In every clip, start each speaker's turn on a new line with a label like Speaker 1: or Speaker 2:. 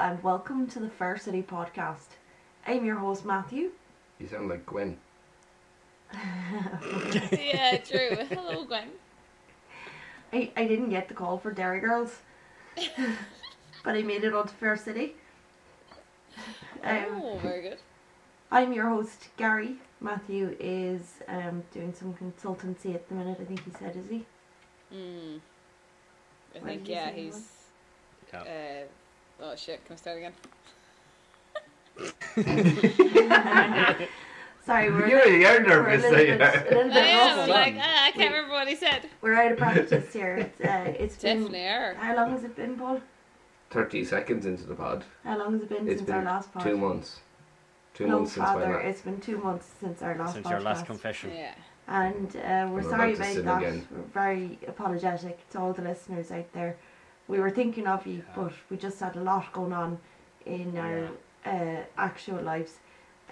Speaker 1: and welcome to the Fair City podcast. I'm your host, Matthew.
Speaker 2: You sound like Gwen.
Speaker 3: yeah, true. Hello, Gwen.
Speaker 1: I, I didn't get the call for Dairy Girls, but I made it onto Fair City. Um,
Speaker 3: oh, very good.
Speaker 1: I'm your host, Gary. Matthew is um, doing some consultancy at the minute, I think he said, is he?
Speaker 2: hmm.
Speaker 3: Mm. I
Speaker 1: What
Speaker 3: think
Speaker 1: did you
Speaker 3: yeah,
Speaker 1: say,
Speaker 3: he's. Uh, oh shit! Can we start again?
Speaker 1: Sorry, we're,
Speaker 2: You're, you're
Speaker 1: we're a
Speaker 2: nervous,
Speaker 1: little
Speaker 2: are
Speaker 1: bit,
Speaker 2: you?
Speaker 1: a little
Speaker 3: I
Speaker 1: bit
Speaker 3: am
Speaker 1: rusty.
Speaker 3: Oh, like ah, I can't
Speaker 1: Wait.
Speaker 3: remember what he said.
Speaker 2: Mm.
Speaker 1: We're out of practice here. It's, uh, it's
Speaker 3: Definitely
Speaker 1: been,
Speaker 3: are.
Speaker 1: how long has it been, Paul?
Speaker 2: 30 seconds into the pod.
Speaker 1: How long has it been
Speaker 2: It's
Speaker 1: since
Speaker 2: been
Speaker 1: our last pod?
Speaker 2: Two months. Two
Speaker 1: no,
Speaker 2: months since my
Speaker 1: father,
Speaker 2: last.
Speaker 1: it's been two months since our last
Speaker 4: Since
Speaker 1: podcast.
Speaker 4: your last confession.
Speaker 3: Yeah.
Speaker 1: And uh, we're
Speaker 2: I'm
Speaker 1: sorry
Speaker 2: about to
Speaker 1: about
Speaker 2: sin
Speaker 1: that.
Speaker 2: again.
Speaker 1: We're very apologetic to all the listeners out there. We were thinking of you,
Speaker 4: Yeah.
Speaker 1: but we just had a lot going on in our uh, actual lives.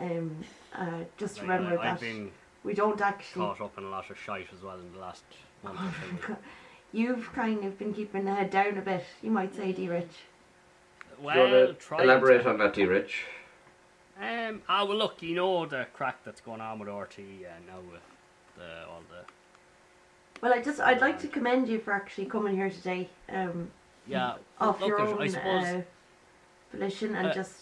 Speaker 1: Um, uh, just
Speaker 4: Like,
Speaker 1: remember
Speaker 4: I-
Speaker 1: that
Speaker 4: I've been
Speaker 1: we don't actually.
Speaker 4: caught up in a lot of shite as well in the last month or two.
Speaker 1: You've kind of been keeping the head down a bit, you might say, D. Rich.
Speaker 2: Do you
Speaker 4: Well,
Speaker 2: wanna
Speaker 4: try
Speaker 2: elaborate on that, D. Rich?
Speaker 4: Um, ah, well, look, you know the crack that's going on with RT and now with the, all the.
Speaker 1: Well, I just I'd like to commend you for actually coming here today, um,
Speaker 4: Yeah,
Speaker 1: off
Speaker 4: look,
Speaker 1: your
Speaker 4: there's-
Speaker 1: own
Speaker 4: I suppose.
Speaker 1: uh, volition and
Speaker 4: Uh,
Speaker 1: just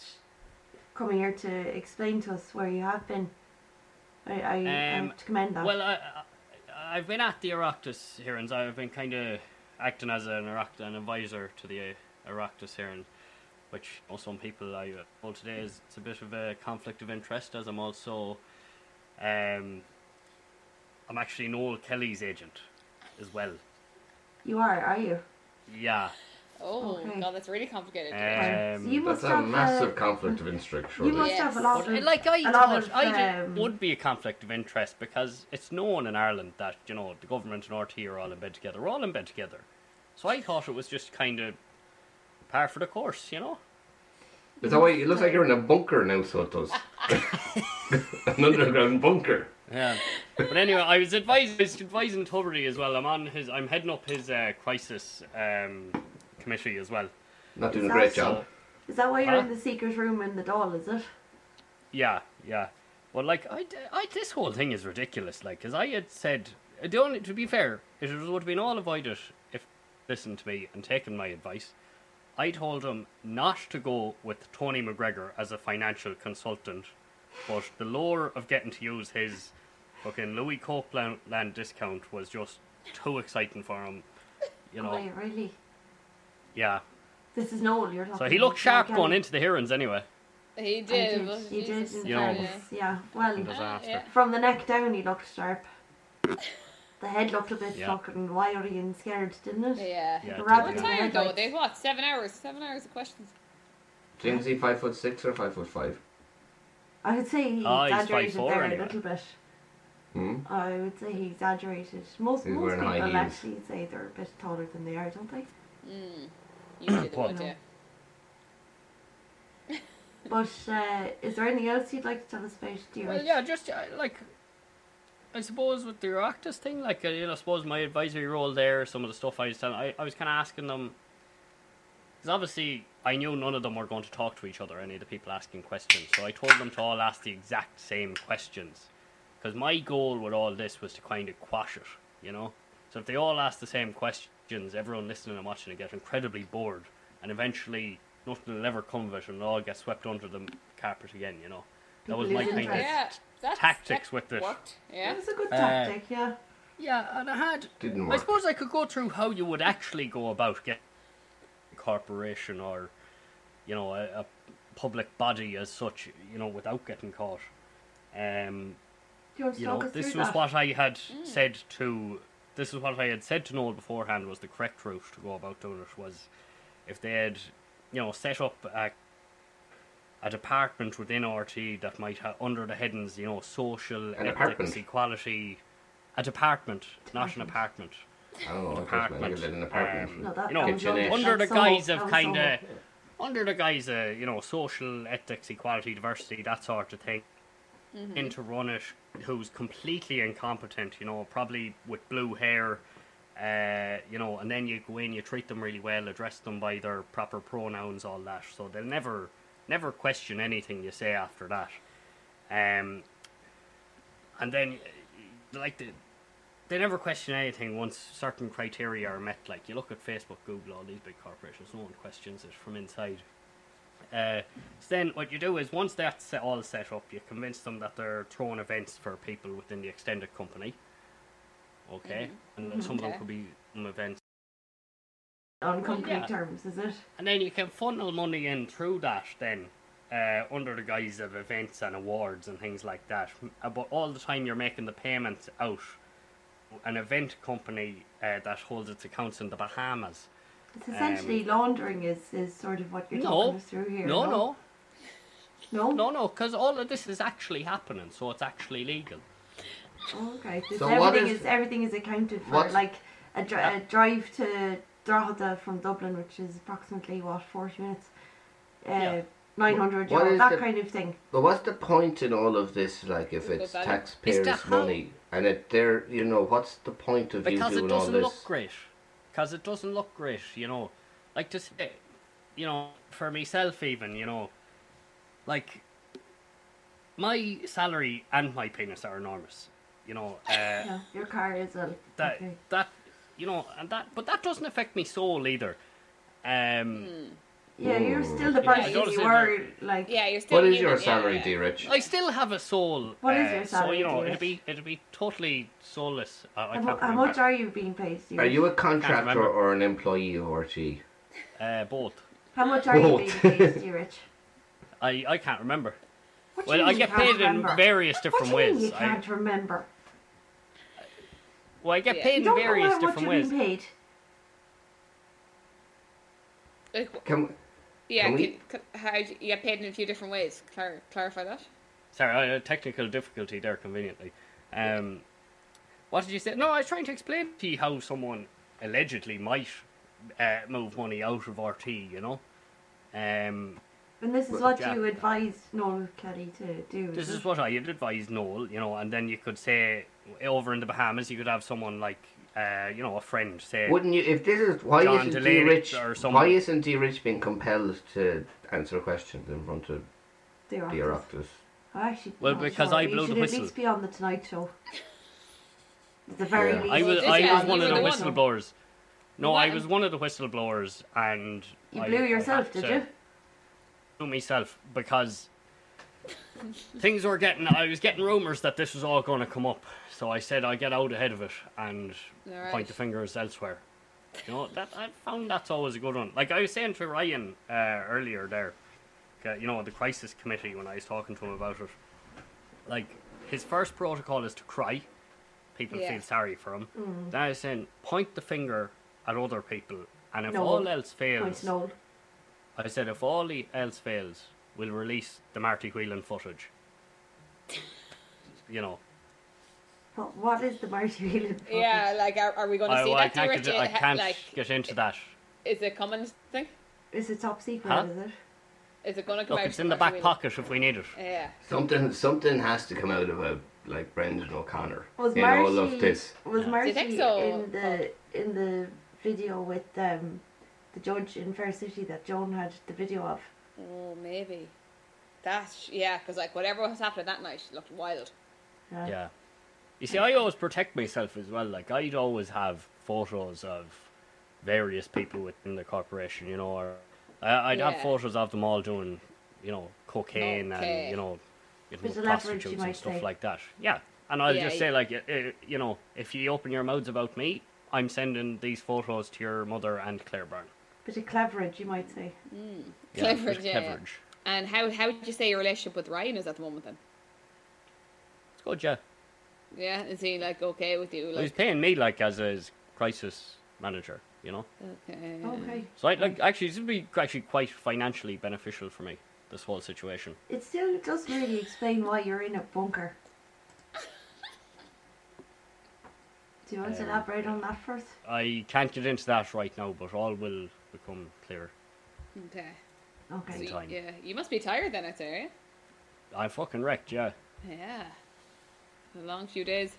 Speaker 1: coming here to explain to us where you have been. I, I, I have
Speaker 4: Um,
Speaker 1: to commend that.
Speaker 4: Well, I, I, I've been at the Oroctus hearings. I've been kind of acting as an, Oireacht- an advisor to the uh, Oroctus hearing, which you know, some people I uh, told today is it's a bit of a conflict of interest as I'm also, um, I'm actually Noel Kelly's agent as well.
Speaker 1: you are, are you?
Speaker 4: Yeah.
Speaker 3: Oh
Speaker 1: Okay.
Speaker 3: god, that's really complicated.
Speaker 1: So you
Speaker 4: Um,
Speaker 1: must
Speaker 2: That's a
Speaker 1: have
Speaker 2: massive
Speaker 1: uh,
Speaker 2: conflict of interest,
Speaker 1: You
Speaker 2: surely.
Speaker 1: must
Speaker 3: Yes.
Speaker 1: have a lot
Speaker 4: but, uh,
Speaker 1: of.
Speaker 4: like I
Speaker 1: a lot
Speaker 4: thought,
Speaker 1: of,
Speaker 4: I did-
Speaker 1: um,
Speaker 4: would be a conflict of interest because it's known in Ireland that you know the government and RT are all in bed together. We're all in bed together, so I thought it was just kind of par for the course, you know.
Speaker 2: Is that why it looks like you're in a bunker now, so it does. An underground bunker.
Speaker 4: Yeah. but anyway, I was advising, I was advising Tuberty as well. I'm on his. I'm heading up his uh, crisis um, committee as well.
Speaker 2: Not doing a
Speaker 1: Is
Speaker 2: great
Speaker 1: that
Speaker 2: job.
Speaker 1: Is that why you're in
Speaker 4: Huh?
Speaker 1: the secret room in the doll? Is it?
Speaker 4: Yeah, yeah. Well, like, I, I, this whole thing is ridiculous. Like, as I had said, the only, to be fair, it would have been all avoided if listened to me and taken my advice. I told him not to go with Tony McGregor as a financial consultant, but the lure of getting to use his fucking Louis Copeland land discount was just too exciting for him. You know,
Speaker 1: Oh, yeah, really?
Speaker 4: yeah.
Speaker 1: This is Noel. You're talking.
Speaker 4: So he looked
Speaker 1: about,
Speaker 4: sharp
Speaker 1: Gary.
Speaker 4: going into the hearings anyway.
Speaker 3: He
Speaker 1: I did.
Speaker 3: did. but
Speaker 1: You did.
Speaker 3: Jesus,
Speaker 1: In
Speaker 4: You know.
Speaker 1: fairness, yeah. Well,
Speaker 4: Does-
Speaker 3: Ah,
Speaker 4: Disaster.
Speaker 3: yeah.
Speaker 1: from the neck down, he looked sharp. The head looked a bit
Speaker 4: Yeah.
Speaker 1: fucking wiry and scared, didn't it?
Speaker 3: Yeah.
Speaker 4: Yeah,
Speaker 1: The
Speaker 4: it
Speaker 1: rabbit in
Speaker 3: What
Speaker 4: did, yeah.
Speaker 1: the
Speaker 3: time ago?
Speaker 1: headlights.
Speaker 3: They what? Seven hours. Seven hours of questions.
Speaker 2: James, is he five foot six or five foot five?
Speaker 1: I would say he
Speaker 4: Oh, he's
Speaker 1: exaggerated
Speaker 4: 5'4"
Speaker 1: there a
Speaker 4: anyway.
Speaker 1: little bit.
Speaker 2: Hmm?
Speaker 1: I would say he exaggerated. Most
Speaker 2: He's
Speaker 1: most
Speaker 2: wearing
Speaker 1: people
Speaker 2: high heels.
Speaker 1: actually say they're a bit taller than they are, don't they?
Speaker 3: Mm. You did
Speaker 4: What?
Speaker 3: what? Yeah.
Speaker 1: But uh, is there anything else you'd like to tell us about, dear?
Speaker 4: Well, yeah, just uh, like I suppose with the Oroctus thing, like uh, you know, I suppose my advisory role there, some of the stuff I was telling, I, I was kind of asking them because obviously I knew none of them were going to talk to each other, any of the people asking questions. So I told them to all ask the exact same questions because my goal with all this was to kind of quash it, you know. So if they all ask the same questions, everyone listening and watching it gets incredibly bored, and eventually nothing will ever come of it, and it all gets swept under the carpet again, you know. That was
Speaker 1: People
Speaker 4: my
Speaker 1: lose
Speaker 4: kind
Speaker 1: interest.
Speaker 4: of
Speaker 3: Yeah. That's,
Speaker 4: tactics
Speaker 3: that
Speaker 4: with this.
Speaker 3: Worked. Yeah.
Speaker 1: It was a good
Speaker 4: Uh,
Speaker 1: tactic, yeah.
Speaker 4: Yeah, and I had.
Speaker 2: Didn't
Speaker 4: I
Speaker 2: work.
Speaker 4: suppose I could go through how you would actually go about getting a corporation or, you know, a, a public body as such, you know, without getting caught. Um,
Speaker 1: Do you want to
Speaker 4: you
Speaker 1: talk
Speaker 4: know,
Speaker 1: us
Speaker 4: this
Speaker 1: through
Speaker 4: was
Speaker 1: that? Mm.
Speaker 4: what I had said to. This is what I had said to Noel beforehand was the correct route to go about doing it was, if they had, you know, set up a, a department within RT that might have under the headings, you know, social,
Speaker 2: An
Speaker 4: ethics,
Speaker 2: apartment.
Speaker 4: equality, a department, not an apartment.
Speaker 2: Oh, I thought
Speaker 4: Apartment.
Speaker 2: maybe live in an apartment.
Speaker 4: Um,
Speaker 1: no, that,
Speaker 4: you know,
Speaker 1: that was
Speaker 2: Kitchen
Speaker 1: lovely.
Speaker 2: is-
Speaker 4: under the
Speaker 1: That was
Speaker 4: guise
Speaker 1: so-
Speaker 4: of
Speaker 1: that was so
Speaker 4: kind of
Speaker 1: lovely.
Speaker 4: under the guise of you know social ethics equality diversity that sort of thing into run it who's completely incompetent you know probably with blue hair Uh, you know, and then you go in, you treat them really well, address them by their proper pronouns, all that. So they'll never, never question anything you say after that. Um, and then, like the, they never question anything once certain criteria are met. Like you look at Facebook, Google, all these big corporations, no one questions it from inside. Uh, so then what you do is once that's set- all set up, you convince them that they're throwing events for people within the extended company. Okay, and then some of them
Speaker 3: Okay.
Speaker 4: could be um, events,
Speaker 1: On concrete
Speaker 4: yeah.
Speaker 1: terms, is it?
Speaker 4: and then you can funnel money in through that then. Uh, under the guise of events and awards and things like that, Uh, but all the time you're making the payments out an event company uh, that holds its accounts in the Bahamas.
Speaker 1: It's essentially laundering is, is sort of what you're
Speaker 4: Um, No,
Speaker 1: talking us through here.
Speaker 4: no, no,
Speaker 1: no,
Speaker 4: No, no, because all of this is actually happening, so it's actually legal.
Speaker 1: Oh, okay, so,
Speaker 2: So
Speaker 1: everything
Speaker 2: what
Speaker 1: is,
Speaker 2: is-
Speaker 1: everything is accounted for.
Speaker 2: what's- uh,
Speaker 1: Like a, dri- a drive to Drogheda from Dublin, which is approximately what forty minutes, uh,
Speaker 4: Yeah.
Speaker 1: nine hundred
Speaker 2: What
Speaker 1: euro,
Speaker 2: is
Speaker 1: that
Speaker 2: the-
Speaker 1: kind of thing.
Speaker 2: But what's the point in all of this? Like, if
Speaker 3: Is it
Speaker 2: it's
Speaker 3: valid?
Speaker 4: Is
Speaker 2: taxpayers'
Speaker 4: that how-
Speaker 2: money and it they're you know, what's the point of
Speaker 4: Because
Speaker 2: you
Speaker 4: it
Speaker 2: doing all
Speaker 4: doesn't
Speaker 2: this?
Speaker 4: look great. Because it doesn't look great, you know. Like, just, eh, you know, for myself, even, you know, like, my salary and my penis are enormous, you know. Uh,
Speaker 1: Yeah, your car is a
Speaker 4: that
Speaker 1: okay.
Speaker 4: that you know and that but that doesn't affect me soul either um
Speaker 1: Hmm. Yeah, you're
Speaker 2: Hmm.
Speaker 1: still the
Speaker 4: Yeah, I
Speaker 1: person
Speaker 4: don't
Speaker 1: you
Speaker 4: see
Speaker 1: were. Like,
Speaker 3: Yeah, you're still.
Speaker 2: what is
Speaker 3: human,
Speaker 2: your
Speaker 3: yeah,
Speaker 2: salary,
Speaker 3: yeah.
Speaker 2: dear Rich?
Speaker 4: i still have a soul
Speaker 1: What is
Speaker 4: uh,
Speaker 1: your
Speaker 4: so
Speaker 1: salary,
Speaker 4: you know
Speaker 1: dear?
Speaker 4: it'd be it'd be totally soulless uh, I
Speaker 1: how,
Speaker 4: can't
Speaker 1: mu- how
Speaker 4: remember.
Speaker 1: much are you being paid? Stuart?
Speaker 2: Are you a contractor
Speaker 4: remember.
Speaker 2: or an employee of RT?
Speaker 4: Uh, both.
Speaker 1: How much are you
Speaker 2: Whoa.
Speaker 1: being paid, Stuart? Rich?
Speaker 4: I, I can't remember.
Speaker 1: What do
Speaker 4: Well,
Speaker 1: you
Speaker 4: I
Speaker 1: mean you
Speaker 4: get
Speaker 1: can't
Speaker 4: paid
Speaker 1: remember?
Speaker 4: in various
Speaker 1: What do
Speaker 4: different
Speaker 1: you mean
Speaker 4: ways.
Speaker 1: you
Speaker 4: I,
Speaker 1: can't remember?
Speaker 4: well, I get
Speaker 3: Yeah.
Speaker 4: paid
Speaker 1: You
Speaker 4: in
Speaker 1: don't know
Speaker 4: various
Speaker 1: how much
Speaker 4: different
Speaker 1: you're
Speaker 4: ways.
Speaker 1: being paid.
Speaker 3: Like, wh-
Speaker 2: Can
Speaker 3: yeah,
Speaker 2: Can we-
Speaker 3: can- can- how do you you get paid in a few different ways? Clar- clarify that.
Speaker 4: Sorry, I had a technical difficulty there conveniently. Um, what did you say? No, I was trying to explain to you how someone allegedly might uh, move money out of RT, you know? Um,
Speaker 1: And this is
Speaker 2: Well,
Speaker 1: what
Speaker 4: yeah.
Speaker 1: you advised Noel Kelly to do.
Speaker 4: This
Speaker 1: isn't
Speaker 4: is what I would advise Noel, you know, and then you could say over in the Bahamas, you could have someone like, uh, you know, a friend say,
Speaker 2: Wouldn't you? If this is why
Speaker 4: John
Speaker 2: isn't D
Speaker 4: Delaney
Speaker 2: Rich?
Speaker 4: or someone.
Speaker 2: Why isn't D Rich being compelled to answer questions in front of
Speaker 1: They are Ah,
Speaker 2: the
Speaker 1: artists.
Speaker 2: Oroctus?
Speaker 1: I'm actually
Speaker 4: Well,
Speaker 1: not
Speaker 4: because
Speaker 1: sure.
Speaker 4: I
Speaker 1: You
Speaker 4: blew the
Speaker 1: should at
Speaker 4: whistle.
Speaker 1: least be on the Tonight Show. At the very
Speaker 2: Yeah.
Speaker 1: least.
Speaker 4: I was
Speaker 3: Did
Speaker 4: I
Speaker 3: you?
Speaker 4: was one
Speaker 3: You
Speaker 4: of the
Speaker 3: were the one.
Speaker 4: whistleblowers. No, I
Speaker 3: What?
Speaker 4: was one of the whistleblowers, and
Speaker 1: You
Speaker 4: I-
Speaker 1: blew
Speaker 4: I
Speaker 1: yourself,
Speaker 4: had
Speaker 1: did
Speaker 4: to
Speaker 1: you?
Speaker 4: Blew myself because things were getting. I was getting rumors that this was all going to come up, so I said I'd get out ahead of it and
Speaker 3: Alright.
Speaker 4: point the fingers elsewhere. You know that I found that's always a good one. Like I was saying to Ryan uh, earlier there, uh, you know the crisis committee when I was talking to him about it. Like his first protocol is to cry. People
Speaker 3: Yeah.
Speaker 4: feel sorry for him. Then I was saying point the finger at other people, and if
Speaker 1: No.
Speaker 4: all else
Speaker 1: Point
Speaker 4: fails,
Speaker 1: Noel.
Speaker 4: I said if all e- else fails, we'll release the Marty Whelan footage. you know.
Speaker 1: What, what is the Marty Whelan footage?
Speaker 3: Yeah, like, are, are we going to
Speaker 4: I,
Speaker 3: see
Speaker 4: well, I
Speaker 3: that?
Speaker 4: can't,
Speaker 3: Rich?
Speaker 4: get, I
Speaker 3: Ha-
Speaker 4: can't
Speaker 3: Like,
Speaker 4: get into that.
Speaker 3: is it common thing?
Speaker 1: Is it top secret,
Speaker 4: Huh?
Speaker 1: is it?
Speaker 3: Is it going to come
Speaker 4: Look,
Speaker 3: out?
Speaker 4: it's in the
Speaker 3: or
Speaker 4: back
Speaker 3: do we-
Speaker 4: pocket if we need it.
Speaker 3: Yeah.
Speaker 2: Something something has to come out about like Brendan O'Connor
Speaker 1: Was
Speaker 2: in
Speaker 1: Marty,
Speaker 2: all of this.
Speaker 1: Was
Speaker 4: Yeah.
Speaker 1: Marty
Speaker 3: Do you think so?
Speaker 1: in the in the video with um, the judge in Fair City that Joan had the video of?
Speaker 3: Oh, maybe. That's yeah, because like whatever was happening that night looked wild.
Speaker 1: Yeah.
Speaker 4: Yeah. You see, I always protect myself as well. Like, I'd always have photos of various people within the corporation, you know, or I, I'd have
Speaker 3: Yeah.
Speaker 4: photos of them all doing, you know, cocaine
Speaker 3: Okay.
Speaker 4: and, you know, getting
Speaker 1: Bit
Speaker 4: with
Speaker 1: of leverage, you
Speaker 4: prostitutes
Speaker 1: might
Speaker 4: and stuff
Speaker 1: say.
Speaker 4: like that. Yeah. And I'll
Speaker 3: Yeah,
Speaker 4: just
Speaker 3: you-
Speaker 4: say, like, uh, uh, you know, if you open your mouths about me, I'm sending these photos to your mother and Claire Byrne.
Speaker 1: Bit of cleverage, you might say.
Speaker 4: Yeah,
Speaker 3: Cleverage,
Speaker 4: there's
Speaker 3: yeah.
Speaker 4: Cleverage.
Speaker 3: And how how would you say your relationship with Ryan is at the moment then?
Speaker 4: It's good, yeah.
Speaker 3: Yeah, is he like okay with you?
Speaker 4: Well, he's
Speaker 3: Like
Speaker 4: paying me, like, as his crisis manager, you know?
Speaker 3: okay.
Speaker 1: Okay.
Speaker 4: So I like actually this would be actually quite financially beneficial for me. This whole situation.
Speaker 1: It still does really explain why you're in a bunker. Do you want to
Speaker 4: Um,
Speaker 1: elaborate on that first?
Speaker 4: I can't get into that right now, but all will become clear.
Speaker 3: Okay. So
Speaker 1: Okay.
Speaker 4: Sweet.
Speaker 3: you,
Speaker 4: Time.
Speaker 3: yeah, you must be tired then out there.
Speaker 4: I'm fucking wrecked, yeah.
Speaker 3: Yeah. yeah. A long few days.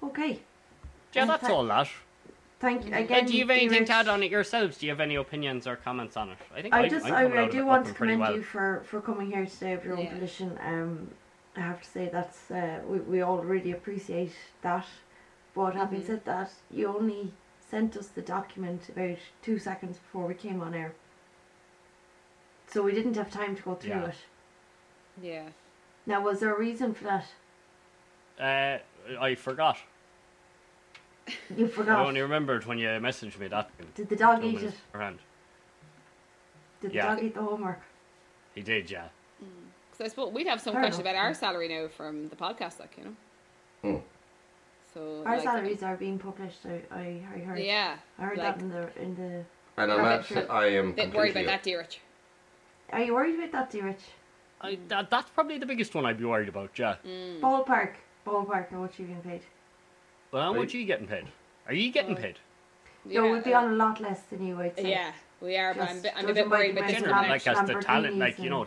Speaker 1: Well, Okay.
Speaker 4: Yeah, that's all that.
Speaker 1: Thank you again.
Speaker 4: Uh, do you have anything
Speaker 1: Deirdre.
Speaker 4: to add on it yourselves? Do you have any opinions or comments on it? I think
Speaker 1: I
Speaker 4: I'm-
Speaker 1: just,
Speaker 4: I'm
Speaker 1: I,
Speaker 4: coming
Speaker 1: I
Speaker 4: out of
Speaker 1: do
Speaker 4: it
Speaker 1: want to
Speaker 4: fucking pretty
Speaker 1: commend
Speaker 4: well.
Speaker 1: you for for coming here today of your own
Speaker 3: Yeah.
Speaker 1: volition. Um, I have to say that's uh, we we all really appreciate that. But having
Speaker 3: Mhm.
Speaker 1: said that, you only sent us the document about two seconds before we came on air, so we didn't have time to go through
Speaker 4: Yeah.
Speaker 1: it.
Speaker 3: Yeah.
Speaker 1: Now, was there a reason for that?
Speaker 4: Uh, I forgot.
Speaker 1: You
Speaker 4: I
Speaker 1: forgot.
Speaker 4: only remembered when you messaged me that.
Speaker 1: Did the dog
Speaker 4: two
Speaker 1: eat it?
Speaker 4: minutes beforehand.
Speaker 1: Did the
Speaker 4: Yeah.
Speaker 1: dog eat the homework?
Speaker 4: He did, yeah.
Speaker 3: So I suppose we'd have some
Speaker 1: Fair
Speaker 3: question
Speaker 1: enough,
Speaker 3: about our
Speaker 1: yeah.
Speaker 3: salary now from the podcast, like you know.
Speaker 2: Hmm.
Speaker 3: So
Speaker 1: Our
Speaker 3: like,
Speaker 1: salaries are being published. I, I, I heard.
Speaker 3: Yeah.
Speaker 1: I heard
Speaker 3: like-
Speaker 1: that in the in the.
Speaker 2: And I'm
Speaker 3: Okay,
Speaker 2: not,
Speaker 3: sure.
Speaker 2: I am
Speaker 3: Don't worry
Speaker 2: completely-
Speaker 3: about that, dear Rich.
Speaker 1: Are you worried about that, dear Rich?
Speaker 4: I, that, that's probably the biggest one I'd be worried about, yeah.
Speaker 3: Mm.
Speaker 1: Ballpark, ballpark, how much you getting paid?
Speaker 4: Well, how
Speaker 2: Right.
Speaker 4: much are you getting paid? Are you getting
Speaker 3: Oh.
Speaker 4: paid?
Speaker 1: no,
Speaker 3: Yeah,
Speaker 1: we'd be
Speaker 3: uh,
Speaker 1: on a lot less than you, I'd say.
Speaker 3: Yeah, we are, but I'm,
Speaker 1: Just
Speaker 3: bit- I'm a
Speaker 1: judging
Speaker 3: bit
Speaker 1: by
Speaker 3: worried
Speaker 1: the
Speaker 3: about
Speaker 1: way the
Speaker 3: this one.
Speaker 4: Generally,
Speaker 1: Lam-
Speaker 4: like
Speaker 3: Like,
Speaker 4: as the talent,
Speaker 1: Lamborghinis
Speaker 4: like you know,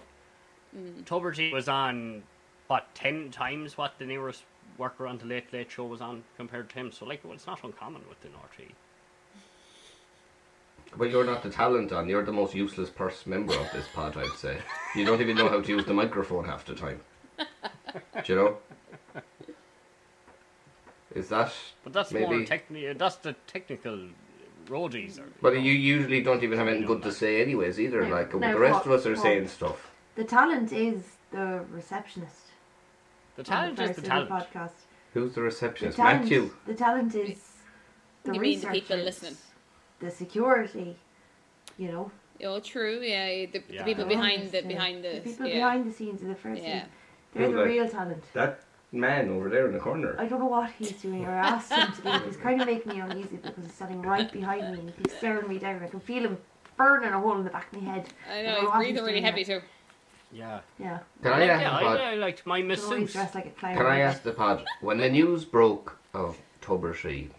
Speaker 3: Mm.
Speaker 4: Tuberty was on what ten times what the nearest worker on the Late Late Show was on compared to him. So like, well, it's not uncommon within RT.
Speaker 2: Well, you're not the talent on. You're the most useless purse member of this pod, I'd say. You don't even know how to use the microphone half the time. Do you know? Is that?
Speaker 4: But that's more
Speaker 2: Maybe.
Speaker 4: technical. That's the technical roadies. Or,
Speaker 2: But you usually don't even have anything good to say, anyways, either.
Speaker 1: No,
Speaker 2: Like
Speaker 1: no,
Speaker 2: the rest
Speaker 1: Paul-
Speaker 2: of us are
Speaker 1: Paul.
Speaker 2: saying stuff.
Speaker 1: The talent is the receptionist.
Speaker 4: the
Speaker 1: on
Speaker 4: talent
Speaker 1: Fair
Speaker 4: is the
Speaker 1: City
Speaker 4: talent.
Speaker 1: Podcast.
Speaker 2: Who's the
Speaker 1: The
Speaker 2: receptionist?
Speaker 1: talent,
Speaker 2: Matthew.
Speaker 1: the talent is the
Speaker 3: You mean the people
Speaker 1: researchers,
Speaker 3: listening.
Speaker 1: The security, you know.
Speaker 3: oh, true. Yeah, the,
Speaker 4: Yeah.
Speaker 3: the people
Speaker 1: the
Speaker 3: behind
Speaker 1: owners,
Speaker 3: the
Speaker 1: you know,
Speaker 3: behind the,
Speaker 1: people
Speaker 3: yeah.
Speaker 1: behind the scenes of the first
Speaker 3: Yeah.
Speaker 1: yeah. They're the
Speaker 2: Who, like-
Speaker 1: real talent.
Speaker 2: That man over there in the corner.
Speaker 1: I don't know what he's doing or I asked him to do. He's kind of making me uneasy because he's standing right behind me and he keeps staring me down. I can feel him burning a hole in the back of my head.
Speaker 3: I
Speaker 1: I don't
Speaker 3: know
Speaker 1: know
Speaker 3: he's
Speaker 1: what
Speaker 3: breathing
Speaker 1: he's
Speaker 3: really
Speaker 1: doing
Speaker 3: heavy too.
Speaker 4: Yeah.
Speaker 1: Yeah.
Speaker 2: Can I
Speaker 4: yeah,
Speaker 2: ask the
Speaker 4: I,
Speaker 2: pod?
Speaker 4: I liked my
Speaker 1: He's always
Speaker 4: masseuse.
Speaker 1: dressed like a clown.
Speaker 2: Can I ask the pod? When the news broke of Tuberty,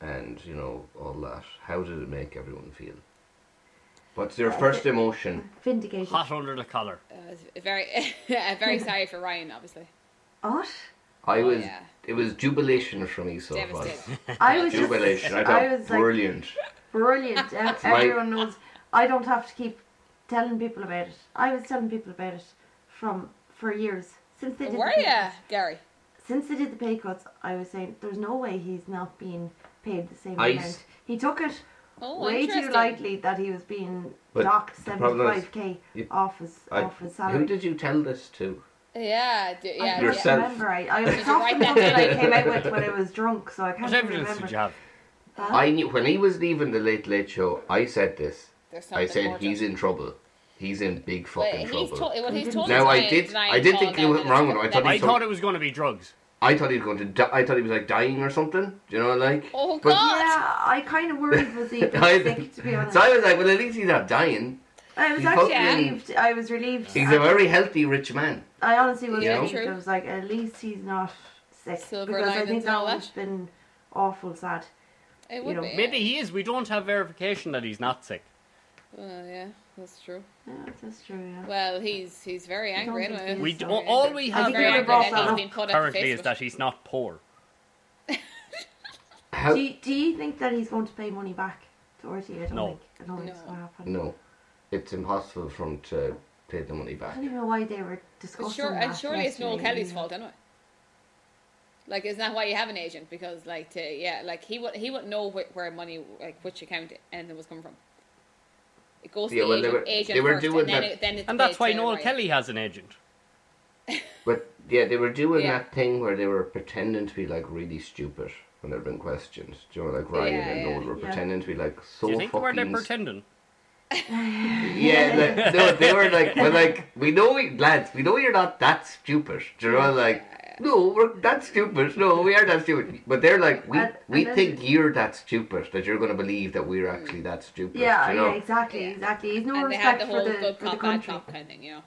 Speaker 2: and you know all that, how did it make everyone feel? What's your
Speaker 1: Uh,
Speaker 2: first
Speaker 1: it-
Speaker 2: emotion?
Speaker 1: Vindicated.
Speaker 4: hot under the collar.
Speaker 3: Uh, it's very, very sorry for Ryan, obviously.
Speaker 1: What?
Speaker 2: I
Speaker 3: Oh,
Speaker 2: was.
Speaker 3: yeah.
Speaker 2: It was jubilation for me so far.
Speaker 3: Devastated.
Speaker 1: I was just,
Speaker 2: Jubilation. I thought
Speaker 1: I was like,
Speaker 2: brilliant.
Speaker 1: brilliant. Ev-
Speaker 2: Right.
Speaker 1: Everyone knows. I don't have to keep telling people about it. I was telling people about it from for years since they did.
Speaker 3: Were
Speaker 1: the pay
Speaker 3: ya,
Speaker 1: cuts-
Speaker 3: Gary?
Speaker 1: Since they did the pay cuts, I was saying there's no way he's not being paid the same
Speaker 2: Ice.
Speaker 1: amount. He took it
Speaker 3: Oh,
Speaker 1: way too
Speaker 3: interesting.
Speaker 1: lightly that he was being
Speaker 2: But
Speaker 1: docked
Speaker 2: the problem is,
Speaker 1: 75k
Speaker 2: you-
Speaker 1: off his
Speaker 2: I-
Speaker 1: off his salary.
Speaker 2: Who did you tell this to?
Speaker 3: Yeah, d-
Speaker 1: I
Speaker 3: yeah.
Speaker 1: can't
Speaker 2: Yourself.
Speaker 1: remember. I, I was
Speaker 3: you
Speaker 1: talking
Speaker 3: write that
Speaker 1: about that I
Speaker 3: down?
Speaker 1: came out with when I was drunk, so I can't
Speaker 4: What
Speaker 1: remember.
Speaker 4: evidence did you have?
Speaker 1: Huh?
Speaker 2: I knew when he was leaving the Late Late Show. I said this.
Speaker 3: There's
Speaker 2: I
Speaker 3: something
Speaker 2: said
Speaker 3: more to
Speaker 2: he's
Speaker 3: it.
Speaker 2: in trouble. He's in big
Speaker 3: But
Speaker 2: fucking
Speaker 3: he's
Speaker 2: trouble.
Speaker 3: to- well, he's
Speaker 1: Now,
Speaker 3: told
Speaker 2: I
Speaker 3: us
Speaker 2: did-
Speaker 3: tonight
Speaker 2: I did
Speaker 3: all
Speaker 2: think
Speaker 3: that
Speaker 2: you went
Speaker 3: and
Speaker 2: wrong
Speaker 3: it's
Speaker 2: with it. I
Speaker 3: got
Speaker 2: thought
Speaker 3: that
Speaker 4: I
Speaker 2: he's
Speaker 3: big-
Speaker 2: so-
Speaker 4: thought it was going to be drugs.
Speaker 2: I thought he was going to. Di- I thought he was like dying or something. Do you know, like.
Speaker 3: Oh,
Speaker 2: But-
Speaker 3: God.
Speaker 1: Yeah, I kind of worried was he
Speaker 2: I-
Speaker 1: being sick, to be honest.
Speaker 2: So I was like, well, at least he's not dying.
Speaker 1: I was
Speaker 2: He
Speaker 1: actually
Speaker 2: fucking-
Speaker 1: relieved. I was relieved.
Speaker 2: He's a very healthy rich man.
Speaker 1: I honestly was
Speaker 2: You know?
Speaker 1: relieved. I was like, at least he's not sick.
Speaker 3: Silver
Speaker 1: because I think
Speaker 3: linings and
Speaker 1: that
Speaker 3: all
Speaker 1: would
Speaker 3: that.
Speaker 1: have been awful sad.
Speaker 3: It
Speaker 1: you
Speaker 3: would
Speaker 1: know,
Speaker 3: be.
Speaker 4: Maybe he is. We don't have verification that he's not sick.
Speaker 3: Uh, yeah, that's true.
Speaker 1: Yeah, that's true, yeah.
Speaker 3: Well, he's he's very
Speaker 1: don't
Speaker 3: angry
Speaker 1: think
Speaker 3: anyway.
Speaker 1: he
Speaker 4: We
Speaker 1: Yes,
Speaker 4: d-
Speaker 1: I-
Speaker 4: all we
Speaker 1: I
Speaker 4: have
Speaker 1: think
Speaker 3: very
Speaker 1: you
Speaker 3: angry
Speaker 1: ever brought
Speaker 3: that
Speaker 1: that
Speaker 3: he's
Speaker 1: up.
Speaker 3: been put at the
Speaker 4: currently is
Speaker 3: Facebook.
Speaker 4: that he's not poor.
Speaker 2: How?
Speaker 1: do, you, do you think that he's going to pay money back to RT? I don't
Speaker 4: No.
Speaker 1: think. I don't think it's
Speaker 3: No.
Speaker 1: going to happen.
Speaker 2: No, it's impossible for him to pay the money
Speaker 1: I
Speaker 2: back.
Speaker 1: don't even know why they were
Speaker 3: But
Speaker 1: discussing
Speaker 3: sure,
Speaker 1: that.
Speaker 3: and surely it's Noel
Speaker 1: yesterday,
Speaker 3: Kelly's
Speaker 4: uh,
Speaker 1: you know.
Speaker 3: fault anyway. Like, isn't that why you have an agent? Because, like, to, yeah, like he would he wouldn't know where, where money, like which account anything was coming from. It goes
Speaker 2: Yeah,
Speaker 3: to the
Speaker 2: well, they
Speaker 3: agent,
Speaker 2: were-
Speaker 3: agent
Speaker 2: they were
Speaker 3: first,
Speaker 2: doing
Speaker 3: and then
Speaker 2: that-
Speaker 3: it, then it's
Speaker 4: And that's
Speaker 3: paid
Speaker 4: why
Speaker 3: to
Speaker 4: Noel
Speaker 3: Ryan.
Speaker 4: Kelly has an agent.
Speaker 2: But yeah, they were doing
Speaker 3: Yeah.
Speaker 2: that thing where they were pretending to be like really stupid when they're being questioned. Do you know, like Ryan
Speaker 3: Yeah,
Speaker 2: and
Speaker 3: yeah.
Speaker 2: Noel were
Speaker 1: Yeah.
Speaker 2: pretending to be like so
Speaker 4: Do you think were they
Speaker 2: fucking.
Speaker 4: pretending?
Speaker 2: yeah, like, no, they were like, we're like, we know, we, lads, we know you're not that stupid. Do you know, like, no, we're that stupid. No, we are that stupid. But they're like, we
Speaker 1: And-
Speaker 2: we
Speaker 1: and then-
Speaker 2: think you're that stupid that you're gonna believe that we're actually that stupid.
Speaker 1: Yeah,
Speaker 2: do you
Speaker 1: yeah,
Speaker 2: know?
Speaker 1: exactly,
Speaker 3: Yeah.
Speaker 1: exactly. He's no
Speaker 3: and they had
Speaker 1: respect
Speaker 3: the whole
Speaker 1: for the
Speaker 3: good
Speaker 1: for the
Speaker 3: cop, bad
Speaker 1: country.
Speaker 3: cop kind of thing, you know.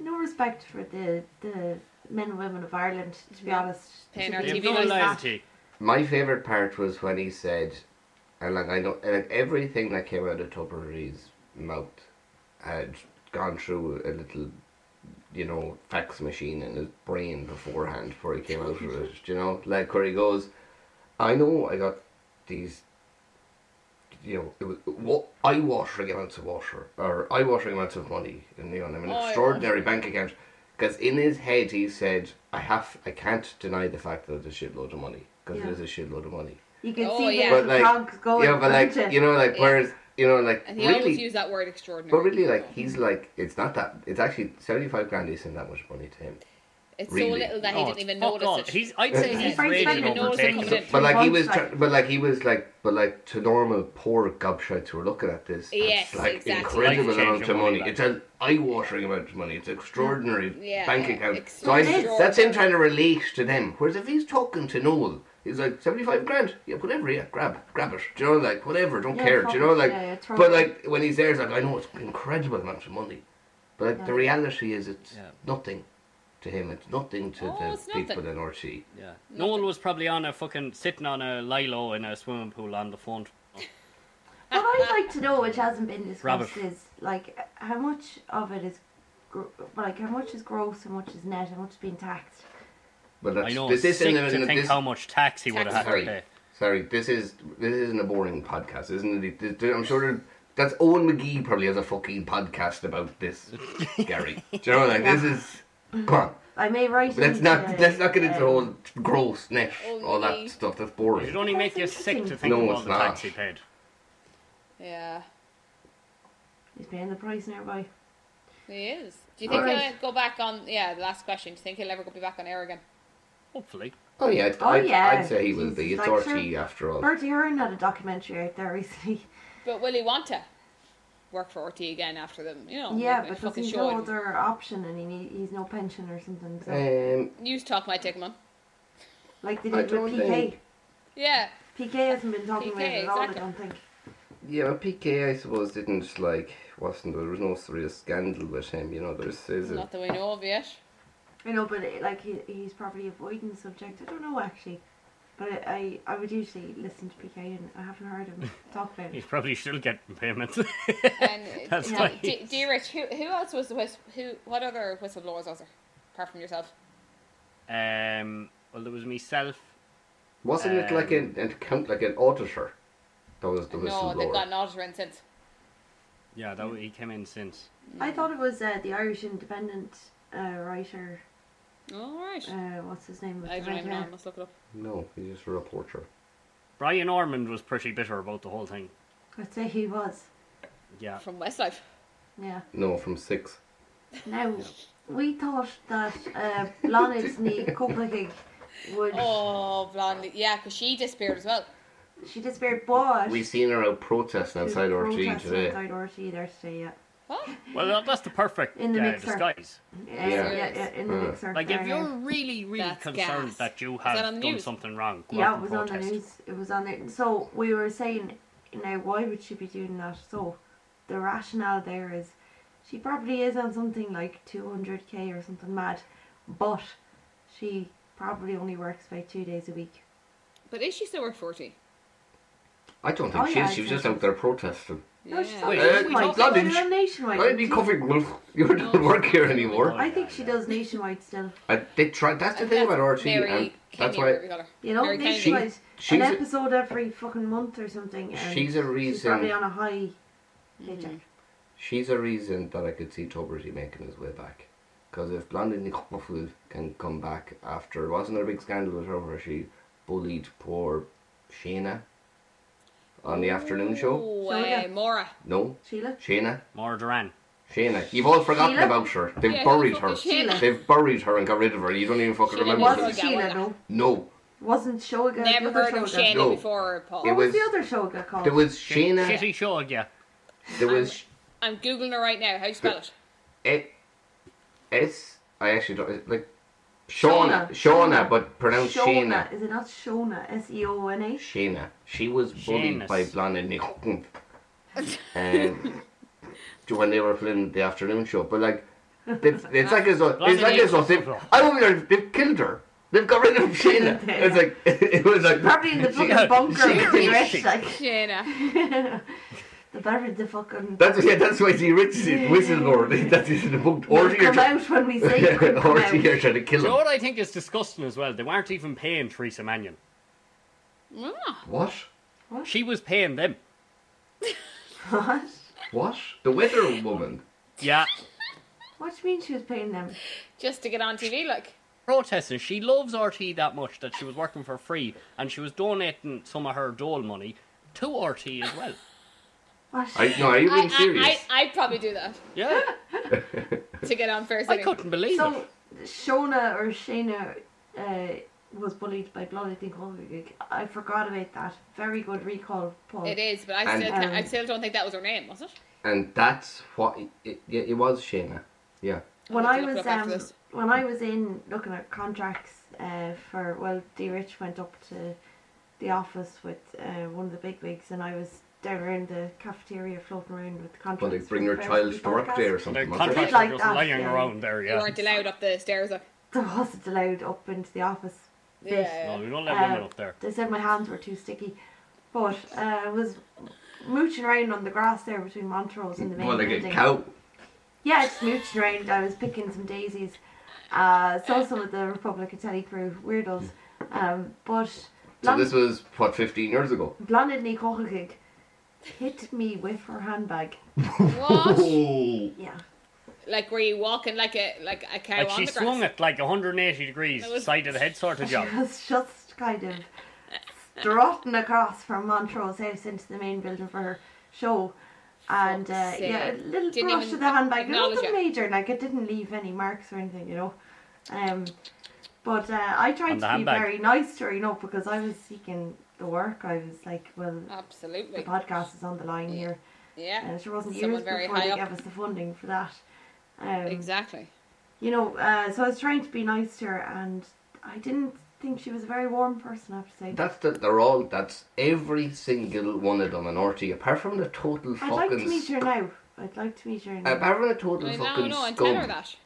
Speaker 1: No respect for the the men and women of Ireland, to be
Speaker 3: No.
Speaker 1: honest.
Speaker 3: Paying
Speaker 1: To
Speaker 3: our
Speaker 1: be
Speaker 4: They've
Speaker 3: TV
Speaker 4: no
Speaker 1: honest, that-
Speaker 4: loyalty.
Speaker 2: My favorite part was when he said, and like I know, and, like everything that came out of Tupperware's mouth had gone through a little, you know, fax machine in his brain beforehand before he came out of it. You know, like where he goes, I know I got these. You know, it was wa- eye-watering amounts of water or eye-watering amounts of money in the on an
Speaker 3: Eye-watering.
Speaker 2: extraordinary bank account. Because in his head he said, "I have, I can't deny the fact that there's a shitload of money because
Speaker 1: Yeah. Oh,
Speaker 2: there's a shitload of money."
Speaker 1: You can
Speaker 3: Oh,
Speaker 1: see
Speaker 3: yeah.
Speaker 1: the
Speaker 2: But like,
Speaker 1: cogs going.
Speaker 2: yeah, but like,
Speaker 1: couldn't
Speaker 2: you know, like,
Speaker 3: Yeah.
Speaker 2: whereas, you know, like,
Speaker 3: And he always
Speaker 2: really,
Speaker 3: used that word extraordinary.
Speaker 2: but really, like,
Speaker 3: So,
Speaker 2: he's like, it's not that. It's actually seventy-five grand isn't that much money to him.
Speaker 3: it's
Speaker 2: really.
Speaker 3: so little that he
Speaker 4: Oh,
Speaker 3: didn't even
Speaker 4: fuck
Speaker 3: notice
Speaker 4: on.
Speaker 3: it.
Speaker 4: He's, I'd say
Speaker 2: He
Speaker 4: he's
Speaker 1: finds
Speaker 4: raging
Speaker 1: it. He
Speaker 3: knows
Speaker 4: overtaking
Speaker 3: it's
Speaker 4: it.
Speaker 3: coming
Speaker 2: But like he
Speaker 1: From
Speaker 2: was,
Speaker 1: hindsight.
Speaker 2: tr- but like he was like, but like to normal poor gobshites who are looking at this,
Speaker 3: Yes,
Speaker 2: it's like
Speaker 3: exactly.
Speaker 2: incredible
Speaker 4: Life-changing
Speaker 2: amount of money.
Speaker 4: money, like.
Speaker 2: It's an eye-watering amount of money. It's extraordinary
Speaker 3: Mm-hmm. Yeah,
Speaker 2: bank
Speaker 3: yeah,
Speaker 2: account. So I,
Speaker 3: extraordinary.
Speaker 2: that's him trying to relate to them. Whereas if he's talking to Noel, he's like seventy-five grand. Yeah, whatever. Yeah, grab, grab it. Do you know, like whatever. Don't
Speaker 1: Yeah,
Speaker 2: care. Do
Speaker 1: fuck
Speaker 2: you know,
Speaker 1: it,
Speaker 2: like,
Speaker 1: yeah, yeah, throw
Speaker 2: but
Speaker 1: it.
Speaker 2: like when he's there, he's like, I know it's incredible amount of money, but like,
Speaker 1: Yeah.
Speaker 2: the reality is it's
Speaker 4: Yeah.
Speaker 2: nothing to him. It's nothing to
Speaker 3: Oh,
Speaker 2: the
Speaker 3: it's nothing.
Speaker 2: people in Orchie.
Speaker 4: Yeah. Noel was probably on a fucking sitting on a lilo in a swimming pool on the phone.
Speaker 1: What I'd like to know, which hasn't been discussed,
Speaker 4: Rubbish.
Speaker 1: is like how much of it is, gr- like how much is gross, how much is net, how much is being taxed.
Speaker 2: But that's,
Speaker 4: I know.
Speaker 2: this
Speaker 4: This sick
Speaker 2: isn't
Speaker 4: to
Speaker 2: an-
Speaker 4: think
Speaker 2: this-
Speaker 4: how much tax he would have had to
Speaker 2: Sorry,
Speaker 4: pay.
Speaker 2: sorry. This is this isn't a boring podcast, isn't it? This- this- I'm sure there- that's Owen McGee probably has a fucking podcast about this, Gary. Do you know like this is come on.
Speaker 1: I may write.
Speaker 2: Let's
Speaker 1: in, Oh, uh,
Speaker 2: not let's not get into the
Speaker 1: um,
Speaker 2: whole gross net,
Speaker 3: Owen
Speaker 2: all that
Speaker 3: McGee.
Speaker 2: stuff. That's
Speaker 4: It'd
Speaker 2: boring.
Speaker 4: only
Speaker 1: That's
Speaker 4: make you sick to
Speaker 1: interesting.
Speaker 4: think
Speaker 2: No,
Speaker 4: of all
Speaker 2: it's
Speaker 4: the
Speaker 2: not.
Speaker 4: tax he paid.
Speaker 3: Yeah,
Speaker 1: He's paying the price nearby.
Speaker 3: he is. Do you think
Speaker 1: Alright.
Speaker 3: he'll go back on? Yeah, the last question. Do you think he'll ever go be back on air again?
Speaker 4: Hopefully.
Speaker 2: Oh yeah, I'd,
Speaker 1: Oh,
Speaker 2: I'd,
Speaker 1: yeah.
Speaker 2: I'd say he will be.
Speaker 1: He's
Speaker 2: It's
Speaker 1: like,
Speaker 2: RT after all.
Speaker 1: Bertie Hearn had a documentary out there recently.
Speaker 3: But will he want to work for RT again after them? You know,
Speaker 1: yeah,
Speaker 3: like,
Speaker 1: but there's
Speaker 3: fucking
Speaker 1: he's
Speaker 3: show.
Speaker 1: no
Speaker 3: him.
Speaker 1: other option, and he need, he's no pension or something. So.
Speaker 2: Um,
Speaker 3: News talk might take him on.
Speaker 1: like they
Speaker 2: I
Speaker 1: did with
Speaker 2: don't
Speaker 1: PK.
Speaker 2: think-
Speaker 3: Yeah,
Speaker 1: PK hasn't been talking about
Speaker 3: PK,
Speaker 1: it at all.
Speaker 3: exactly.
Speaker 1: I don't think.
Speaker 2: yeah, but PK I suppose didn't like wasn't there was no real scandal with him. You know, there's, there's a
Speaker 3: not that we know of yet.
Speaker 1: I know, but it, like he, he's probably avoiding the subject. I don't know actually, but I, I, I would usually listen to PK, and I haven't heard him talk about
Speaker 4: He's
Speaker 1: it.
Speaker 4: probably still getting payments.
Speaker 3: And
Speaker 4: That's
Speaker 3: d-
Speaker 4: why.
Speaker 3: d- dear Rich, who, who else was the whist- who? What other whistleblowers was there apart from yourself?
Speaker 4: um, well, there was myself.
Speaker 2: Wasn't it like
Speaker 4: Um,
Speaker 2: an, an account, like an auditor? That was the
Speaker 3: no, they've
Speaker 2: whistleblower.
Speaker 3: got an auditor in since.
Speaker 4: Yeah, that he came in since.
Speaker 1: I thought it was uh, the Irish Independent uh, writer.
Speaker 3: All right.
Speaker 1: Uh, what's his name? with
Speaker 3: I
Speaker 1: the
Speaker 3: don't
Speaker 1: red
Speaker 3: even know.
Speaker 1: hair?
Speaker 3: I must look it up.
Speaker 2: no, he's just a reporter.
Speaker 4: Brian Ormond was pretty bitter about the whole thing.
Speaker 1: I'd say he was.
Speaker 4: Yeah.
Speaker 3: From Westlife.
Speaker 1: Yeah.
Speaker 2: No, from six.
Speaker 1: Now, we thought that uh, Blondes Ní Copenhagen would.
Speaker 3: Oh, blondie. Yeah, because she disappeared as well.
Speaker 1: She disappeared, but.
Speaker 2: We seen her out protesting
Speaker 1: there's
Speaker 2: outside RT
Speaker 1: protests
Speaker 2: today.
Speaker 1: Outside RT there today, yeah.
Speaker 3: What?
Speaker 4: Well, that- that's the perfect
Speaker 1: In the
Speaker 4: uh,
Speaker 1: mixer.
Speaker 4: disguise.
Speaker 1: Yeah,
Speaker 2: Yeah.
Speaker 1: yeah, yeah, in the
Speaker 2: Yeah.
Speaker 1: mixer.
Speaker 4: Like, if
Speaker 1: there,
Speaker 4: you're
Speaker 1: yeah.
Speaker 4: really, really
Speaker 3: That's
Speaker 4: concerned
Speaker 3: gas.
Speaker 4: that you
Speaker 3: Is
Speaker 4: have
Speaker 3: that on the
Speaker 4: done
Speaker 3: news?
Speaker 4: something wrong, go
Speaker 1: Yeah, it
Speaker 4: out and
Speaker 1: was on
Speaker 4: protest.
Speaker 1: the news. It was on the. So, we were saying, now, why would she be doing that? So, the rationale there is she probably is on something like 200k or something mad, but she probably only works about two days a week.
Speaker 3: But is she still work 40?
Speaker 2: I don't think
Speaker 1: Oh,
Speaker 2: she
Speaker 1: yeah,
Speaker 2: is.
Speaker 1: I
Speaker 2: She was just
Speaker 1: think-
Speaker 2: out there protesting.
Speaker 1: No, she's
Speaker 3: Yeah.
Speaker 1: not.
Speaker 4: Wait,
Speaker 1: She's
Speaker 4: uh,
Speaker 1: like-
Speaker 4: like,
Speaker 1: she's
Speaker 2: Blondie-
Speaker 1: doing nationwide.
Speaker 2: Why did you covering Wolf? You don't work here anymore.
Speaker 1: I think she does nationwide still.
Speaker 2: I, they tried. That's the thing about RT,
Speaker 3: Mary
Speaker 2: and that's
Speaker 3: Kenny,
Speaker 2: why
Speaker 3: whatever you call her.
Speaker 1: You know,
Speaker 3: Mary Kennedy.
Speaker 2: She-
Speaker 1: nationwide.
Speaker 2: she's
Speaker 1: an
Speaker 2: a-
Speaker 1: episode every fucking month or something. And
Speaker 2: she's a
Speaker 1: She's probably
Speaker 2: reason.
Speaker 1: on a high paycheck.
Speaker 3: Mm-hmm.
Speaker 2: She's a reason that I could see Tuberty making his way back. Because if Blondie Nicopofood can come back after, wasn't there a big scandal with her where she bullied poor Shayna on the afternoon show?
Speaker 3: Oh,
Speaker 1: Shall we
Speaker 3: uh,
Speaker 1: go?
Speaker 3: Maura.
Speaker 2: No,
Speaker 1: Sheila?
Speaker 2: Shayna.
Speaker 4: Maura Duran.
Speaker 2: Shayna, you've all forgotten
Speaker 1: Sheila?
Speaker 2: about her. They've
Speaker 3: Yeah, who
Speaker 2: buried
Speaker 3: the
Speaker 2: her.
Speaker 3: fuck is Sheila?
Speaker 2: They've buried her and got rid of her. You don't even fucking
Speaker 3: Sheila
Speaker 1: It
Speaker 2: remember.
Speaker 1: wasn't
Speaker 2: her.
Speaker 3: Showgirl, yeah,
Speaker 1: Sheila,
Speaker 3: why not?
Speaker 1: no.
Speaker 2: No,
Speaker 1: Wasn't Showgirl.
Speaker 3: Never
Speaker 1: the other
Speaker 3: heard of
Speaker 1: showgirl.
Speaker 3: Shana
Speaker 2: No.
Speaker 3: before, Paul.
Speaker 2: It
Speaker 1: What was,
Speaker 2: was-
Speaker 1: the other Showgirl called?
Speaker 2: there was
Speaker 4: Shit-
Speaker 2: Shayna.
Speaker 4: Shitty show, yeah.
Speaker 2: There was
Speaker 3: I'm Googling her right now. How do you spell it?
Speaker 2: it. S. I actually don't like
Speaker 1: Shauna.
Speaker 2: Shauna. Shauna, but pronounced
Speaker 1: Shona.
Speaker 2: Shayna.
Speaker 1: Is it not Shona? S E O N A?
Speaker 2: Shayna. She was bullied
Speaker 4: Seamus.
Speaker 2: by Blonde and Nick. Um, when they were playing the afternoon show, but like, they, it's like as though it's like as though they, I don't know, they've killed her. They've got rid of Shayna. It's like it was like
Speaker 1: Probably in the fucking
Speaker 2: Shayna.
Speaker 1: bunker with the
Speaker 4: Sheila.
Speaker 1: rest, like.
Speaker 3: Shana.
Speaker 1: the better the fucking.
Speaker 2: That's yeah. That's why the rich is whistleblower. That is the book. Or
Speaker 1: We'll
Speaker 2: you're
Speaker 1: come
Speaker 2: trying
Speaker 1: out when we say it could come out.
Speaker 2: to kill
Speaker 4: You know
Speaker 2: him.
Speaker 4: what I think is disgusting as well? They weren't even paying Theresa Mannion.
Speaker 3: Ah,
Speaker 2: What?
Speaker 4: She was paying them.
Speaker 1: What?
Speaker 2: What? The weather woman.
Speaker 4: Yeah.
Speaker 1: What do you mean she was paying them?
Speaker 3: just to get on TV, like.
Speaker 4: Protesting. She loves RT that much that she was working for free and she was donating some of her dole money to RT as well.
Speaker 1: What?
Speaker 2: I, no, are you
Speaker 3: I,
Speaker 2: being serious?
Speaker 3: I, I, I'd probably do that
Speaker 4: Yeah.
Speaker 3: to get on first.
Speaker 4: I couldn't believe
Speaker 1: so
Speaker 4: it.
Speaker 1: Shona or Shayna uh, was bullied by Blood. I think all week. I forgot about that. Very good recall, Paul.
Speaker 3: It is, but I
Speaker 2: And-
Speaker 3: still, can't, I
Speaker 1: Um,
Speaker 3: still don't think that was her name, was it?
Speaker 2: And that's what it, yeah, it was Shayna. Yeah.
Speaker 1: when
Speaker 3: I'll
Speaker 1: I
Speaker 3: have to look
Speaker 1: was
Speaker 3: it up after
Speaker 1: um,
Speaker 3: this.
Speaker 1: when I was in looking at contracts uh, for well, D Rich went up to the office with uh, one of the big wigs, and I was down around the cafeteria floating around with contracts.
Speaker 2: Well, they bring
Speaker 1: for
Speaker 2: your
Speaker 1: various
Speaker 2: child to
Speaker 1: people
Speaker 2: work
Speaker 1: podcast.
Speaker 2: there or
Speaker 4: The
Speaker 2: something. wasn't
Speaker 4: contracts
Speaker 2: it?
Speaker 1: Like
Speaker 4: were just
Speaker 1: that,
Speaker 4: lying
Speaker 1: yeah.
Speaker 4: around there,
Speaker 3: We
Speaker 4: yeah.
Speaker 3: weren't allowed up the stairs, like.
Speaker 1: There wasn't allowed up into the office.
Speaker 3: Yeah,
Speaker 1: Yes.
Speaker 3: yeah.
Speaker 4: No, we don't let
Speaker 1: Uh,
Speaker 4: women up there.
Speaker 1: They said my hands were too sticky, but uh, I was mooching around on the grass there between Montrose and the main
Speaker 2: Well, like a
Speaker 1: building.
Speaker 2: cow.
Speaker 1: Yeah, it's mooching around. I was picking some daisies. Uh, saw some of the Republic of Telly crew, weirdos. Um, but
Speaker 2: So this was what 15 years ago.
Speaker 1: Blonde Ní Cóchagig hit me with her handbag.
Speaker 3: What?
Speaker 2: Oh.
Speaker 1: Yeah.
Speaker 3: like, were you walking like a like a cow
Speaker 4: Like
Speaker 3: on
Speaker 4: she
Speaker 3: the
Speaker 4: swung
Speaker 3: grass?
Speaker 4: it like 180 degrees,
Speaker 3: That was-
Speaker 4: side of the head sort of job.
Speaker 1: She was just kind of strutting across from Montrose House into the main building for her show. And uh,
Speaker 3: Fuck's
Speaker 1: yeah, a
Speaker 3: sake.
Speaker 1: little
Speaker 3: Didn't
Speaker 1: brush
Speaker 3: even
Speaker 1: of the handbag.
Speaker 3: acknowledge
Speaker 1: Nothing
Speaker 3: it.
Speaker 1: major, like it didn't leave any marks or anything, you know. Um, but uh, I tried
Speaker 4: On the
Speaker 1: to be
Speaker 4: handbag.
Speaker 1: very nice to her, you know, because I was seeking the work. I was like, well, the
Speaker 3: Absolutely.
Speaker 1: podcast is on the line here.
Speaker 3: Oh, Yeah.
Speaker 1: And it wasn't
Speaker 3: Someone
Speaker 1: years
Speaker 3: very
Speaker 1: before
Speaker 3: high
Speaker 1: they
Speaker 3: up.
Speaker 1: gave us the funding for that. Um,
Speaker 3: Exactly.
Speaker 1: you know, uh, so I was trying to be nice to her, and I didn't think she was a very warm person. I have to say.
Speaker 2: That's the, they're all. That's every single one of them in RT, apart from the total
Speaker 1: I'd
Speaker 2: fucking.
Speaker 1: like to meet
Speaker 2: sc-
Speaker 1: her now. I'd like to meet her now.
Speaker 2: Apart from the total
Speaker 3: Well, no,
Speaker 2: fucking
Speaker 3: no, and tell her
Speaker 2: scum
Speaker 3: that.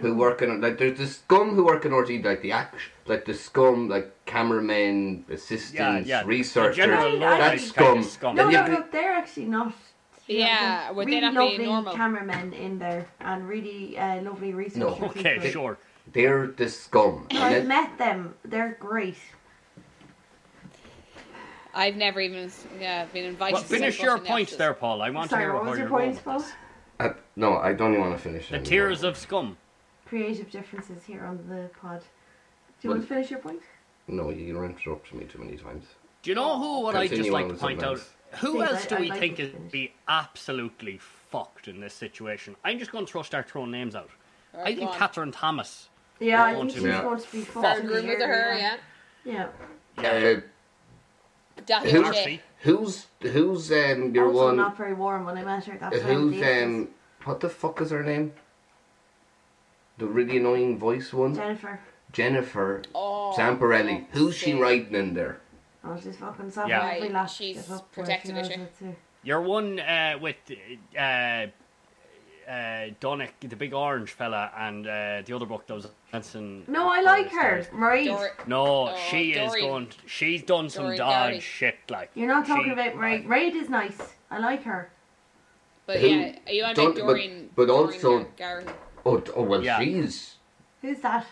Speaker 2: who work in like there's the scum who work in RT like the act like the scum like cameramen,
Speaker 4: Yeah,
Speaker 2: assistants,
Speaker 4: yeah.
Speaker 2: researchers.
Speaker 4: The general
Speaker 1: Right,
Speaker 4: low-life
Speaker 1: that's
Speaker 4: kind
Speaker 2: scum.
Speaker 4: of scum.
Speaker 1: no,
Speaker 2: then you
Speaker 1: no,
Speaker 2: could-
Speaker 1: no, they're actually not. to be honest.
Speaker 3: Yeah, would
Speaker 1: really
Speaker 3: they not be
Speaker 1: lovely
Speaker 3: normal?
Speaker 1: cameramen in there and really uh, lovely researchers.
Speaker 4: Okay,
Speaker 1: people.
Speaker 4: sure.
Speaker 2: They're the scum.
Speaker 1: So
Speaker 2: And
Speaker 1: I've
Speaker 2: then-
Speaker 1: met them. They're great.
Speaker 3: I've never even yeah been invited.
Speaker 4: Well,
Speaker 3: to such
Speaker 4: finish your
Speaker 3: fucking
Speaker 4: point
Speaker 3: episodes.
Speaker 4: there, Paul. I want to
Speaker 1: Sorry,
Speaker 4: hear
Speaker 1: what
Speaker 4: how
Speaker 1: was your
Speaker 4: you're
Speaker 1: point,
Speaker 4: going.
Speaker 1: Paul?
Speaker 2: Uh, no, I don't even want to finish.
Speaker 4: The
Speaker 2: anymore.
Speaker 4: tears of scum.
Speaker 1: Creative differences here on the pod. Do you
Speaker 2: Well-
Speaker 1: want to finish your point?
Speaker 2: No, you're interrupting me too many times.
Speaker 4: Do you know who would I just
Speaker 2: Continue
Speaker 4: like
Speaker 2: on
Speaker 4: to
Speaker 2: with
Speaker 4: point
Speaker 2: something
Speaker 4: out?
Speaker 2: else.
Speaker 4: Who
Speaker 1: Please,
Speaker 4: else
Speaker 1: I-
Speaker 4: do
Speaker 1: I'd
Speaker 4: we
Speaker 1: like
Speaker 4: think
Speaker 1: to
Speaker 4: is
Speaker 1: finish.
Speaker 4: be absolutely fucked in this situation? I'm just going to throw start throwing names out.
Speaker 3: Alright,
Speaker 4: I
Speaker 3: go
Speaker 4: think
Speaker 3: on.
Speaker 4: Catherine Thomas.
Speaker 1: Yeah, I
Speaker 4: Go
Speaker 1: think
Speaker 4: on to
Speaker 1: she's
Speaker 2: me.
Speaker 1: going to be
Speaker 3: Fair
Speaker 1: fucking
Speaker 3: groom with
Speaker 1: here,
Speaker 3: her, yeah.
Speaker 1: Yeah.
Speaker 2: Uh,
Speaker 3: Daffy
Speaker 2: Who-
Speaker 3: O'Shea.
Speaker 2: who's who's um your
Speaker 1: also
Speaker 2: one?
Speaker 1: not very warm when I met her. That's
Speaker 2: Who's um what the fuck is her name? The really annoying voice one,
Speaker 1: Jennifer.
Speaker 2: Jennifer
Speaker 3: Oh,
Speaker 2: Zamparelli.
Speaker 3: for
Speaker 2: Who's she
Speaker 3: fuck's sake.
Speaker 2: riding in there?
Speaker 1: Oh, she's fucking soft.
Speaker 4: Yeah.
Speaker 1: Every last
Speaker 3: She's
Speaker 1: bit up where
Speaker 3: protected,
Speaker 1: she
Speaker 3: is
Speaker 1: knows
Speaker 3: she?
Speaker 1: it too.
Speaker 4: Your one uh, with uh, uh, Donick, the big orange fella, and uh, the other book that was dancing.
Speaker 1: No, I
Speaker 4: up
Speaker 1: like
Speaker 4: the
Speaker 1: her.
Speaker 4: stairs.
Speaker 1: Marie.
Speaker 3: Dor-
Speaker 4: No,
Speaker 3: Oh,
Speaker 4: she is
Speaker 3: Doreen.
Speaker 4: going. She's done some
Speaker 3: Doreen
Speaker 4: dodge
Speaker 3: Dowdy.
Speaker 4: shit. Like
Speaker 1: You're not talking
Speaker 4: she-
Speaker 1: about Marie. Marie is nice. I like her.
Speaker 3: But
Speaker 2: Who-
Speaker 3: yeah, you want to
Speaker 2: don't-
Speaker 3: make
Speaker 2: but-
Speaker 3: Doreen.
Speaker 2: but
Speaker 3: Doreen
Speaker 2: also-
Speaker 3: Gar- Garrison.
Speaker 2: Oh, d- oh well,
Speaker 4: Yeah.
Speaker 2: she's
Speaker 1: Who's that?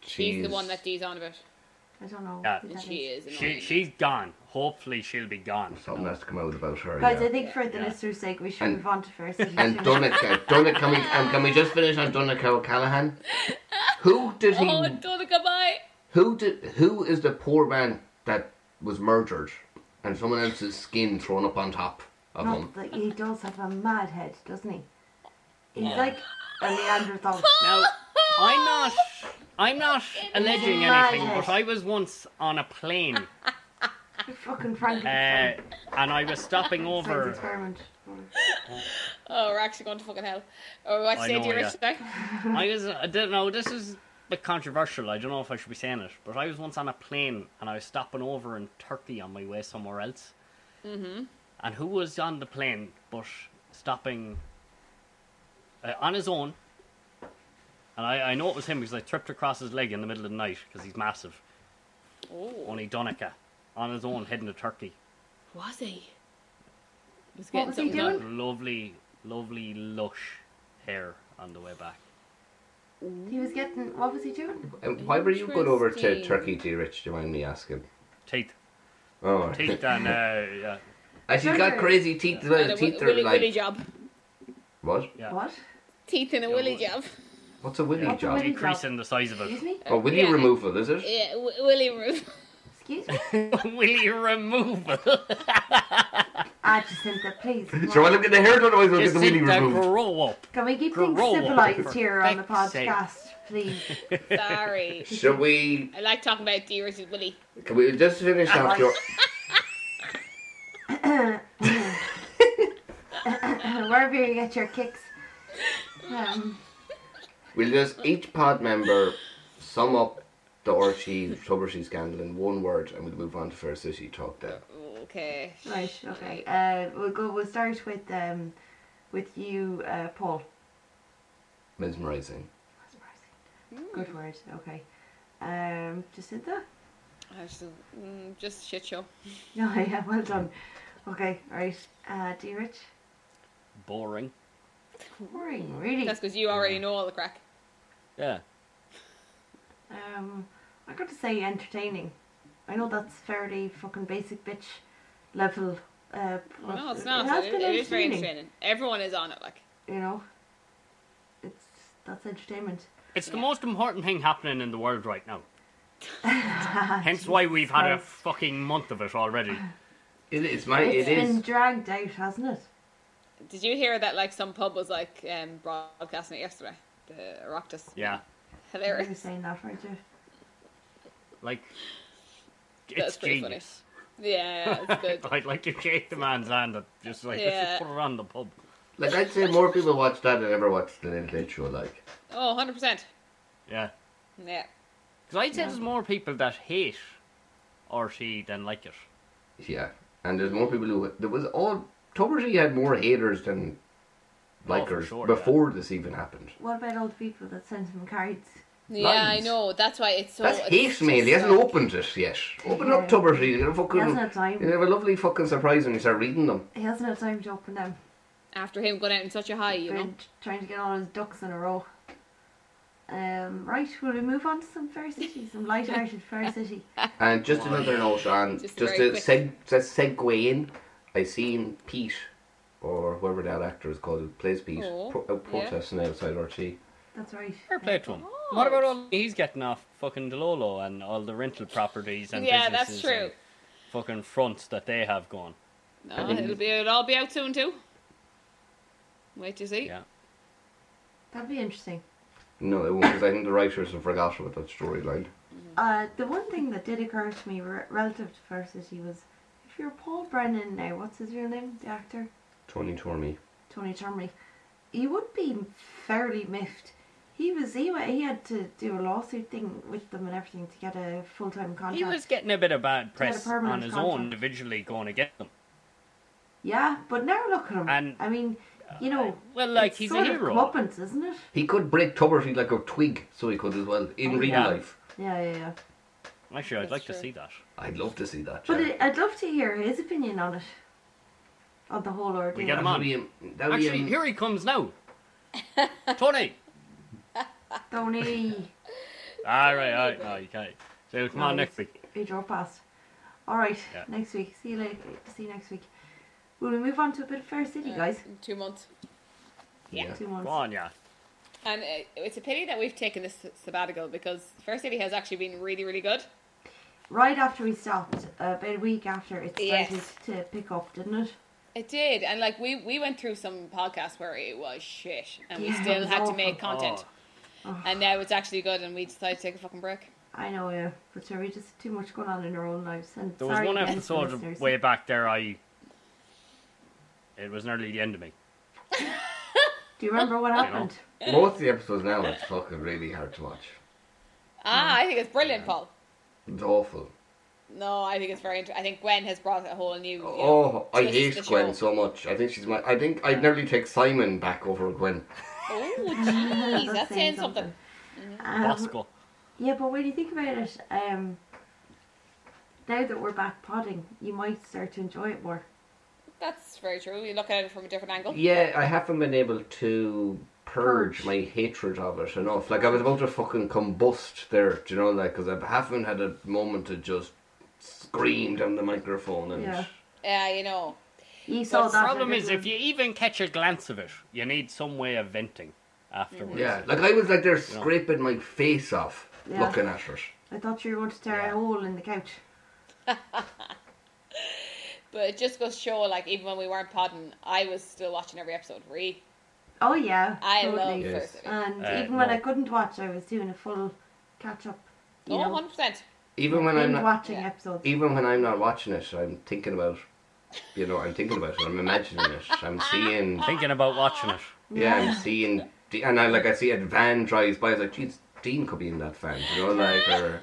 Speaker 2: she's
Speaker 3: She's the one that Dee's on about,
Speaker 1: I don't know.
Speaker 4: Yeah.
Speaker 1: who
Speaker 3: and
Speaker 1: that
Speaker 3: she
Speaker 1: is.
Speaker 3: is.
Speaker 4: She
Speaker 3: annoying.
Speaker 4: she's gone. Hopefully she'll be gone.
Speaker 2: something has to come out about her.
Speaker 1: Guys, I
Speaker 2: yeah.
Speaker 1: think for the
Speaker 4: Yeah.
Speaker 1: listeners' sake, we should
Speaker 2: And-
Speaker 1: move on to first.
Speaker 2: And Donica, Donica, can we um, can we just finish on Donica O'Callaghan? Who did he?
Speaker 3: Oh, don't goodbye.
Speaker 2: Who did? Who is the poor man that was murdered and someone else's skin thrown up on top of him?
Speaker 1: Not that he does have a mad head, doesn't he? He's
Speaker 4: Yeah.
Speaker 1: like a Neanderthal.
Speaker 4: Now, I'm not, I'm not alleging anything, but I was once on a plane, uh,
Speaker 1: fucking Frankenstein.
Speaker 4: and I was stopping
Speaker 1: Science
Speaker 4: over.
Speaker 1: experiment.
Speaker 3: Oh, we're actually going to fucking hell. Oh, what
Speaker 4: I
Speaker 3: say
Speaker 4: know,
Speaker 3: Dear
Speaker 4: yeah.
Speaker 3: Richard now?
Speaker 4: I was, I don't know. This is a bit controversial. I don't know if I should be saying it, but I was once on a plane, and I was stopping over in Turkey on my way somewhere else. Mm-hmm. And who was on the plane but stopping uh, on his own? And I, I know it was him because I tripped across his leg in the middle of the night because he's massive.
Speaker 3: Oh,
Speaker 4: Only Donica on his own heading to Turkey.
Speaker 3: was he? He was
Speaker 1: What
Speaker 3: getting
Speaker 1: was he
Speaker 3: something
Speaker 1: doing?
Speaker 3: done.
Speaker 4: Got lovely, lovely, lush hair on the way back.
Speaker 1: He was getting. What was he doing?
Speaker 2: And why were you going over to
Speaker 3: Interesting.
Speaker 2: Turkey, dear Rich? Do you mind me asking?
Speaker 4: Teeth.
Speaker 2: Oh,
Speaker 4: teeth and uh, yeah,
Speaker 2: and she's got
Speaker 1: Sugar.
Speaker 2: crazy teeth. as
Speaker 3: And
Speaker 2: Well,
Speaker 3: a
Speaker 2: teeth
Speaker 3: wi-
Speaker 2: are
Speaker 3: willy,
Speaker 2: like
Speaker 3: willy job.
Speaker 2: what?
Speaker 4: yeah.
Speaker 1: What?
Speaker 3: Teeth in a
Speaker 4: Yeah,
Speaker 3: willy
Speaker 4: wi-
Speaker 3: job.
Speaker 2: What's a willy
Speaker 1: What's a
Speaker 2: job?
Speaker 1: willy-
Speaker 4: Decreasing the size of
Speaker 1: Excuse
Speaker 4: it.
Speaker 1: me?
Speaker 2: Oh, willy
Speaker 3: Yeah.
Speaker 2: removal, is it?
Speaker 3: Yeah, w- willy roof.
Speaker 1: Excuse me?
Speaker 4: Will you remove it?
Speaker 1: Ah, Jacinta, please. come
Speaker 2: Shall I
Speaker 1: on.
Speaker 2: look at the hair? Otherwise, we'll get the willy
Speaker 4: Jacinta,
Speaker 2: removed.
Speaker 4: grow up.
Speaker 1: Can we keep
Speaker 4: Grow
Speaker 1: things
Speaker 4: up,
Speaker 1: civilized
Speaker 4: for
Speaker 1: here on the
Speaker 4: feck's sake.
Speaker 1: podcast, please?
Speaker 3: Sorry.
Speaker 2: Shall we?
Speaker 3: I like talking about D versus Willy.
Speaker 2: Can we just finish
Speaker 1: I
Speaker 2: off your?
Speaker 1: Wherever you get your kicks. Um,
Speaker 2: We'll just each pod member sum up the Orchie Tubershy scandal in one word, and we'll move on to Fair City talk then.
Speaker 3: Okay.
Speaker 1: right, okay. Uh, we'll go. We'll start with um, with you, uh, Paul.
Speaker 2: Mesmerizing.
Speaker 1: That's surprising. Good word. Okay. Um, Jacinta.
Speaker 3: I was just, mm, just a shit show.
Speaker 1: No, yeah, well done. Okay, right. Uh, D. Rich.
Speaker 4: Boring.
Speaker 1: Boring, really.
Speaker 3: That's because you already know all the crack.
Speaker 4: Yeah.
Speaker 1: Um, I got to say, entertaining. I know that's fairly fucking basic bitch level. Uh, but
Speaker 3: No, it's
Speaker 1: It
Speaker 3: not.
Speaker 1: has
Speaker 3: It,
Speaker 1: been
Speaker 3: it is very
Speaker 1: entertaining,
Speaker 3: entertaining. Everyone is on it. Like,
Speaker 1: You know, it's that's entertainment.
Speaker 4: It's the
Speaker 3: Yeah.
Speaker 4: most important thing happening in the world right now. Hence why we've had a
Speaker 1: Christ.
Speaker 4: fucking month of it already.
Speaker 2: It is my.
Speaker 1: It's
Speaker 2: It is.
Speaker 1: been dragged out, hasn't it?
Speaker 3: did you hear that? Like, some pub was like um, broadcasting it yesterday. The Oroctus.
Speaker 4: Yeah.
Speaker 1: You were
Speaker 3: Hilarious.
Speaker 1: saying that, right, Jeff?
Speaker 4: Like,
Speaker 3: That's
Speaker 4: it's
Speaker 3: pretty funny.
Speaker 4: genius.
Speaker 3: Yeah, it's good.
Speaker 4: I'd like to shake the man's hand and just like let's
Speaker 3: Yeah.
Speaker 4: just put it on the pub.
Speaker 2: Like I'd say, more people watch that than ever watch the Late Late Show. Like
Speaker 3: Oh, 100%.
Speaker 4: Yeah.
Speaker 3: Yeah.
Speaker 4: Because I'd say
Speaker 1: Yeah.
Speaker 4: there's more people that hate RT than like it.
Speaker 2: yeah, and there's more people who there was all Tubershy had more haters than
Speaker 4: Oh, for
Speaker 2: likers
Speaker 4: sure, yeah.
Speaker 2: before this even happened.
Speaker 1: What about all the people that sent him cards?
Speaker 3: Yeah, I
Speaker 2: Lines.
Speaker 3: know. That's why it's so.
Speaker 2: That's
Speaker 3: it's
Speaker 2: hate
Speaker 3: just
Speaker 2: mail. He hasn't
Speaker 3: so-
Speaker 2: opened it yet. Open
Speaker 1: Yeah.
Speaker 2: up Tubershy. You're gonna
Speaker 1: He hasn't
Speaker 2: fucking.
Speaker 1: had time.
Speaker 2: You have a lovely fucking surprise when you start reading them.
Speaker 1: He hasn't had time to open them.
Speaker 3: After him going out in such a high, you know.
Speaker 1: Been trying to get all his ducks in a row. Um, right, will we move on to some Fair City, some light-hearted Fair City?
Speaker 2: And just another note on
Speaker 3: Oh, Just
Speaker 2: just,
Speaker 3: very
Speaker 2: to seg- to segue in, I seen Pete or whoever that actor is called who plays Pete
Speaker 3: Oh,
Speaker 2: pro- out
Speaker 3: yeah.
Speaker 2: protesting outside RT.
Speaker 1: That's right.
Speaker 4: Fair play to him.
Speaker 3: Oh.
Speaker 4: What about all he's getting off fucking Delolo and all the rental properties and
Speaker 3: Yeah, that's
Speaker 4: businesses
Speaker 3: true.
Speaker 4: and fucking fronts that they have gone.
Speaker 3: No,
Speaker 2: think-
Speaker 3: it'll be it'll all be out soon too. Wait to see.
Speaker 4: Yeah.
Speaker 1: That'd be interesting.
Speaker 2: No, it won't because I think the writers have forgotten about that storyline.
Speaker 1: Uh, the one thing that did occur to me re- relative to Fair City was, if you're Paul Brennan now, what's his real name, the actor?
Speaker 2: Tony Tormey.
Speaker 1: Tony Turmley, he would be fairly miffed. He was he, wa- he had to do a lawsuit thing with them and everything to get a full time contract.
Speaker 4: He was getting a bit of bad press
Speaker 1: permanent
Speaker 4: on his own
Speaker 1: contract.
Speaker 4: individually going to get them.
Speaker 1: yeah, but now look at him.
Speaker 4: And-
Speaker 1: I mean, you know,
Speaker 4: Well, like
Speaker 1: it's
Speaker 4: he's a
Speaker 1: sort of
Speaker 4: hero.
Speaker 1: comeuppance, isn't it?
Speaker 2: He could break Tuberty like a twig, so he could as well in real
Speaker 4: Oh, Yeah.
Speaker 2: life.
Speaker 1: Yeah, yeah, yeah.
Speaker 4: Actually, I'd
Speaker 3: That's
Speaker 4: like
Speaker 3: true.
Speaker 4: to see that.
Speaker 2: I'd love to see that.
Speaker 1: But
Speaker 2: yeah.
Speaker 1: it, I'd love to hear his opinion on it, on the whole ordeal.
Speaker 4: get
Speaker 2: That
Speaker 4: him
Speaker 2: would
Speaker 4: on.
Speaker 2: be a- that would be
Speaker 1: um,
Speaker 4: Actually,
Speaker 2: a-
Speaker 4: here he comes now. Tony.
Speaker 1: Tony,
Speaker 4: All right, all right. No, you can't. So come on
Speaker 1: No,
Speaker 4: next week.
Speaker 1: he drove past. All right,
Speaker 4: Yeah.
Speaker 1: next week. See you later. See you next week. Will we move on to a bit of Fair City,
Speaker 3: Uh,
Speaker 1: guys?
Speaker 3: in two months.
Speaker 2: yeah.
Speaker 1: Two
Speaker 4: Come
Speaker 1: months.
Speaker 4: on, yeah.
Speaker 3: And uh, it's a pity that we've taken this sabbatical because Fair City has actually been really, really good.
Speaker 1: Right after we stopped, uh, about a week after it started
Speaker 3: Yes.
Speaker 1: to pick up, didn't it?
Speaker 3: It did, and like we we went through some podcasts where it was shit, and
Speaker 1: Yeah,
Speaker 3: we
Speaker 1: it
Speaker 3: still
Speaker 1: was
Speaker 3: had
Speaker 1: awful.
Speaker 3: to make content.
Speaker 1: Oh.
Speaker 3: And now it's actually good, and we decided to take a fucking break.
Speaker 1: I know, yeah. But sure, we just too much going on in our own lives. And
Speaker 4: There was
Speaker 1: sorry
Speaker 4: one
Speaker 1: again to
Speaker 4: episode
Speaker 1: listeners.
Speaker 4: of way back there. I. It was nearly the end of me.
Speaker 1: Do you remember what happened?
Speaker 2: Most of the episodes now, it's fucking really hard to watch.
Speaker 3: Ah, I think it's brilliant, Paul.
Speaker 2: It's awful.
Speaker 3: No, I think it's very. Inter- I think Gwen has brought a whole new. you know,
Speaker 2: Oh, I
Speaker 3: twist to the
Speaker 2: hate
Speaker 3: show.
Speaker 2: Gwen so much. I think she's my. I think I'd nearly take Simon back over Gwen.
Speaker 3: Oh, jeez, that's saying something.
Speaker 1: Um,
Speaker 4: Bosco.
Speaker 1: Yeah, but when you think about it, um, now that we're back podding, you might start to enjoy it more.
Speaker 3: That's very true. You look at it from a different angle.
Speaker 2: Yeah, I haven't been able to purge
Speaker 1: Purge.
Speaker 2: my hatred of it enough. Like I was about to fucking combust there, do you know, like because I haven't had a moment to just s- screamed on the microphone and
Speaker 1: Yeah.
Speaker 3: Yeah, you know.
Speaker 1: You saw
Speaker 4: The
Speaker 1: that.
Speaker 4: problem
Speaker 1: like,
Speaker 4: is, if you even catch a glance of it, you need some way of venting afterwards.
Speaker 2: yeah, like I was like there scraping my face off
Speaker 1: Yeah.
Speaker 2: looking at it.
Speaker 1: I thought you were going to tear
Speaker 4: Yeah.
Speaker 1: a hole in the couch.
Speaker 3: But it just goes to show, like, even when we weren't podding, I was still watching every episode. Re.
Speaker 1: Oh yeah,
Speaker 3: I love
Speaker 1: totally.
Speaker 2: Yes.
Speaker 3: First City.
Speaker 1: And
Speaker 4: Uh,
Speaker 1: even when
Speaker 4: no.
Speaker 1: I couldn't watch, I was doing a full catch up. You
Speaker 3: Oh,
Speaker 1: know,
Speaker 3: 100%.
Speaker 2: Even when I'm
Speaker 1: binge
Speaker 2: not,
Speaker 1: watching
Speaker 3: Yeah.
Speaker 1: episodes.
Speaker 2: even when I'm not watching it, I'm thinking about, you know, I'm thinking about it. I'm imagining it. I'm seeing,
Speaker 4: Thinking about watching it.
Speaker 2: yeah, I'm seeing, D- and I like I see a van drives by. I was like, geez, Dean could be in that van, you know, like or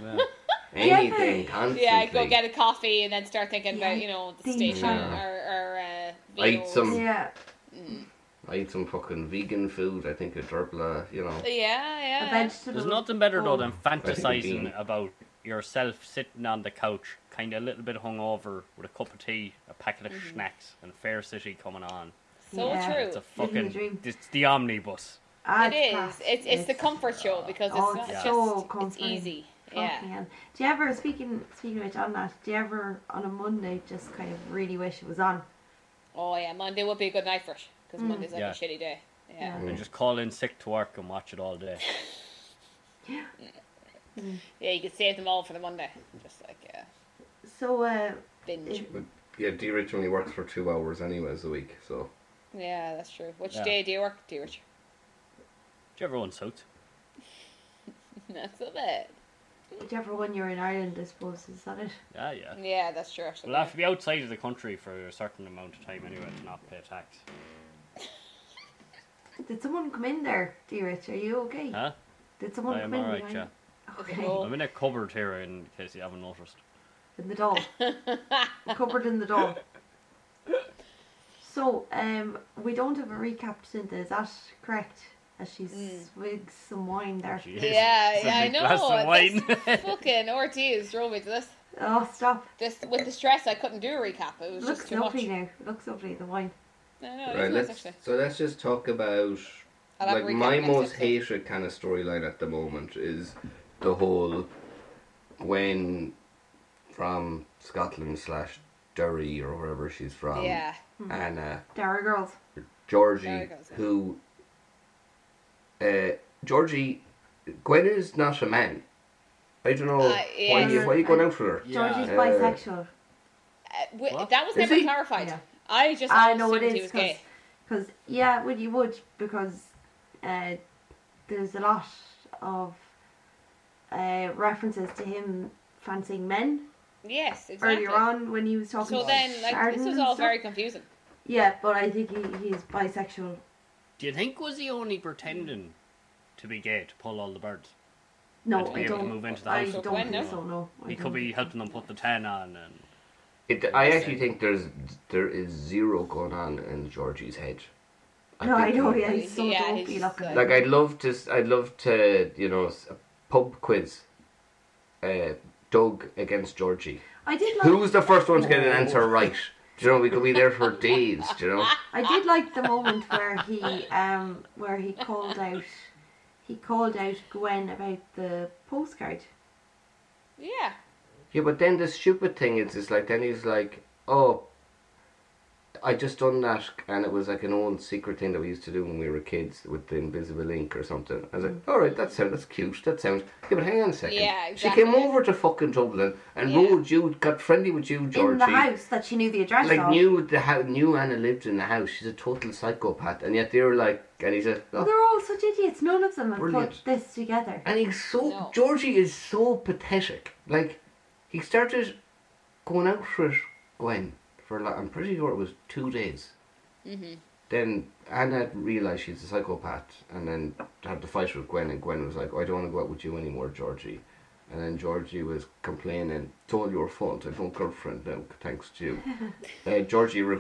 Speaker 2: anything constantly.
Speaker 3: Yeah, I'd go get a coffee and then start thinking about,
Speaker 1: Yeah,
Speaker 3: you know, the
Speaker 1: think
Speaker 3: station
Speaker 2: about it.
Speaker 3: or, or uh,
Speaker 2: I eat
Speaker 3: Vino's.
Speaker 2: some-
Speaker 1: Yeah,
Speaker 2: I eat some fucking vegan food. I think a derpla, you know.
Speaker 3: Yeah, yeah.
Speaker 1: a vegetable.
Speaker 4: There's nothing better though
Speaker 1: Oh.
Speaker 4: than
Speaker 2: Bean.
Speaker 4: fantasizing about yourself sitting on the couch, kind of a little bit hungover, with a cup of tea, a packet of
Speaker 1: Mm-hmm.
Speaker 4: snacks, and Fair City coming on.
Speaker 3: So
Speaker 1: Yeah.
Speaker 3: true.
Speaker 4: It's a
Speaker 1: Living the
Speaker 4: fucking.
Speaker 1: dream.
Speaker 4: It's the omnibus.
Speaker 1: Ah,
Speaker 3: it is.
Speaker 1: class.
Speaker 3: It's, it's the comfort show because it's
Speaker 1: Oh,
Speaker 3: not
Speaker 1: it's
Speaker 3: just
Speaker 1: so
Speaker 3: it's
Speaker 1: comforting.
Speaker 3: easy.
Speaker 1: fucking
Speaker 3: Yeah.
Speaker 1: hell. Do you ever speaking speaking about on that? Do you ever on a Monday just kind of really wish it was on?
Speaker 3: Oh yeah, Monday would be a good night for it because
Speaker 1: Mm.
Speaker 3: Monday's like
Speaker 4: Yeah.
Speaker 3: a shitty day. Yeah.
Speaker 4: And just call in sick to work and watch it all day.
Speaker 3: Yeah, you could save them all for the Monday. Just like yeah,
Speaker 1: So uh,
Speaker 3: binge.
Speaker 1: Mm.
Speaker 2: But yeah, D Rich only works for two hours anyways a week, so
Speaker 3: Yeah, that's true. Which
Speaker 4: Yeah.
Speaker 3: day do you work, do you Richard?
Speaker 4: Do you ever own suits?
Speaker 3: Not so bad.
Speaker 1: whichever one you're in Ireland, I suppose is that it.
Speaker 4: Yeah, yeah.
Speaker 3: Yeah, that's true. Actually.
Speaker 4: Uh, We'll have to be outside of the country for a certain amount of time anyway to not pay tax.
Speaker 1: Did someone come in there, dear Rich? Are you okay?
Speaker 4: Huh?
Speaker 1: Did someone
Speaker 4: I am
Speaker 1: come in?
Speaker 4: alright,
Speaker 1: behind-
Speaker 4: yeah.
Speaker 1: Okay.
Speaker 3: Oh.
Speaker 4: I'm in a cupboard here in case you haven't noticed.
Speaker 1: In the doll. Covered in the doll. So, um, we don't have a recap, Cynthia. Is that correct? As she
Speaker 3: Hmm.
Speaker 1: swigs some wine there.
Speaker 4: Jeez.
Speaker 3: yeah,
Speaker 4: It's a
Speaker 3: yeah, I
Speaker 4: big glass of
Speaker 3: know. This
Speaker 4: wine.
Speaker 3: fucking ordeals drove me to this.
Speaker 1: Oh, stop.
Speaker 3: This with the stress, I couldn't do a recap. It was
Speaker 1: Looks
Speaker 3: just too much.
Speaker 1: lovely now. Looks lovely, the wine.
Speaker 3: No, no, it
Speaker 2: right.
Speaker 3: is nice
Speaker 2: Let's
Speaker 3: Oh, actually.
Speaker 2: so let's just talk about
Speaker 3: I'll have a
Speaker 2: like
Speaker 3: recap
Speaker 2: my
Speaker 3: next
Speaker 2: most
Speaker 3: episode.
Speaker 2: hated kind of storyline at the moment is the whole Gwen from Scotland slash Derry or wherever she's from,
Speaker 3: Yeah.
Speaker 2: Anna
Speaker 1: Dara girls.
Speaker 2: Georgie,
Speaker 3: There it goes, yeah.
Speaker 2: who uh, Georgie Gwen is not a man. I don't know
Speaker 3: Uh,
Speaker 2: why
Speaker 3: yeah.
Speaker 2: you why you going out for her.
Speaker 4: Yeah.
Speaker 1: Georgie's
Speaker 2: Uh,
Speaker 1: bisexual.
Speaker 3: Uh, w-
Speaker 4: What?
Speaker 3: that was
Speaker 2: Is
Speaker 3: never
Speaker 2: he?
Speaker 3: clarified.
Speaker 1: Yeah.
Speaker 3: I just
Speaker 1: I know it
Speaker 3: assumed he
Speaker 1: is
Speaker 3: was gay.
Speaker 1: because yeah, well you would because uh, there's a lot of uh, references to him fancying men
Speaker 3: Yes, exactly.
Speaker 1: earlier on when he was talking.
Speaker 3: So
Speaker 1: to
Speaker 3: then, like,
Speaker 1: Sheridan
Speaker 3: this was
Speaker 1: and
Speaker 3: all
Speaker 1: stuff.
Speaker 3: very confusing.
Speaker 1: Yeah, but I think he, he's bisexual.
Speaker 4: Do you think was he only pretending to be gay to pull all the birds?
Speaker 1: No,
Speaker 4: And to be
Speaker 1: I
Speaker 4: able to
Speaker 1: don't.
Speaker 4: move into the
Speaker 1: I
Speaker 4: house
Speaker 1: don't
Speaker 4: with
Speaker 3: Gwen,
Speaker 1: think
Speaker 3: no.
Speaker 1: so. No, I
Speaker 4: He could
Speaker 1: don't.
Speaker 4: be helping them put the tan on and
Speaker 2: It, I actually think there's there is zero going on in Georgie's head.
Speaker 1: No, I
Speaker 2: think-
Speaker 1: know. Yeah, he's so
Speaker 3: Yeah,
Speaker 1: dopey
Speaker 3: he's
Speaker 1: looking.
Speaker 3: like-
Speaker 2: Like I'd love to, s- I'd love to, you know, s- a pub quiz. Uh, Doug against Georgie.
Speaker 1: I did like.
Speaker 2: Who was the first one to get an answer right? Do you know we could be there for days? Do you know?
Speaker 1: I did like the moment where he um where he called out he called out Gwen about the postcard.
Speaker 3: Yeah.
Speaker 2: Yeah, but then the stupid thing is, is like then he's like, oh, I just done that, and it was like an old secret thing that we used to do when we were kids with the invisible ink or something. I was like, all right, that sounds that's cute. That sounds. Yeah, but hang on a second.
Speaker 3: Yeah,
Speaker 2: She came
Speaker 3: exactly.
Speaker 2: over to fucking Dublin and
Speaker 3: Yeah.
Speaker 2: rode you, got friendly with you, Georgie.
Speaker 1: in the house that she knew the address
Speaker 2: Like
Speaker 1: of.
Speaker 2: knew the how knew Anna lived in the house. She's a total psychopath, and yet they were like, and he said,
Speaker 1: Well,
Speaker 2: oh,
Speaker 1: they're all such idiots. None of them have
Speaker 2: Brilliant.
Speaker 1: put this together.
Speaker 2: And he's so
Speaker 3: No.
Speaker 2: Georgie is so pathetic. Like he started going out for it, Gwen for like I'm pretty sure it was two days.
Speaker 3: Mm-hmm.
Speaker 2: Then Anna realised she's a psychopath, and then had to fight with Gwen, and Gwen was like, "I don't want to go out with you anymore, Georgie." And then Georgie was complaining, "It's all your fault. I have no girlfriend now, thanks to you." uh, Georgie, re-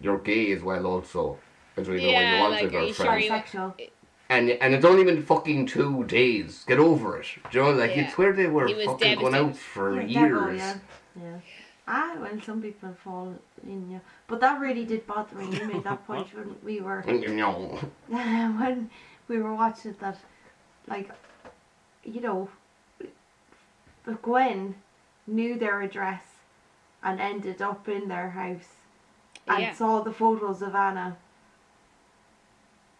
Speaker 2: you're gay as well, also. I don't even know why
Speaker 3: Yeah,
Speaker 2: you want
Speaker 3: like,
Speaker 2: a
Speaker 3: are
Speaker 2: girlfriend.
Speaker 3: you sure you-
Speaker 1: Bisexual.
Speaker 2: And and it's only been fucking two days. Get over it. Do you know, like
Speaker 3: Yeah.
Speaker 2: it's where they were
Speaker 3: He was
Speaker 2: fucking going
Speaker 3: devastated.
Speaker 2: out for
Speaker 1: Oh, Yeah, devil,
Speaker 2: years.
Speaker 1: yeah. yeah. Ah, well, some people fall in, yeah. But that really did bother me. You made that point when we were
Speaker 2: And, Mm, no.
Speaker 1: when we were watching it that, like, you know, Gwen knew their address and ended up in their house and
Speaker 3: Yeah.
Speaker 1: saw the photos of Anna,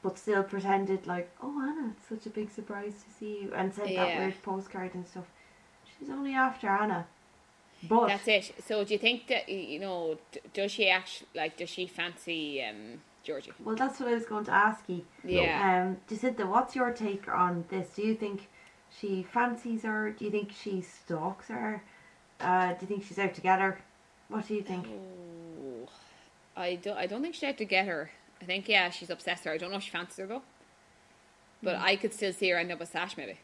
Speaker 1: but still pretended like, "Oh, Anna, it's such a big surprise to see you," and sent that
Speaker 3: Yeah.
Speaker 1: weird postcard and stuff. She's only after Anna, but
Speaker 3: That's it. So do you think that y- you know? d- Does she actually like? Does she fancy um Georgie?
Speaker 1: well, that's what I was going to ask you.
Speaker 3: Yeah.
Speaker 1: Um, Jacinta, what's your take on this? Do you think she fancies her? Do you think she stalks her? Uh, do you think she's out to get her? What do you think?
Speaker 3: Ooh. I don't. I don't think she had to get her. I think yeah, she's obsessed with her. I don't know if she fancies her though. But I could still see her end up with Sash maybe.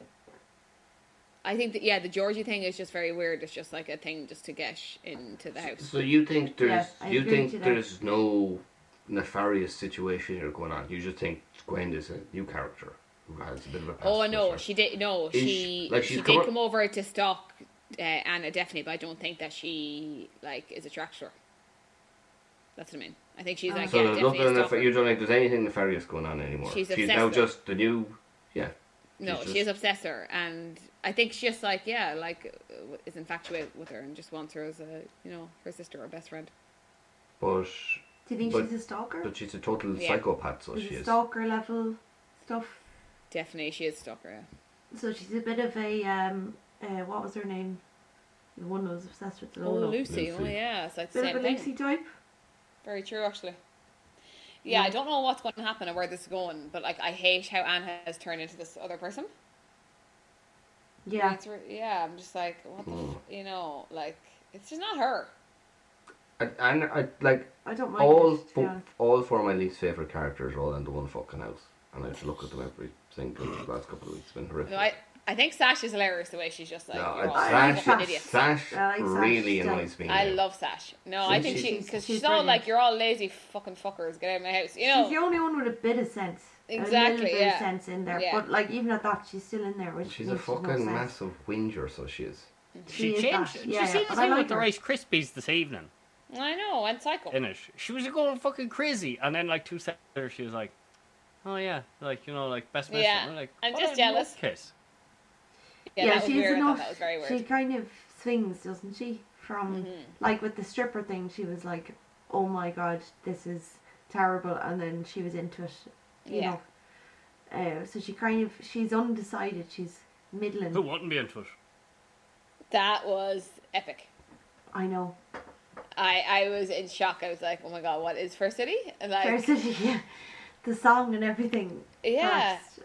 Speaker 3: I think that yeah, the Georgie thing is just very weird. It's just like a thing just to get into the house.
Speaker 2: So you think there's
Speaker 1: Yeah, I
Speaker 2: you
Speaker 1: agree
Speaker 2: think
Speaker 1: with you there.
Speaker 2: there's no nefarious situation here going on. You just think Gwen is a new character who has a bit of a. Past
Speaker 3: Oh no,
Speaker 2: herself.
Speaker 3: she did. No,
Speaker 2: Is
Speaker 3: she
Speaker 2: she- like,
Speaker 3: she
Speaker 2: she's
Speaker 3: did
Speaker 2: come o-
Speaker 3: come over to stalk uh, Anna definitely, but I don't think that she like is attracted to her. That's what I mean. I think she's like
Speaker 2: Ah. So
Speaker 3: yeah,
Speaker 2: there's
Speaker 3: definitely
Speaker 2: nothing. Nef-
Speaker 3: a
Speaker 2: you
Speaker 3: stalker.
Speaker 2: don't think there's anything nefarious going on anymore.
Speaker 3: She's obsessed
Speaker 2: now
Speaker 3: with-
Speaker 2: just the new. Yeah.
Speaker 3: No,
Speaker 2: she's
Speaker 3: she
Speaker 2: just-
Speaker 3: is obsessed with her, and I think she's just like yeah, like uh, is infatuated with her and just wants her as a you know her sister or best friend.
Speaker 2: But
Speaker 1: Do you think
Speaker 2: But-
Speaker 1: she's a stalker?
Speaker 2: but she's a total
Speaker 3: Yeah.
Speaker 2: psychopath. So
Speaker 1: Is
Speaker 2: she
Speaker 1: it
Speaker 2: is.
Speaker 1: stalker level stuff?
Speaker 3: Definitely, she is a stalker. Yeah.
Speaker 1: So she's a bit of a um, uh, what was her name? The one that was obsessed with
Speaker 3: Oh,
Speaker 1: Lola.
Speaker 3: Lucy. Oh
Speaker 2: Lucy.
Speaker 3: yeah, it's like the
Speaker 1: Bit
Speaker 3: same
Speaker 1: of a
Speaker 3: thing.
Speaker 1: Lucy type.
Speaker 3: Very true, actually. Yeah, I don't know what's going to happen or where this is going, but like I hate how Anne has turned into this other person.
Speaker 1: Yeah.
Speaker 3: It's re- yeah, I'm just like, what the,
Speaker 2: Mm.
Speaker 3: f- you know, like it's just not her.
Speaker 2: And, and I, like
Speaker 1: I don't mind.
Speaker 2: all,
Speaker 1: it, to be
Speaker 2: fo-
Speaker 1: honest.
Speaker 2: all four of my least favorite characters are all in the one fucking house, and I just look at them every single last couple of weeks. It's been horrific.
Speaker 3: No, I, I think Sash is hilarious the way she's just like,
Speaker 2: No,
Speaker 3: you're all
Speaker 1: I
Speaker 3: fucking
Speaker 1: like
Speaker 2: Sash,
Speaker 3: idiots.
Speaker 2: Sash
Speaker 1: I like Sash,
Speaker 2: really
Speaker 1: she's
Speaker 2: annoys me.
Speaker 3: I
Speaker 2: now.
Speaker 3: love Sash. No, I
Speaker 2: She's-
Speaker 3: think she
Speaker 1: she's-
Speaker 3: because
Speaker 1: she's
Speaker 3: she's, all
Speaker 1: brilliant.
Speaker 3: like, you're all lazy fucking fuckers, get out of my house. You
Speaker 1: She's the
Speaker 3: know,
Speaker 1: only one with a bit of sense. a
Speaker 3: Exactly,
Speaker 1: little bit
Speaker 3: yeah.
Speaker 1: of sense in there,
Speaker 3: Yeah.
Speaker 1: but like even at that, she's still in there. Which
Speaker 2: She's a
Speaker 1: makes no
Speaker 2: fucking
Speaker 1: sense.
Speaker 2: massive whinger, so she is.
Speaker 1: She
Speaker 4: She,
Speaker 1: is
Speaker 4: changed.
Speaker 1: that.
Speaker 4: She
Speaker 1: Yeah,
Speaker 4: seen
Speaker 1: but
Speaker 4: the
Speaker 1: I
Speaker 4: thing
Speaker 1: like
Speaker 4: with the
Speaker 1: her.
Speaker 4: Rice Krispies this evening.
Speaker 3: I know, and psycho.
Speaker 4: In it, she was going fucking crazy, and then like two seconds later, she was like, "Oh yeah, like you know, like best
Speaker 3: Yeah,
Speaker 4: We're like,
Speaker 3: I'm
Speaker 4: "What
Speaker 3: just
Speaker 4: a
Speaker 3: jealous."
Speaker 4: nutcase."
Speaker 3: Yeah, that was
Speaker 1: she's
Speaker 3: weird. I thought
Speaker 1: enough.
Speaker 3: that was very weird. Mm-hmm.
Speaker 1: She kind of swings, doesn't she? From like with the stripper thing, she was like, "Oh my god, this is terrible," and then she was into it. You
Speaker 3: Yeah.
Speaker 1: know. Uh, so she kind of she's undecided. She's middling.
Speaker 2: Oh.
Speaker 4: Who wouldn't be into it?
Speaker 3: That was epic.
Speaker 1: I know.
Speaker 3: I, I was in shock. I was like, oh my god, what is First City? And like,
Speaker 1: Fair City, yeah. The song and everything.
Speaker 3: yeah,
Speaker 1: first.
Speaker 3: it was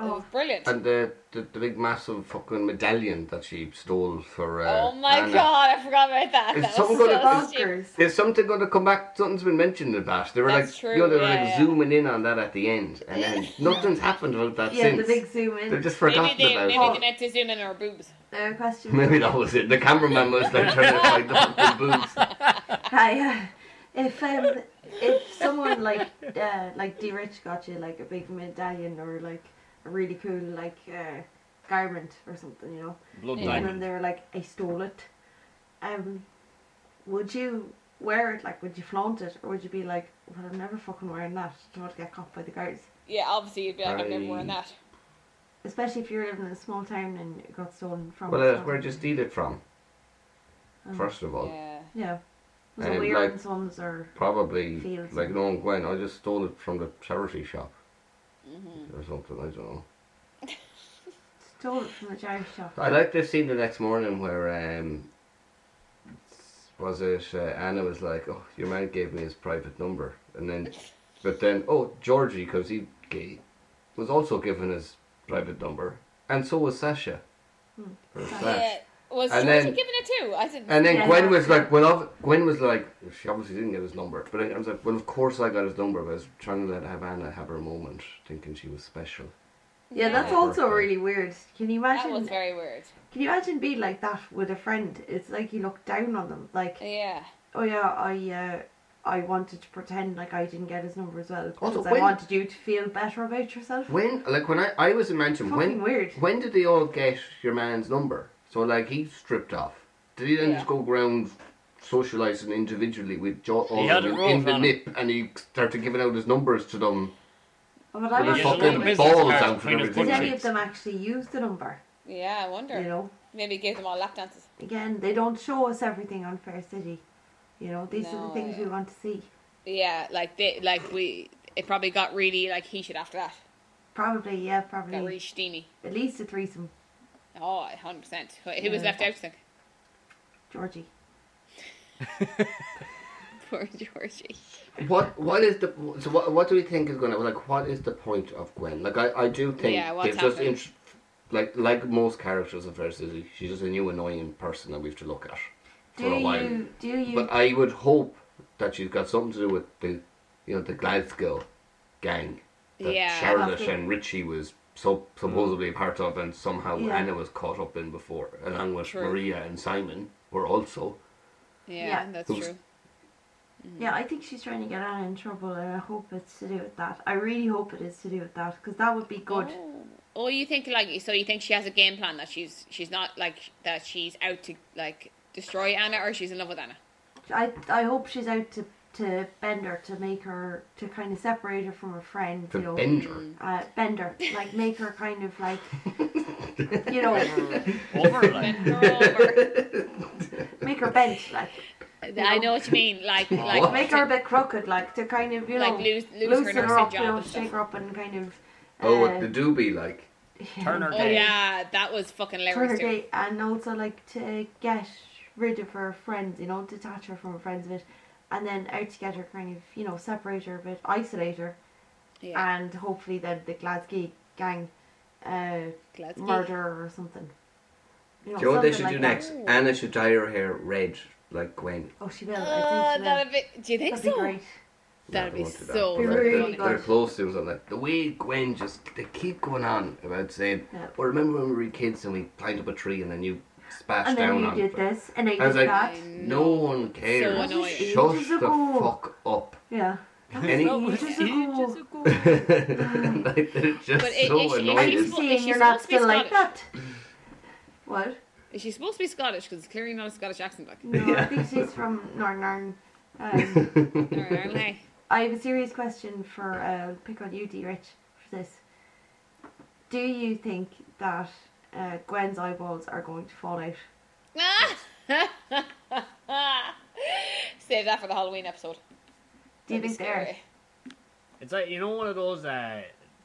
Speaker 1: Oh,
Speaker 3: brilliant.
Speaker 2: And the, the the big massive fucking medallion that she stole for. Uh,
Speaker 3: oh my
Speaker 2: Anna.
Speaker 3: god, I forgot about that.
Speaker 2: Is
Speaker 3: that was
Speaker 2: someone
Speaker 3: so
Speaker 2: gonna ask
Speaker 3: stupid.
Speaker 1: bonkers.
Speaker 2: There's something going to come back. Something's been mentioned in that. They were
Speaker 3: That's
Speaker 2: like,
Speaker 3: true,
Speaker 2: you know, they were
Speaker 3: yeah,
Speaker 2: like
Speaker 3: yeah.
Speaker 2: zooming in on that at the end, and then nothing's happened about that
Speaker 1: Yeah,
Speaker 2: since.
Speaker 1: the big zoom in.
Speaker 2: They've just
Speaker 3: Maybe
Speaker 2: forgotten
Speaker 3: they,
Speaker 2: about
Speaker 3: maybe they
Speaker 2: it.
Speaker 3: meant to zoom in our boobs.
Speaker 1: Uh, question.
Speaker 2: Maybe that was it. The cameraman was like trying to find the fucking boots.
Speaker 1: Hi. uh, If um, if someone like uh, like D Rich got you like a big medallion or like a really cool like uh, garment or something, you know,
Speaker 4: Blood
Speaker 3: Yeah.
Speaker 1: and then
Speaker 4: diamond.
Speaker 1: they were like, I stole it. Um, would you wear it? Like, would you flaunt it, or would you be like, Well, I'm never fucking wearing that. Don't want to get caught by the guards.
Speaker 3: Yeah, obviously you'd be like, I'm never wearing
Speaker 2: I-
Speaker 3: that.
Speaker 1: Especially if you're living in a small town and it got stolen from.
Speaker 2: Well,
Speaker 1: us.
Speaker 2: uh, where'd you steal it from?
Speaker 1: Um,
Speaker 2: First of all,
Speaker 3: Yeah.
Speaker 1: Yeah. Was
Speaker 2: And,
Speaker 1: it
Speaker 2: like-
Speaker 1: weird and sons or
Speaker 2: probably
Speaker 1: Fields.
Speaker 2: like knowing Gwen, I just stole it from the charity shop
Speaker 3: hmm
Speaker 2: or something. I don't know.
Speaker 1: stole it from the charity shop?
Speaker 2: I like this scene the next morning where um, was it uh, Anna was like, "Oh, your man gave me his private number," and then, but then, oh, Georgie, because he gay, was also given his private number, and so was Sasha.
Speaker 1: Hmm.
Speaker 2: Or
Speaker 1: Yeah.
Speaker 2: Sash.
Speaker 3: Yeah. Was
Speaker 2: And
Speaker 3: and
Speaker 2: then-
Speaker 3: giving it too? I didn't.
Speaker 2: And then
Speaker 1: Yeah,
Speaker 2: Gwen
Speaker 1: yeah.
Speaker 2: was like, well, ob- Gwen was like, she obviously didn't get his number, but I, I was like, well, of course I got his number, but I was trying to let have Anna have her moment, thinking she was special.
Speaker 1: Yeah, that's
Speaker 2: Yeah.
Speaker 1: also really weird. Can you
Speaker 3: That
Speaker 1: imagine?
Speaker 3: was very weird.
Speaker 1: Can you imagine being like that with a friend? It's like you look down on them. Like,
Speaker 3: Yeah.
Speaker 1: oh yeah, I uh, I wanted to pretend like I didn't get his number as well because
Speaker 2: Also,
Speaker 1: I
Speaker 2: when-
Speaker 1: wanted you to feel better about yourself.
Speaker 2: When, like, when I, I was imagining,
Speaker 1: Fucking
Speaker 2: when,
Speaker 1: weird.
Speaker 2: when did they all get your man's number? So, like, he stripped off. Did he then
Speaker 3: Yeah.
Speaker 2: just go around socialising individually with jo- all
Speaker 4: had
Speaker 2: of them
Speaker 4: it
Speaker 2: in
Speaker 4: rolled
Speaker 2: the
Speaker 4: on him.
Speaker 2: nip and he started giving out his numbers to them?
Speaker 1: Oh, But I
Speaker 2: Well,
Speaker 1: was
Speaker 2: you
Speaker 4: Yeah,
Speaker 2: fucking
Speaker 4: the
Speaker 1: wondering,
Speaker 4: business
Speaker 2: balls
Speaker 4: cards
Speaker 2: out and
Speaker 4: between his
Speaker 2: everything.
Speaker 1: did
Speaker 4: butt
Speaker 1: any
Speaker 4: cheeks.
Speaker 1: of them actually use the number?
Speaker 3: Yeah, I wonder.
Speaker 1: You know,
Speaker 3: Maybe he gave them all lap dances.
Speaker 1: again, they don't show us everything on Fair City. You know, these are
Speaker 3: No,
Speaker 1: the things
Speaker 3: yeah.
Speaker 1: we want to see.
Speaker 3: Yeah, like they, like we, it probably got really like heated after that.
Speaker 1: Probably, yeah,
Speaker 3: Got
Speaker 1: probably
Speaker 3: really steamy.
Speaker 1: at least a threesome,
Speaker 3: Oh, 100 percent. Who who was
Speaker 1: Yeah.
Speaker 3: left out? do you Think
Speaker 1: Georgie.
Speaker 3: poor Georgie.
Speaker 2: What what is the so what, what do we think is going to like what is the point of Gwen? Like I, I do think
Speaker 3: Yeah, what's
Speaker 2: they've just
Speaker 3: happening?
Speaker 2: int- like like most characters of Fair City, she's just a new annoying person that we have to look at for
Speaker 1: Do
Speaker 2: a while.
Speaker 1: you do you
Speaker 2: But I would hope that she's got something to do with the you know the Gladskill gang that
Speaker 3: Yeah.
Speaker 2: Charlotte
Speaker 1: Lovely.
Speaker 2: and Richie was so supposedly a part of, and somehow
Speaker 1: Mm. Yeah.
Speaker 2: Anna was caught up in before, along with
Speaker 3: True.
Speaker 2: Maria and Simon were also.
Speaker 3: Yeah,
Speaker 1: Yeah.
Speaker 3: that's
Speaker 2: Who's-
Speaker 3: true.
Speaker 1: Yeah, I think she's trying to get Anna in trouble, and I hope it's to do with that. I really hope it is to do with that because that would be good.
Speaker 3: Oh. oh, you think like so? You think she has a game plan that she's she's not like that she's out to like destroy Anna or she's in love with Anna?
Speaker 1: I I hope she's out to to Bender to make her to kind of separate her from her friend.
Speaker 2: To
Speaker 1: you know,
Speaker 3: Mm.
Speaker 2: Bender.
Speaker 1: Uh, Bender, like make her kind of like mm. you know
Speaker 4: Over like.
Speaker 3: Bend her over.
Speaker 1: make her bent, like
Speaker 3: I know what you mean. Like like
Speaker 2: What?
Speaker 1: make her a bit crooked, like to kind of you
Speaker 3: like
Speaker 1: know
Speaker 3: lose lose her
Speaker 1: loosen her,
Speaker 3: nursing
Speaker 1: up, you
Speaker 3: job.
Speaker 1: know,
Speaker 3: and stuff.
Speaker 1: shake her up and kind of.
Speaker 2: oh,
Speaker 1: uh,
Speaker 2: what the doobie like.
Speaker 1: yeah,
Speaker 4: Turn her
Speaker 3: Oh
Speaker 4: gay.
Speaker 3: yeah, that was fucking
Speaker 1: turn her
Speaker 3: hilarious. Too.
Speaker 1: gay, and also like to get rid of her friends, you know, detach her from her friends a bit, and then out to get her, kind of, you know, separate her a bit, isolate her,
Speaker 3: Yeah,
Speaker 1: and hopefully then the Glasgow gang uh,
Speaker 3: Glasgow.
Speaker 1: murder her or something. You
Speaker 2: Do you know what they
Speaker 1: something
Speaker 2: should
Speaker 1: like
Speaker 2: do
Speaker 1: that.
Speaker 2: next? Anna should dye her hair red like Gwen.
Speaker 1: Oh, she will. I
Speaker 3: Oh,
Speaker 1: think she will.
Speaker 3: that'd be. Do you think
Speaker 1: That'd be
Speaker 3: so?
Speaker 1: great.
Speaker 3: That'd
Speaker 2: No,
Speaker 3: be
Speaker 2: they won't do
Speaker 3: so
Speaker 2: but
Speaker 1: Be
Speaker 2: like,
Speaker 1: really
Speaker 2: they're, they're
Speaker 1: good.
Speaker 2: close to something. Like, the way Gwen just they keep going on about saying,
Speaker 1: Yeah.
Speaker 2: "Well, remember when we were kids and we climbed up a tree and then you splashed
Speaker 1: And then
Speaker 2: down
Speaker 1: you
Speaker 2: on
Speaker 1: did
Speaker 2: it."
Speaker 1: this, and then you
Speaker 2: I was
Speaker 1: did
Speaker 2: like,
Speaker 1: that.
Speaker 2: no one cares.
Speaker 3: So annoying.
Speaker 2: Shut
Speaker 1: Ages
Speaker 2: the
Speaker 1: ago.
Speaker 2: fuck up.
Speaker 1: Yeah.
Speaker 2: Any-
Speaker 4: That was
Speaker 1: Ages
Speaker 4: ages
Speaker 1: ago.
Speaker 4: ago.
Speaker 2: like, they're just
Speaker 3: But it-
Speaker 2: so
Speaker 3: it- it-
Speaker 1: Are
Speaker 2: annoying.
Speaker 1: you
Speaker 3: She's-
Speaker 1: saying
Speaker 3: she's
Speaker 1: you're not
Speaker 3: supposed to be
Speaker 1: still like that?
Speaker 3: Scottish.
Speaker 1: What?
Speaker 3: Is she supposed to be Scottish? Because it's clearly not a Scottish accent. Like,
Speaker 1: No, I
Speaker 2: Yeah.
Speaker 1: think she's from Northern Ireland. Um,
Speaker 3: Alright, alright, hey.
Speaker 1: I have a serious question for uh, pick on you, D. Rich, for this. Do you think that uh, Gwen's eyeballs are going to fall out?
Speaker 3: Save that for the Halloween episode.
Speaker 1: Do you
Speaker 3: That'd be
Speaker 1: think they're?
Speaker 3: scary.
Speaker 4: It's like you know one of those uh,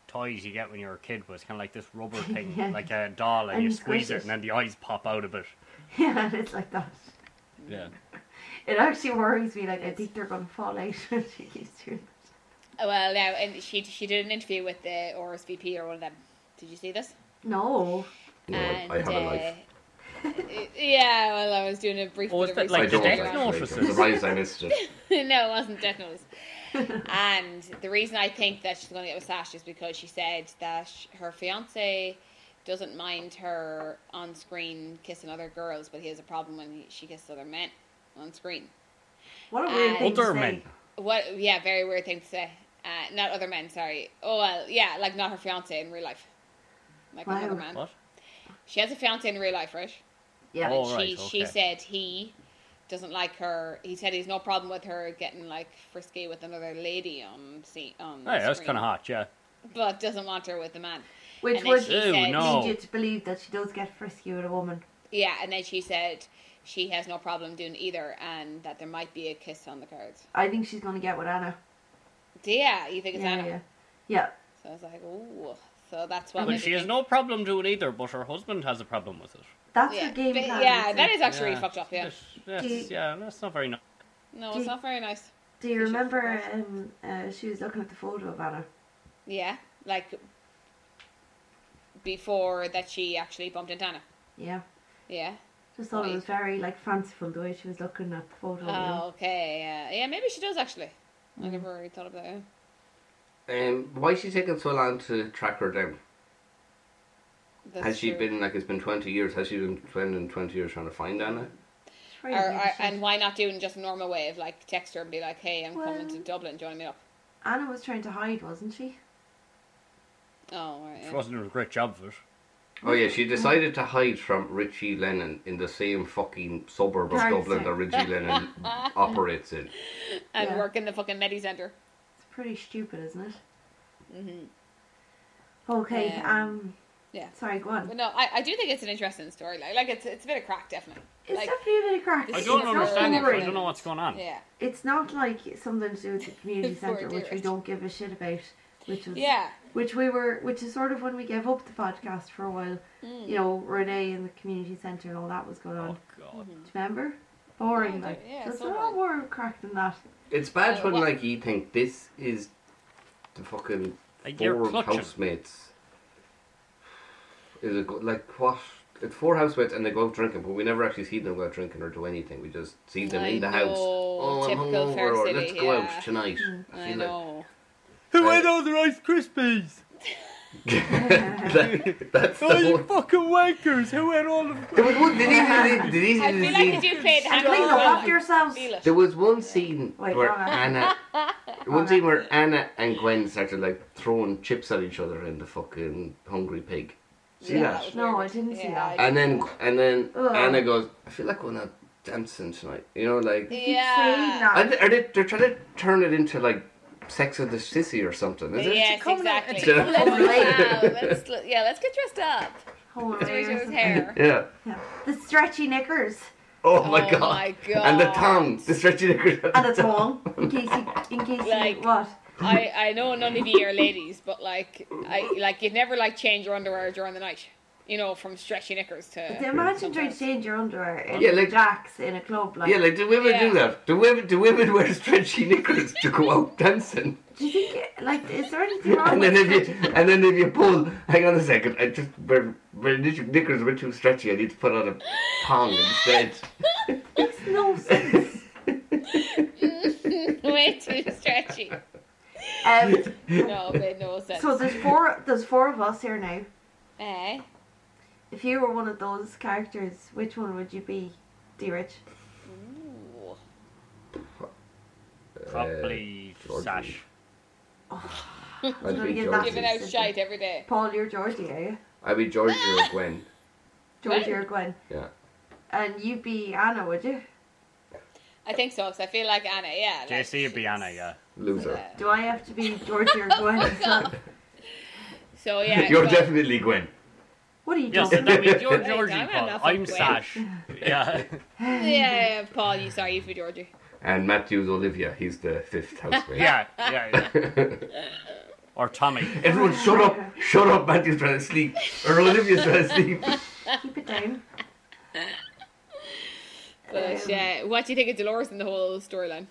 Speaker 4: toys you get when you're a kid, was kind of like this rubber thing,
Speaker 1: Yeah.
Speaker 4: like a doll, and,
Speaker 1: And
Speaker 4: you
Speaker 1: you squish
Speaker 4: squeeze it,
Speaker 1: it.
Speaker 4: and then the eyes pop out of it.
Speaker 1: Yeah, it's like that.
Speaker 4: Yeah.
Speaker 1: It actually worries me. Like I think they're going to fall out when she keeps doing. that.
Speaker 3: Well, now and she she did an interview with the RSVP or one of them. Did you see this?
Speaker 1: No.
Speaker 2: No, I-
Speaker 3: and,
Speaker 2: I have a life.
Speaker 3: uh, yeah, well, I was doing a brief.
Speaker 4: Oh,
Speaker 3: bit
Speaker 4: is
Speaker 3: of
Speaker 4: that like
Speaker 2: I
Speaker 3: research
Speaker 4: the
Speaker 2: don't actually.
Speaker 3: around-
Speaker 4: Death Note
Speaker 2: I'm
Speaker 4: or something?
Speaker 2: surprised I missed it.
Speaker 3: no, it wasn't Death Notice. and the reason I think that she's going to get with Sash is because she said that her fiance doesn't mind her on screen kissing other girls, but he has a problem when she kisses other men on screen.
Speaker 1: What a weird
Speaker 3: Uh,
Speaker 1: thing to
Speaker 4: Other
Speaker 1: say.
Speaker 4: men.
Speaker 3: What? Yeah, very weird thing to say. Uh, not other men, sorry. Oh well, yeah, like not her fiance in real life, like
Speaker 1: Wow.
Speaker 3: another man.
Speaker 4: What?
Speaker 3: She has a fiance in real life, right?
Speaker 1: Yeah.
Speaker 4: Oh.
Speaker 3: she
Speaker 4: right,
Speaker 3: she
Speaker 4: okay.
Speaker 3: said he doesn't like her. He said he's no problem with her getting like frisky with another lady on see on.
Speaker 4: Hey, that's
Speaker 3: screen,
Speaker 4: kind of hot. Yeah.
Speaker 3: But doesn't want her with the man.
Speaker 1: Which
Speaker 3: And then
Speaker 1: would
Speaker 3: she
Speaker 4: Ew,
Speaker 3: said,
Speaker 4: no.
Speaker 1: lead you to believe that she does get frisky with a woman.
Speaker 3: Yeah, and then she said she has no problem doing either, and that there might be a kiss on the cards.
Speaker 1: I think she's going to get with Anna.
Speaker 3: Yeah, you think it's
Speaker 1: Yeah,
Speaker 3: Anna?
Speaker 1: yeah. Yeah.
Speaker 3: So I was like, ooh. So that's what.
Speaker 4: But
Speaker 3: made
Speaker 4: she
Speaker 3: me
Speaker 4: has
Speaker 3: think-
Speaker 4: no problem doing either, but her husband has a problem with it.
Speaker 1: That's
Speaker 3: Yeah,
Speaker 1: her game
Speaker 3: but-
Speaker 1: plan.
Speaker 3: yeah,
Speaker 1: I'd
Speaker 3: that
Speaker 1: say.
Speaker 3: is actually
Speaker 4: Yeah.
Speaker 3: fucked up. Yeah,
Speaker 4: That's,
Speaker 1: Do-
Speaker 4: yeah, that's not very nice.
Speaker 3: no, it's not very nice.
Speaker 1: Do you
Speaker 3: She should
Speaker 1: remember
Speaker 3: forget.
Speaker 1: um, uh, she was looking at the photo of Anna?
Speaker 3: Yeah, like before that she actually bumped into Anna.
Speaker 1: Yeah.
Speaker 3: Yeah.
Speaker 1: Just thought it was
Speaker 3: Right.
Speaker 1: very like fanciful the way she was looking at the photo. you Hmm. know.
Speaker 3: Oh, okay. Yeah, yeah. Maybe she does actually. I never really thought of that. yeah.
Speaker 2: Um, why is she taking so long to track her down?
Speaker 3: That's
Speaker 2: has she
Speaker 3: true.
Speaker 2: been like it's been twenty years? Has she been spending twenty years trying to find Anna?
Speaker 3: Mm-hmm.
Speaker 1: It's
Speaker 3: Or,
Speaker 1: really
Speaker 3: or,
Speaker 1: weird
Speaker 3: and
Speaker 1: shit.
Speaker 3: why not do it in just a normal way of like text her and be like, "Hey, I'm coming to
Speaker 1: Well-
Speaker 3: Dublin. Do you want to meet up?"
Speaker 1: Anna was trying to hide, wasn't she?
Speaker 3: Oh, all right.
Speaker 4: She
Speaker 3: Yeah.
Speaker 4: wasn't doing a great job of it.
Speaker 2: Oh yeah, she decided to hide from Richie Lennon in the same fucking suburb of
Speaker 1: Hard to
Speaker 2: Dublin
Speaker 1: say.
Speaker 2: that Richie Lennon operates in.
Speaker 3: And
Speaker 1: Yeah.
Speaker 3: work in the fucking Medi Center.
Speaker 1: It's pretty stupid, isn't it?
Speaker 3: Mm-hmm.
Speaker 1: Okay.
Speaker 3: Um,
Speaker 1: Um.
Speaker 3: yeah.
Speaker 1: Sorry. Go on.
Speaker 3: But no, I, I do think it's an interesting story. Like, like it's it's a bit of crack, definitely.
Speaker 1: It's
Speaker 3: Like-
Speaker 1: definitely a bit of crack.
Speaker 3: I
Speaker 4: I
Speaker 1: It's
Speaker 3: This
Speaker 4: don't
Speaker 3: is
Speaker 1: not
Speaker 4: understand it.
Speaker 3: boring.
Speaker 4: I don't know what's going on.
Speaker 3: Yeah.
Speaker 1: It's not like something to do with the community
Speaker 3: Poor
Speaker 1: centre, which we
Speaker 3: dearest.
Speaker 1: don't give a shit about, which was
Speaker 3: Yeah.
Speaker 1: which we were, which is sort of when we gave up the podcast for a while.
Speaker 3: Mm.
Speaker 1: You know, Renee and the community centre and all that was going on.
Speaker 4: Oh god.
Speaker 1: Do you remember? Boring,
Speaker 3: Yeah,
Speaker 1: like
Speaker 3: yeah,
Speaker 1: there's
Speaker 3: so
Speaker 1: a lot more crack than that.
Speaker 2: It's bad
Speaker 3: Uh,
Speaker 2: when
Speaker 3: what-
Speaker 2: like you think this is the fucking
Speaker 4: Like you're
Speaker 2: four
Speaker 4: clutching.
Speaker 2: housemates. Is it go- like what? It's four housemates and they go out drinking, but we never actually see them go out drinking or do anything. We just see them
Speaker 3: I
Speaker 2: in the house.
Speaker 3: know,
Speaker 2: Oh, I'm
Speaker 3: typical
Speaker 2: hungover,
Speaker 3: Fair
Speaker 2: or
Speaker 3: City,
Speaker 2: let's go
Speaker 3: yeah. Mm,
Speaker 2: out tonight. I
Speaker 3: I
Speaker 2: feel like
Speaker 3: know.
Speaker 4: Who
Speaker 2: ate
Speaker 4: all the Rice Krispies?
Speaker 2: that, that's the one.
Speaker 4: fucking wankers! Who ate all the?
Speaker 2: There was one. Did he? Did he? Did he?
Speaker 3: I
Speaker 2: Did
Speaker 3: feel
Speaker 2: he-
Speaker 3: like if you played
Speaker 1: And
Speaker 3: Hannah
Speaker 1: please look
Speaker 3: Montana,
Speaker 1: after yourselves.
Speaker 3: feel it.
Speaker 2: There was one scene
Speaker 1: Wait,
Speaker 2: where
Speaker 1: hold on.
Speaker 2: Anna, one scene where Anna and Gwen started like throwing chips at each other in the fucking hungry pig. See
Speaker 3: Yeah,
Speaker 2: that?
Speaker 3: was
Speaker 1: No,
Speaker 3: weird.
Speaker 1: I didn't see
Speaker 3: Yeah,
Speaker 1: that.
Speaker 3: I
Speaker 2: And then and then
Speaker 1: Ugh.
Speaker 2: Anna goes, I feel like we're not dancing tonight. You know, like
Speaker 1: Keep
Speaker 3: Yeah.
Speaker 1: saying that.
Speaker 2: are they, are they they're trying to turn it into like Sex of the City or something? Is it?
Speaker 3: Yes,
Speaker 4: coming out-
Speaker 3: exactly.
Speaker 2: it's a
Speaker 3: Let's
Speaker 1: coming
Speaker 3: wow,
Speaker 2: out.
Speaker 3: let's, l- yeah, let's get dressed up.
Speaker 1: Whole
Speaker 3: Let's
Speaker 1: array or
Speaker 3: raise
Speaker 1: something.
Speaker 3: hair.
Speaker 2: Yeah.
Speaker 1: Yeah. The stretchy knickers
Speaker 2: Oh, my
Speaker 3: Oh
Speaker 2: god.
Speaker 3: my
Speaker 2: And the
Speaker 3: God.
Speaker 2: tongue, the stretchy knickers.
Speaker 1: and a thong, in case you, in case you
Speaker 3: Like-
Speaker 1: what?
Speaker 3: I, I know none of you are ladies, but like I like you'd never like change your underwear during the night. You know, from stretchy knickers
Speaker 1: But
Speaker 3: to
Speaker 1: imagine trying to change your underwear in
Speaker 2: Yeah, like-
Speaker 1: jacks in a club. Like,
Speaker 2: Yeah, like do women do
Speaker 3: Yeah.
Speaker 2: that? Do women do women wear stretchy knickers to go out dancing?
Speaker 1: do you think it- like is there anything wrong
Speaker 2: and
Speaker 1: with
Speaker 2: then if
Speaker 1: stretchy?
Speaker 2: you and then if you pull, hang on a second, I just my, my knickers were too stretchy. I need to put on a thong instead.
Speaker 1: Makes no sense.
Speaker 3: way too stretchy.
Speaker 1: Um,
Speaker 3: No, it made no sense.
Speaker 1: so there's four. There's four of us here now.
Speaker 3: Eh?
Speaker 1: If you were one of those characters, which one would you be, D. Rich?
Speaker 3: Ooh.
Speaker 4: Probably
Speaker 2: Uh, Georgie.
Speaker 4: Sash.
Speaker 2: I'd
Speaker 1: So
Speaker 2: be
Speaker 1: you get that-
Speaker 2: Georgie.
Speaker 3: Giving out shite every day.
Speaker 1: Paul, you're Georgie, are you?
Speaker 2: I'd be Georgie or Gwen.
Speaker 1: Georgie or Gwen?
Speaker 2: Yeah.
Speaker 1: And you'd be Anna, would you?
Speaker 3: I think so, because I feel like Anna, yeah. Like,
Speaker 4: JC would be
Speaker 3: she's- uh,
Speaker 4: Anna, yeah.
Speaker 2: Loser.
Speaker 3: Yeah.
Speaker 1: Do I have to be Georgie or Gwen?
Speaker 3: God. So yeah.
Speaker 2: You're
Speaker 3: so-
Speaker 2: definitely Gwen.
Speaker 1: What are you
Speaker 4: Yes,
Speaker 1: talking
Speaker 4: that
Speaker 1: about?
Speaker 4: means you're
Speaker 3: Wait,
Speaker 4: Georgie,
Speaker 3: I'm
Speaker 4: Paul.
Speaker 3: enough
Speaker 4: I'm
Speaker 3: of Gwen.
Speaker 4: Sash. Yeah.
Speaker 3: Yeah, yeah, yeah, Paul, you sorry, you'd be Georgie.
Speaker 2: And Matthew's Olivia. He's the fifth housemate.
Speaker 4: yeah, yeah, yeah. Or Tommy.
Speaker 2: Everyone, shut up! Shut up! Matthew's trying to sleep. Or Olivia's trying to sleep.
Speaker 1: Keep it down. Um,
Speaker 3: But uh, what do you think of Dolores in the whole storyline?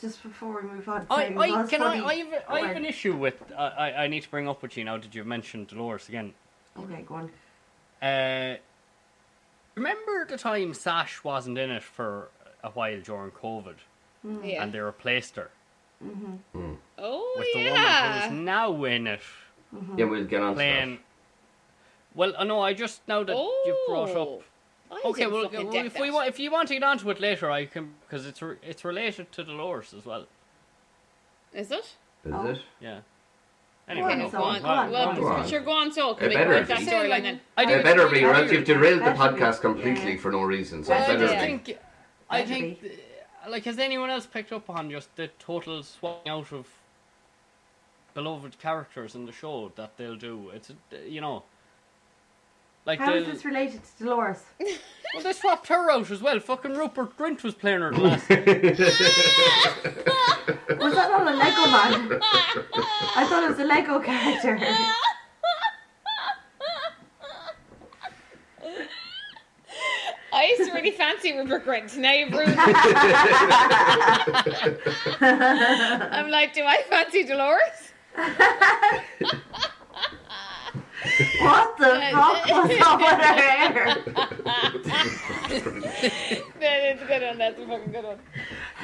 Speaker 1: Just before we move on,
Speaker 4: I,
Speaker 1: Simon,
Speaker 4: I,
Speaker 1: was
Speaker 4: can I,
Speaker 1: funny-
Speaker 4: I, have, a- I have
Speaker 1: Wait.
Speaker 4: an issue with. I, I, I need to bring up with you now that you mentioned Dolores again.
Speaker 1: Okay, go on.
Speaker 4: Uh, remember the time Sash wasn't in it for a while during COVID
Speaker 1: mm.
Speaker 3: Yeah.
Speaker 4: and they replaced her
Speaker 3: oh
Speaker 4: with the
Speaker 3: yeah.
Speaker 4: woman who's now in it
Speaker 2: Yeah, we'll get on to
Speaker 4: playing.
Speaker 2: that.
Speaker 4: Well, I know, I just now that
Speaker 3: oh.
Speaker 4: you've brought up
Speaker 3: I
Speaker 4: Okay,
Speaker 3: didn't
Speaker 4: well,
Speaker 3: fucking
Speaker 4: well,
Speaker 3: get
Speaker 4: if we
Speaker 3: that.
Speaker 4: want, if you want to get onto it later, I can because it's re- it's related to Dolores as well.
Speaker 3: Is it?
Speaker 2: Is
Speaker 1: Oh.
Speaker 2: it?
Speaker 4: Yeah. Anyway,
Speaker 1: on,
Speaker 4: no,
Speaker 1: go on, go on,
Speaker 3: Well,
Speaker 2: go on.
Speaker 3: sure, go on, so
Speaker 2: It
Speaker 3: can we
Speaker 2: better
Speaker 3: break
Speaker 2: be.
Speaker 3: that storyline
Speaker 4: Like,
Speaker 3: then?
Speaker 4: I
Speaker 2: It
Speaker 4: think
Speaker 2: better
Speaker 4: it's
Speaker 2: be,
Speaker 4: really
Speaker 2: right? You've derailed the podcast completely
Speaker 1: Yeah.
Speaker 2: for no reason, so it
Speaker 3: Well,
Speaker 2: better
Speaker 3: yeah.
Speaker 2: be.
Speaker 4: think, I
Speaker 1: Better
Speaker 4: think, uh, like, has anyone else picked up on just the total swapping out of beloved characters in the show that they'll do? It's uh, you know, like
Speaker 1: How is
Speaker 4: they'll-
Speaker 1: this related to Dolores?
Speaker 4: well, they swapped her out as well. Fucking Rupert Grint was playing her the last.
Speaker 1: Was that not a Lego man? I thought it was a Lego character.
Speaker 3: I used to really fancy Rupert Grint. Now you've ruined. it. I'm like, do I fancy Dolores?
Speaker 1: What the fuck was over there?
Speaker 3: That is a good one. That's a fucking good one.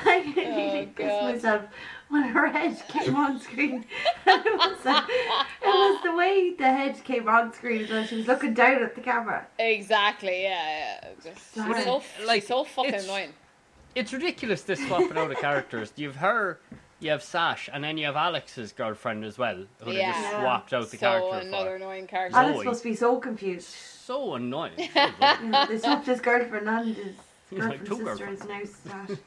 Speaker 1: I nearly
Speaker 3: Oh,
Speaker 1: pissed
Speaker 3: God.
Speaker 1: myself when her head came on screen. it, was the, it was the way the head came on screen when she was looking down at the camera.
Speaker 3: Exactly. Yeah. yeah. Just, she's
Speaker 1: Sorry.
Speaker 3: so like
Speaker 4: Like,
Speaker 3: so fucking
Speaker 4: it's-
Speaker 3: annoying.
Speaker 4: it's ridiculous this swapping out of characters. You've her, you have Sash, and then you have Alex's girlfriend as well, who they just
Speaker 3: Yeah.
Speaker 4: swapped out the
Speaker 3: So
Speaker 4: character
Speaker 3: another
Speaker 4: for.
Speaker 3: annoying character.
Speaker 1: Alan's
Speaker 4: Zoe.
Speaker 1: supposed to be so confused.
Speaker 4: So annoying. Jeez,
Speaker 1: You know, they swapped his girlfriend and his
Speaker 4: He's like
Speaker 1: girlfriend's
Speaker 4: two
Speaker 1: sister is now Sash.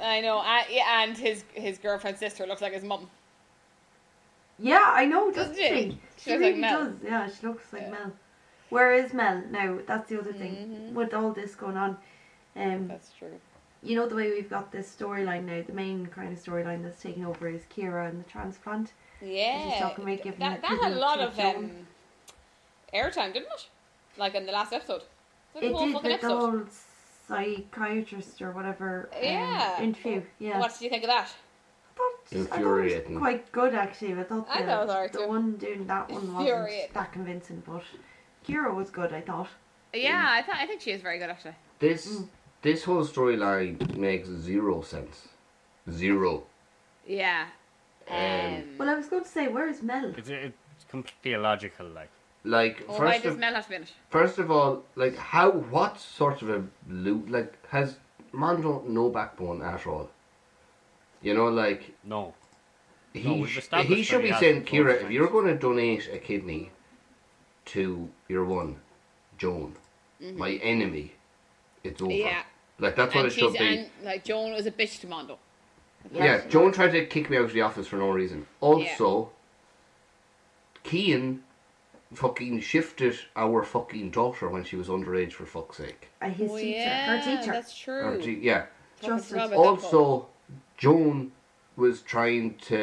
Speaker 3: I know, uh, yeah, and his his girlfriend's sister looks like his mum.
Speaker 1: Yeah, I know, doesn't
Speaker 3: Doesn't she?
Speaker 1: she?
Speaker 3: She
Speaker 1: She
Speaker 3: looks like
Speaker 1: really
Speaker 3: Mel.
Speaker 1: does. Yeah, she looks like
Speaker 3: Yeah.
Speaker 1: Mel. Where is Mel now? That's the other
Speaker 3: Mm-hmm.
Speaker 1: thing with all this going on. Um,
Speaker 3: That's true.
Speaker 1: you know the way we've got this storyline now. The main kind of storyline that's taking over is Kira and the transplant.
Speaker 3: Yeah,
Speaker 1: talking about giving
Speaker 3: that,
Speaker 1: that
Speaker 3: that had a
Speaker 1: privilege
Speaker 3: lot
Speaker 1: to
Speaker 3: of
Speaker 1: Joan.
Speaker 3: um, airtime, didn't it? Like in the last episode. Like the
Speaker 1: it
Speaker 3: whole
Speaker 1: did
Speaker 3: fucking
Speaker 1: with the
Speaker 3: episode.
Speaker 1: whole psychiatrist or whatever um,
Speaker 3: Yeah.
Speaker 1: interview. Yeah,
Speaker 3: What did you think of that?
Speaker 1: I thought, I thought it
Speaker 2: Infuriating.
Speaker 1: was quite good actually. but I thought
Speaker 3: I
Speaker 1: the,
Speaker 3: thought it was alright
Speaker 1: the
Speaker 3: too.
Speaker 1: one doing that one
Speaker 3: Infuriating.
Speaker 1: wasn't that convincing, but Kira was good. I thought.
Speaker 3: Yeah, I, th- I think she is very good actually.
Speaker 2: This
Speaker 1: Mm.
Speaker 2: this whole storyline makes zero sense. Zero.
Speaker 3: Yeah.
Speaker 2: Um,
Speaker 1: Well, I was going to say, where is Mel?
Speaker 4: It's, it's completely illogical, like.
Speaker 2: Like
Speaker 3: well, why
Speaker 2: first
Speaker 3: does
Speaker 2: of,
Speaker 3: Mel have to be in it?
Speaker 2: first of all, like how what sort of a loop like has Mondo no backbone at all? You know, like
Speaker 4: No. No,
Speaker 2: he
Speaker 4: we've
Speaker 2: sh-
Speaker 4: established
Speaker 2: he should
Speaker 4: that he
Speaker 2: be
Speaker 4: has
Speaker 2: saying,
Speaker 4: both
Speaker 2: Kira, if
Speaker 4: sides."
Speaker 2: you're going to donate a kidney to your one, Joan, my enemy, it's over.
Speaker 3: Mm-hmm. Yeah.
Speaker 2: Like Oh, that's what
Speaker 3: And
Speaker 2: it should
Speaker 3: she's
Speaker 2: be.
Speaker 3: and like Joan was a bitch to Mondo.
Speaker 2: Yeah, Joan tried to kick me out of the office for no reason. Also, Kean fucking shifted our fucking daughter when she was underage for fuck's sake.
Speaker 1: Uh, his
Speaker 3: oh,
Speaker 1: teacher,
Speaker 3: yeah,
Speaker 1: her teacher.
Speaker 3: That's true.
Speaker 2: Or gee- yeah.
Speaker 3: Fucking
Speaker 1: Just
Speaker 3: forgot
Speaker 1: as-
Speaker 3: about that part.
Speaker 2: Also, Joan was trying to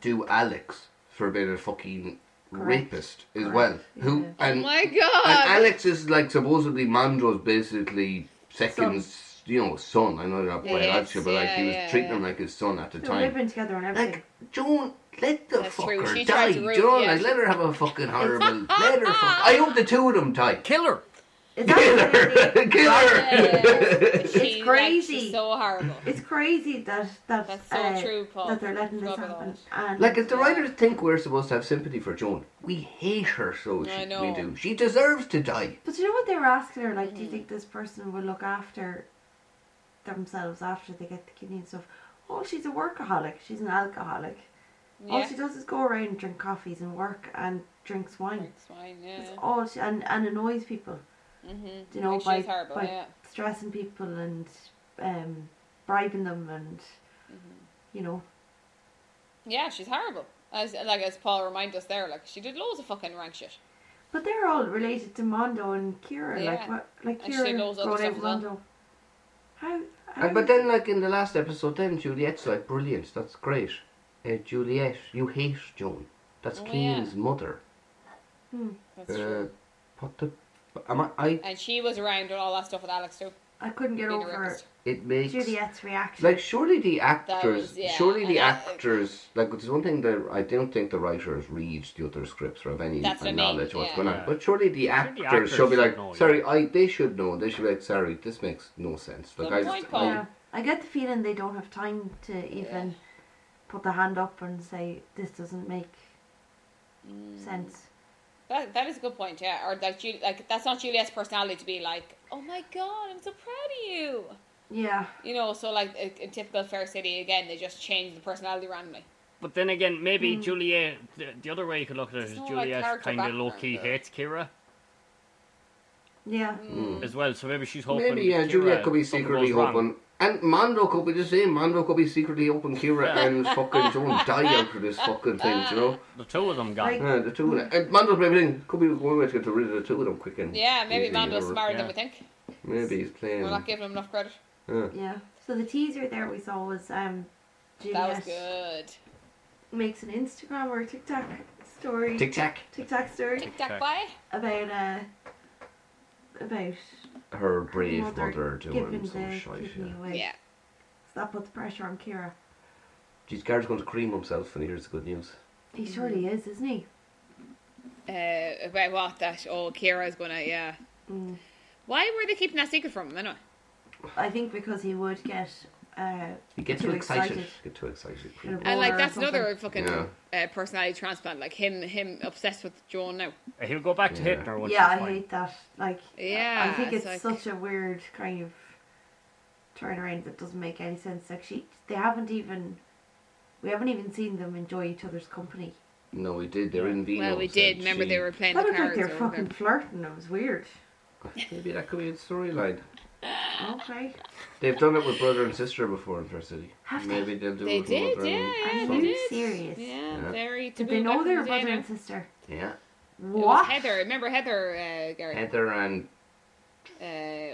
Speaker 2: do Alex for being a fucking
Speaker 1: Correct.
Speaker 2: rapist as
Speaker 1: Correct,
Speaker 2: well. Who
Speaker 1: yeah.
Speaker 3: oh
Speaker 2: and,
Speaker 3: my
Speaker 2: and
Speaker 3: god.
Speaker 2: Alex is like supposedly Mando's basically second, you know, son. I know that by
Speaker 3: Yes,
Speaker 2: that shit, but like he
Speaker 3: yeah,
Speaker 2: was
Speaker 3: yeah,
Speaker 2: treating
Speaker 3: yeah.
Speaker 2: him like his son at the
Speaker 1: They were
Speaker 2: time.
Speaker 1: living together and everything.
Speaker 2: Like, don't let the
Speaker 3: That's true.
Speaker 2: fucker
Speaker 3: She
Speaker 2: die.
Speaker 3: tried
Speaker 2: Do
Speaker 3: to
Speaker 2: you
Speaker 3: ruin-
Speaker 2: know what I
Speaker 3: yeah,
Speaker 2: mean?
Speaker 3: she-
Speaker 2: Let her have a fucking horrible. let her fuck. I hope the two of them die.
Speaker 4: Kill her!
Speaker 1: it's,
Speaker 2: Kill her!
Speaker 1: absolutely-
Speaker 2: Kill her!
Speaker 3: Yeah. She, like,
Speaker 1: crazy.
Speaker 3: she's so horrible.
Speaker 1: it's crazy that that,
Speaker 3: That's so
Speaker 1: uh,
Speaker 3: true, Paul.
Speaker 1: that they're letting this
Speaker 3: Forgot about
Speaker 1: happen.
Speaker 3: that.
Speaker 1: And
Speaker 2: like, if the writers think we're supposed to have sympathy for Joan, we hate her so
Speaker 3: I
Speaker 2: she, we
Speaker 3: know.
Speaker 2: do. She deserves to die.
Speaker 1: But you know what they were asking her? Like, do
Speaker 3: Mm-hmm.
Speaker 1: you think this person will look after themselves after they get the kidney and stuff? Oh, she's a workaholic. She's an alcoholic. All
Speaker 3: Yeah.
Speaker 1: she does is go around and drink coffees and work and drinks wine.
Speaker 3: It's fine,
Speaker 1: That's
Speaker 3: yeah.
Speaker 1: all she, and, and annoys people.
Speaker 3: Mhm.
Speaker 1: You know,
Speaker 3: Like,
Speaker 1: by,
Speaker 3: she's horrible,
Speaker 1: by
Speaker 3: yeah.
Speaker 1: stressing people and um, bribing them and,
Speaker 3: Mm-hmm.
Speaker 1: you know,
Speaker 3: Yeah, she's horrible. As like as Paul reminded us there, like she did loads of fucking rank shit.
Speaker 1: But they're all related to Mondo and Kira. Like
Speaker 3: Yeah.
Speaker 1: what? Like
Speaker 3: And she did
Speaker 1: Kira
Speaker 3: loads of
Speaker 1: growing
Speaker 3: other
Speaker 1: out
Speaker 3: stuff as well.
Speaker 1: Mondo. How? how
Speaker 2: And, but then, like, in the last episode, then Juliet's like, brilliant, that's great. Uh, Juliet, you hate Joan. That's
Speaker 3: Oh, yeah.
Speaker 2: Keen's mother.
Speaker 1: Hmm,
Speaker 3: That's
Speaker 2: Uh,
Speaker 3: true.
Speaker 2: what the. Am I, I
Speaker 3: And she was around with all that stuff with Alex too.
Speaker 1: I couldn't get
Speaker 3: Being a
Speaker 1: over
Speaker 3: rapist.
Speaker 2: it makes
Speaker 1: Juliet's reaction.
Speaker 2: Like surely the actors,
Speaker 3: was- yeah,
Speaker 2: surely the
Speaker 3: and I-
Speaker 2: actors. Like it's one thing that I don't think the writers read the other scripts or have any
Speaker 3: That's what I mean,
Speaker 2: knowledge what's
Speaker 3: yeah.
Speaker 2: going on.
Speaker 4: Yeah.
Speaker 2: But surely the
Speaker 4: Surely
Speaker 2: actors,
Speaker 4: the actors
Speaker 2: should be
Speaker 4: should
Speaker 2: like,
Speaker 4: know, yeah.
Speaker 2: sorry, I they should know. They should be like, sorry, this makes no sense. Like "Oh,
Speaker 3: Good
Speaker 2: I,
Speaker 3: point,
Speaker 2: just,
Speaker 3: Paul.
Speaker 2: I
Speaker 1: yeah. I get the feeling they don't have time to even put the hand up and say this doesn't make
Speaker 3: Mm.
Speaker 1: sense.
Speaker 3: That that is a good point, yeah. Or like Ju- like that's not Juliet's personality to be like, oh my god, I'm so proud of you.
Speaker 1: Yeah.
Speaker 3: You know, so like i- in typical Fair City again, they just change the personality randomly.
Speaker 4: But then again, maybe Juliet, the, the other way you could look at it
Speaker 3: It's
Speaker 4: is
Speaker 3: not Hmm. like
Speaker 4: Juliet
Speaker 3: character
Speaker 4: kind of
Speaker 3: background,
Speaker 4: low key
Speaker 3: though.
Speaker 4: hates Kira
Speaker 1: Yeah.
Speaker 3: Mm.
Speaker 4: as well, so maybe she's hoping.
Speaker 2: maybe yeah,
Speaker 4: Kira,
Speaker 2: Juliet could be
Speaker 4: something
Speaker 2: secretly
Speaker 4: goes wrong.
Speaker 2: hoping, and Mando could be the same. Mando could be secretly hoping Kira
Speaker 4: Yeah.
Speaker 2: and fucking Joan die out of this fucking thing. do You know,
Speaker 4: The two of them gone.
Speaker 1: Like-
Speaker 2: yeah, the two of them. And Mando's maybe thinking, could be one way to get rid of the two of them quick and
Speaker 3: Yeah, maybe
Speaker 2: easy,
Speaker 3: Mando's
Speaker 2: or
Speaker 3: smarter than
Speaker 4: yeah.
Speaker 3: we think.
Speaker 2: Maybe he's playing.
Speaker 3: We're not giving him enough credit.
Speaker 2: yeah.
Speaker 1: Yeah. So the teaser there we saw was um,
Speaker 3: That was
Speaker 1: Juliet
Speaker 3: good.
Speaker 1: makes an Instagram or a TikTok story,
Speaker 2: Tic Tac.
Speaker 1: TikTok story
Speaker 3: Tic tac bye.
Speaker 1: about uh, about
Speaker 2: her brave
Speaker 1: mother
Speaker 2: mother,
Speaker 1: giving
Speaker 2: doing some
Speaker 1: the
Speaker 2: shite.
Speaker 1: kidney
Speaker 2: Yeah.
Speaker 1: away.
Speaker 3: Yeah.
Speaker 1: So that puts pressure on Kira.
Speaker 2: Geez, Gareth's going to cream himself when he hears the good news.
Speaker 1: He
Speaker 3: Mm.
Speaker 1: surely is, isn't he?
Speaker 3: Uh, about what that? Oh, Kira's gonna yeah.
Speaker 1: Mm.
Speaker 3: Why were they keeping that secret from him anyway?
Speaker 1: I think because he would get. Uh,
Speaker 2: You get too,
Speaker 1: Too
Speaker 2: excited.
Speaker 1: excited.
Speaker 2: Get too excited.
Speaker 1: Kind of-
Speaker 3: And
Speaker 1: Or
Speaker 3: like that's
Speaker 1: something.
Speaker 3: another fucking uh, personality transplant. Like him, him obsessed with Joan now.
Speaker 4: He'll go back to
Speaker 2: Yeah.
Speaker 4: hitting her once
Speaker 1: yeah,
Speaker 4: she's
Speaker 1: I
Speaker 4: fine.
Speaker 1: hate that. Like,
Speaker 3: Yeah,
Speaker 1: I think it's
Speaker 3: it's like-
Speaker 1: such a weird kind of turnaround that doesn't make any sense. Like, she, they haven't even, we haven't even seen them enjoy each other's company.
Speaker 2: No, we did. They're in Venus.
Speaker 3: well, we did. Remember they were playing
Speaker 1: That
Speaker 3: the
Speaker 1: looked like
Speaker 3: cards.
Speaker 1: they're
Speaker 3: or
Speaker 1: fucking
Speaker 3: whatever.
Speaker 1: flirting. It was weird.
Speaker 2: Maybe that could be a storyline.
Speaker 1: Okay.
Speaker 2: They've done it with brother and sister before in First City.
Speaker 1: Have
Speaker 2: Maybe they'll do
Speaker 3: They
Speaker 2: it with
Speaker 3: did,
Speaker 2: mother
Speaker 3: yeah,
Speaker 2: and
Speaker 3: yeah,
Speaker 1: Are
Speaker 3: they
Speaker 1: you
Speaker 3: did.
Speaker 1: serious?
Speaker 3: Yeah,
Speaker 2: Yeah.
Speaker 3: very.
Speaker 1: Did they know they were brother and sister?
Speaker 2: Yeah.
Speaker 3: It
Speaker 1: What?
Speaker 3: was Heather. Remember Heather, uh, Gary?
Speaker 2: Heather and
Speaker 3: Uh,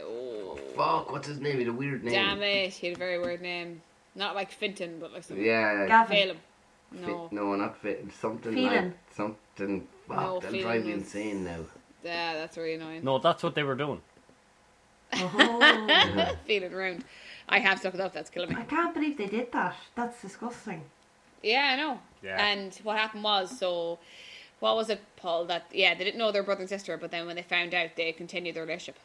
Speaker 3: oh,
Speaker 2: fuck, what's his name? He had a weird name.
Speaker 3: Damn it. He had a very weird name. Not like Finton, but like something.
Speaker 2: Yeah.
Speaker 1: Gavin.
Speaker 3: Phelan.
Speaker 2: Fi-
Speaker 3: No.
Speaker 2: no, not fit. Something like
Speaker 1: Phelan.
Speaker 2: something. Fuck, that'll
Speaker 3: No, Phelan
Speaker 2: drive you
Speaker 3: was-
Speaker 2: insane now.
Speaker 3: Yeah, that's really annoying.
Speaker 4: No, that's what they were doing.
Speaker 1: Oh,
Speaker 3: Feeling round. I have stuck it up. That's killing me.
Speaker 1: I can't believe they did that. That's disgusting.
Speaker 3: Yeah, I know.
Speaker 4: Yeah.
Speaker 3: And what happened was, so what was it, Paul? That yeah, they didn't know their brother and sister, but then when they found out, they continued their relationship.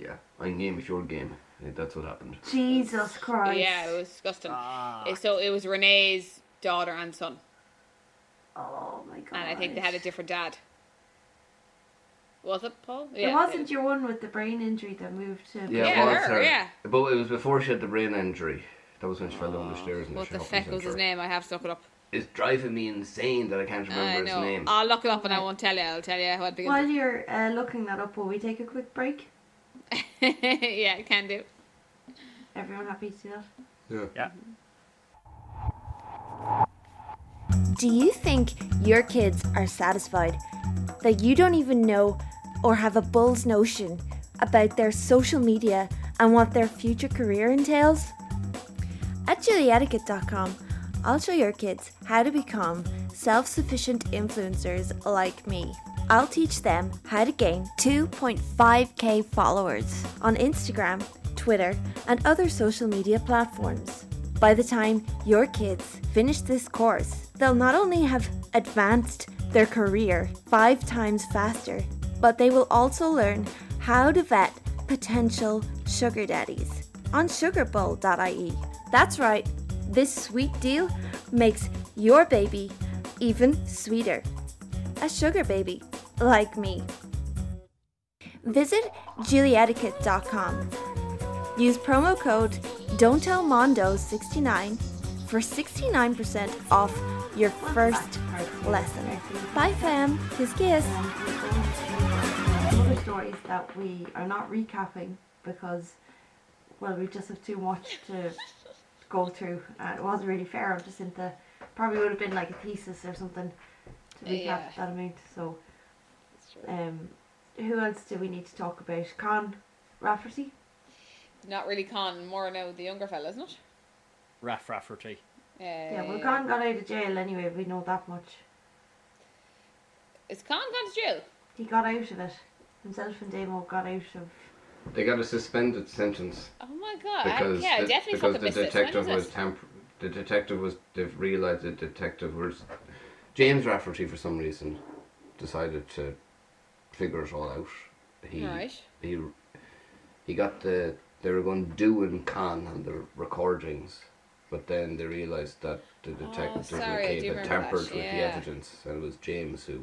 Speaker 2: Yeah, my game is your game. Yeah, That's what happened.
Speaker 1: Jesus Christ.
Speaker 3: Yeah, it was disgusting.
Speaker 4: Ah.
Speaker 3: Uh, So it was Renee's daughter and son,
Speaker 1: Oh my god.
Speaker 3: and I think they had a different dad. Was it Paul?
Speaker 1: it
Speaker 3: Yeah,
Speaker 1: wasn't your one with the brain injury that moved to.
Speaker 2: Yeah,
Speaker 3: Yeah,
Speaker 2: it was
Speaker 3: her,
Speaker 2: her,
Speaker 3: yeah.
Speaker 2: But it was before she had the brain injury. That was when she fell down the stairs. And
Speaker 3: Oh, What the
Speaker 2: shopping
Speaker 3: feck was
Speaker 2: centre.
Speaker 3: his name? I have stuck it up.
Speaker 2: It's driving me insane that I can't remember
Speaker 3: I
Speaker 2: his
Speaker 3: know. Uh,
Speaker 2: name.
Speaker 3: I'll look it up and I won't tell you. I'll tell you how it
Speaker 1: While
Speaker 3: begins.
Speaker 1: you're uh, looking that up, will we take a quick break?
Speaker 3: yeah, can do.
Speaker 1: Everyone happy to do that?
Speaker 4: yeah.
Speaker 5: Do you think your kids are satisfied that you don't even know or have a bull's notion about their social media and what their future career entails? At JuliEtiquette.com, I'll show your kids how to become self sufficient influencers like me. I'll teach them how to gain 2.5k followers on Instagram, Twitter, and other social media platforms. By the time your kids finish this course, they'll not only have advanced their career five times faster, but they will also learn how to vet potential sugar daddies on sugarbowl.ie. That's right, this sweet deal makes your baby even sweeter. A sugar baby like me. Visit E julietiquette.com. Use promo code Don't Tell Mondo 69 for 69% off your first lesson. Bye, fam. Kiss, kiss.
Speaker 1: Other stories that we are not recapping because, well, we just have too much to go through. Uh, it wasn't really fair. I'm just into probably would have been like a thesis or something to recap
Speaker 3: Yeah.
Speaker 1: that amount. So, um, who else do we need to talk about? Con Rafferty.
Speaker 3: Not really Con, more now the younger fella, isn't it?
Speaker 4: Raff Rafferty.
Speaker 3: Uh,
Speaker 1: Yeah, well, Con got out of jail anyway. We know that much.
Speaker 3: Is Con gone to jail?
Speaker 1: He got out of it. Himself and Damo got out of.
Speaker 2: They got a suspended sentence
Speaker 3: Oh my god!
Speaker 2: because
Speaker 3: I, yeah, I
Speaker 2: the,
Speaker 3: definitely
Speaker 2: because
Speaker 3: fucking
Speaker 2: the
Speaker 3: missed it. When
Speaker 2: detective
Speaker 3: is
Speaker 2: was
Speaker 3: it?
Speaker 2: tamper. The detective was. They've realized the detective was James Rafferty for some reason decided to figure it all out. He
Speaker 3: Right.
Speaker 2: he he got the they were going doing con on the recordings, but then they realized that the detective
Speaker 3: Oh, sorry, I do
Speaker 2: McCabe had
Speaker 3: remember
Speaker 2: tampered
Speaker 3: that,
Speaker 2: with the
Speaker 3: yeah.
Speaker 2: evidence, and it was James who,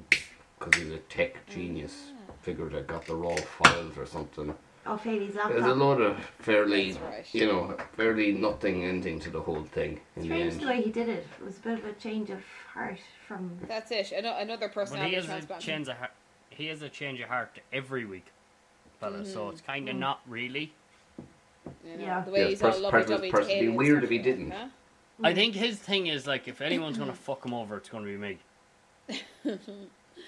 Speaker 2: because he's a tech
Speaker 3: Mm.
Speaker 2: genius, figured out got the raw files or something.
Speaker 1: Off Haley's laptop.
Speaker 3: Uh-huh.
Speaker 2: There's a lot of fairly,
Speaker 3: He's right.
Speaker 2: you know, fairly nothing ending to the whole thing in the
Speaker 1: Strange the
Speaker 2: end.
Speaker 1: way he did it. It was a bit of a change of heart from.
Speaker 3: That's it. Ano- Another
Speaker 4: But he
Speaker 3: personality
Speaker 4: is a
Speaker 3: transplant.
Speaker 4: change of heart. He is a change of heart every week, fella.
Speaker 1: Mm-hmm.
Speaker 4: So it's kind
Speaker 1: Mm.
Speaker 4: of not really.
Speaker 3: You know,
Speaker 1: Yeah. Mm,
Speaker 3: The way
Speaker 2: Yeah,
Speaker 3: he's
Speaker 2: pers-
Speaker 3: all lovey
Speaker 2: pers-
Speaker 3: dovey.
Speaker 2: pers- it'd be
Speaker 3: tail and
Speaker 2: weird
Speaker 3: stuff,
Speaker 2: if he
Speaker 3: yeah.
Speaker 2: didn't.
Speaker 3: Huh?
Speaker 4: I think his thing is like if anyone's gonna fuck him over, it's gonna be me.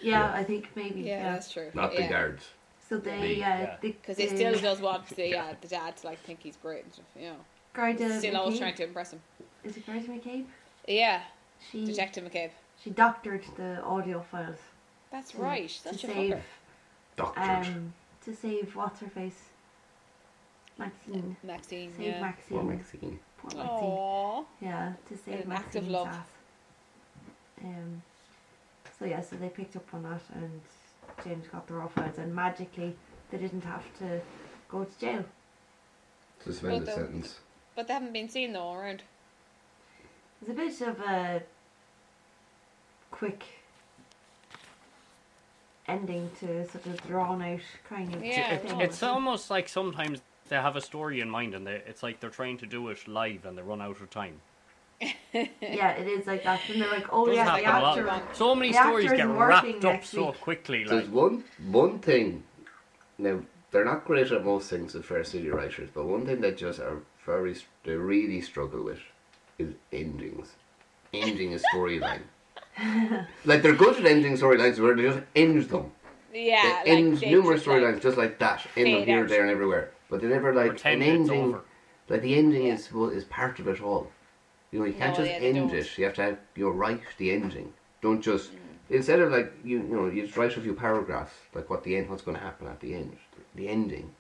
Speaker 1: Yeah, I think maybe.
Speaker 3: Yeah,
Speaker 1: Yeah.
Speaker 3: that's true.
Speaker 2: Not the
Speaker 3: yeah.
Speaker 2: guards.
Speaker 1: So they,
Speaker 2: Me,
Speaker 1: uh,
Speaker 4: yeah.
Speaker 1: the,
Speaker 3: Because he
Speaker 1: the
Speaker 3: still does want the, yeah, the dad to like think he's great and stuff. You know,
Speaker 1: Garda
Speaker 3: still always
Speaker 1: uh, McCabe-
Speaker 3: trying to impress him.
Speaker 1: Is it Garda McCabe?
Speaker 3: Yeah,
Speaker 1: She
Speaker 3: Detective McCabe.
Speaker 1: she doctored the audio files
Speaker 3: That's
Speaker 1: to,
Speaker 3: right.
Speaker 1: Mm. to
Speaker 3: That's your
Speaker 1: save
Speaker 3: fucker.
Speaker 2: Doctors.
Speaker 1: um to save what's her face, Maxine.
Speaker 3: Maxine.
Speaker 1: Save
Speaker 3: Yeah. Oh,
Speaker 2: Poor
Speaker 1: Maxine.
Speaker 2: Maxine.
Speaker 1: Poor Maxine.
Speaker 3: Aww.
Speaker 1: Yeah, to save
Speaker 3: an act of
Speaker 1: Maxine's
Speaker 3: love.
Speaker 1: ass. Um. So yeah, so they picked up on that, and James got the raw files, and magically they didn't have to go to jail.
Speaker 2: Suspended
Speaker 3: But the-
Speaker 2: sentence.
Speaker 3: But they haven't been seen though around.
Speaker 1: It's a bit of a quick ending to such a drawn out kind of
Speaker 3: Yeah,
Speaker 4: It-
Speaker 1: thing.
Speaker 4: it's almost like sometimes they have a story in mind and they, it's like they're trying to do it live and they run out of time.
Speaker 1: yeah, it is like that. And they're like, oh
Speaker 4: Doesn't
Speaker 1: yeah, the
Speaker 4: happen a lot.
Speaker 1: actor.
Speaker 4: So many
Speaker 1: the
Speaker 4: stories
Speaker 1: actor's
Speaker 4: get
Speaker 1: working
Speaker 4: wrapped up
Speaker 1: next
Speaker 4: so
Speaker 1: week.
Speaker 4: quickly. Like
Speaker 2: There's one one thing. Now they're not great at most things with Fair City writers, but one thing they just are very they really struggle with is endings, ending a storyline. Like they're good at ending storylines where they just end them. They
Speaker 3: Yeah,
Speaker 2: end
Speaker 3: like, they
Speaker 2: numerous
Speaker 3: just, like-
Speaker 2: storylines just like that, end them
Speaker 3: fade
Speaker 2: here,
Speaker 3: out.
Speaker 2: there, and everywhere. But they never
Speaker 4: Like,
Speaker 2: like
Speaker 4: pretend
Speaker 2: an
Speaker 4: it's
Speaker 2: ending.
Speaker 4: over.
Speaker 2: Like the ending
Speaker 3: Yeah.
Speaker 2: is well, is part of it all. You know, you can't
Speaker 3: No,
Speaker 2: just
Speaker 3: yeah, they
Speaker 2: end
Speaker 3: don't. Mm.
Speaker 2: it. You have to have you write the ending. Don't just instead of like you you know you just write a few paragraphs like what the end what's going to happen at the end the ending.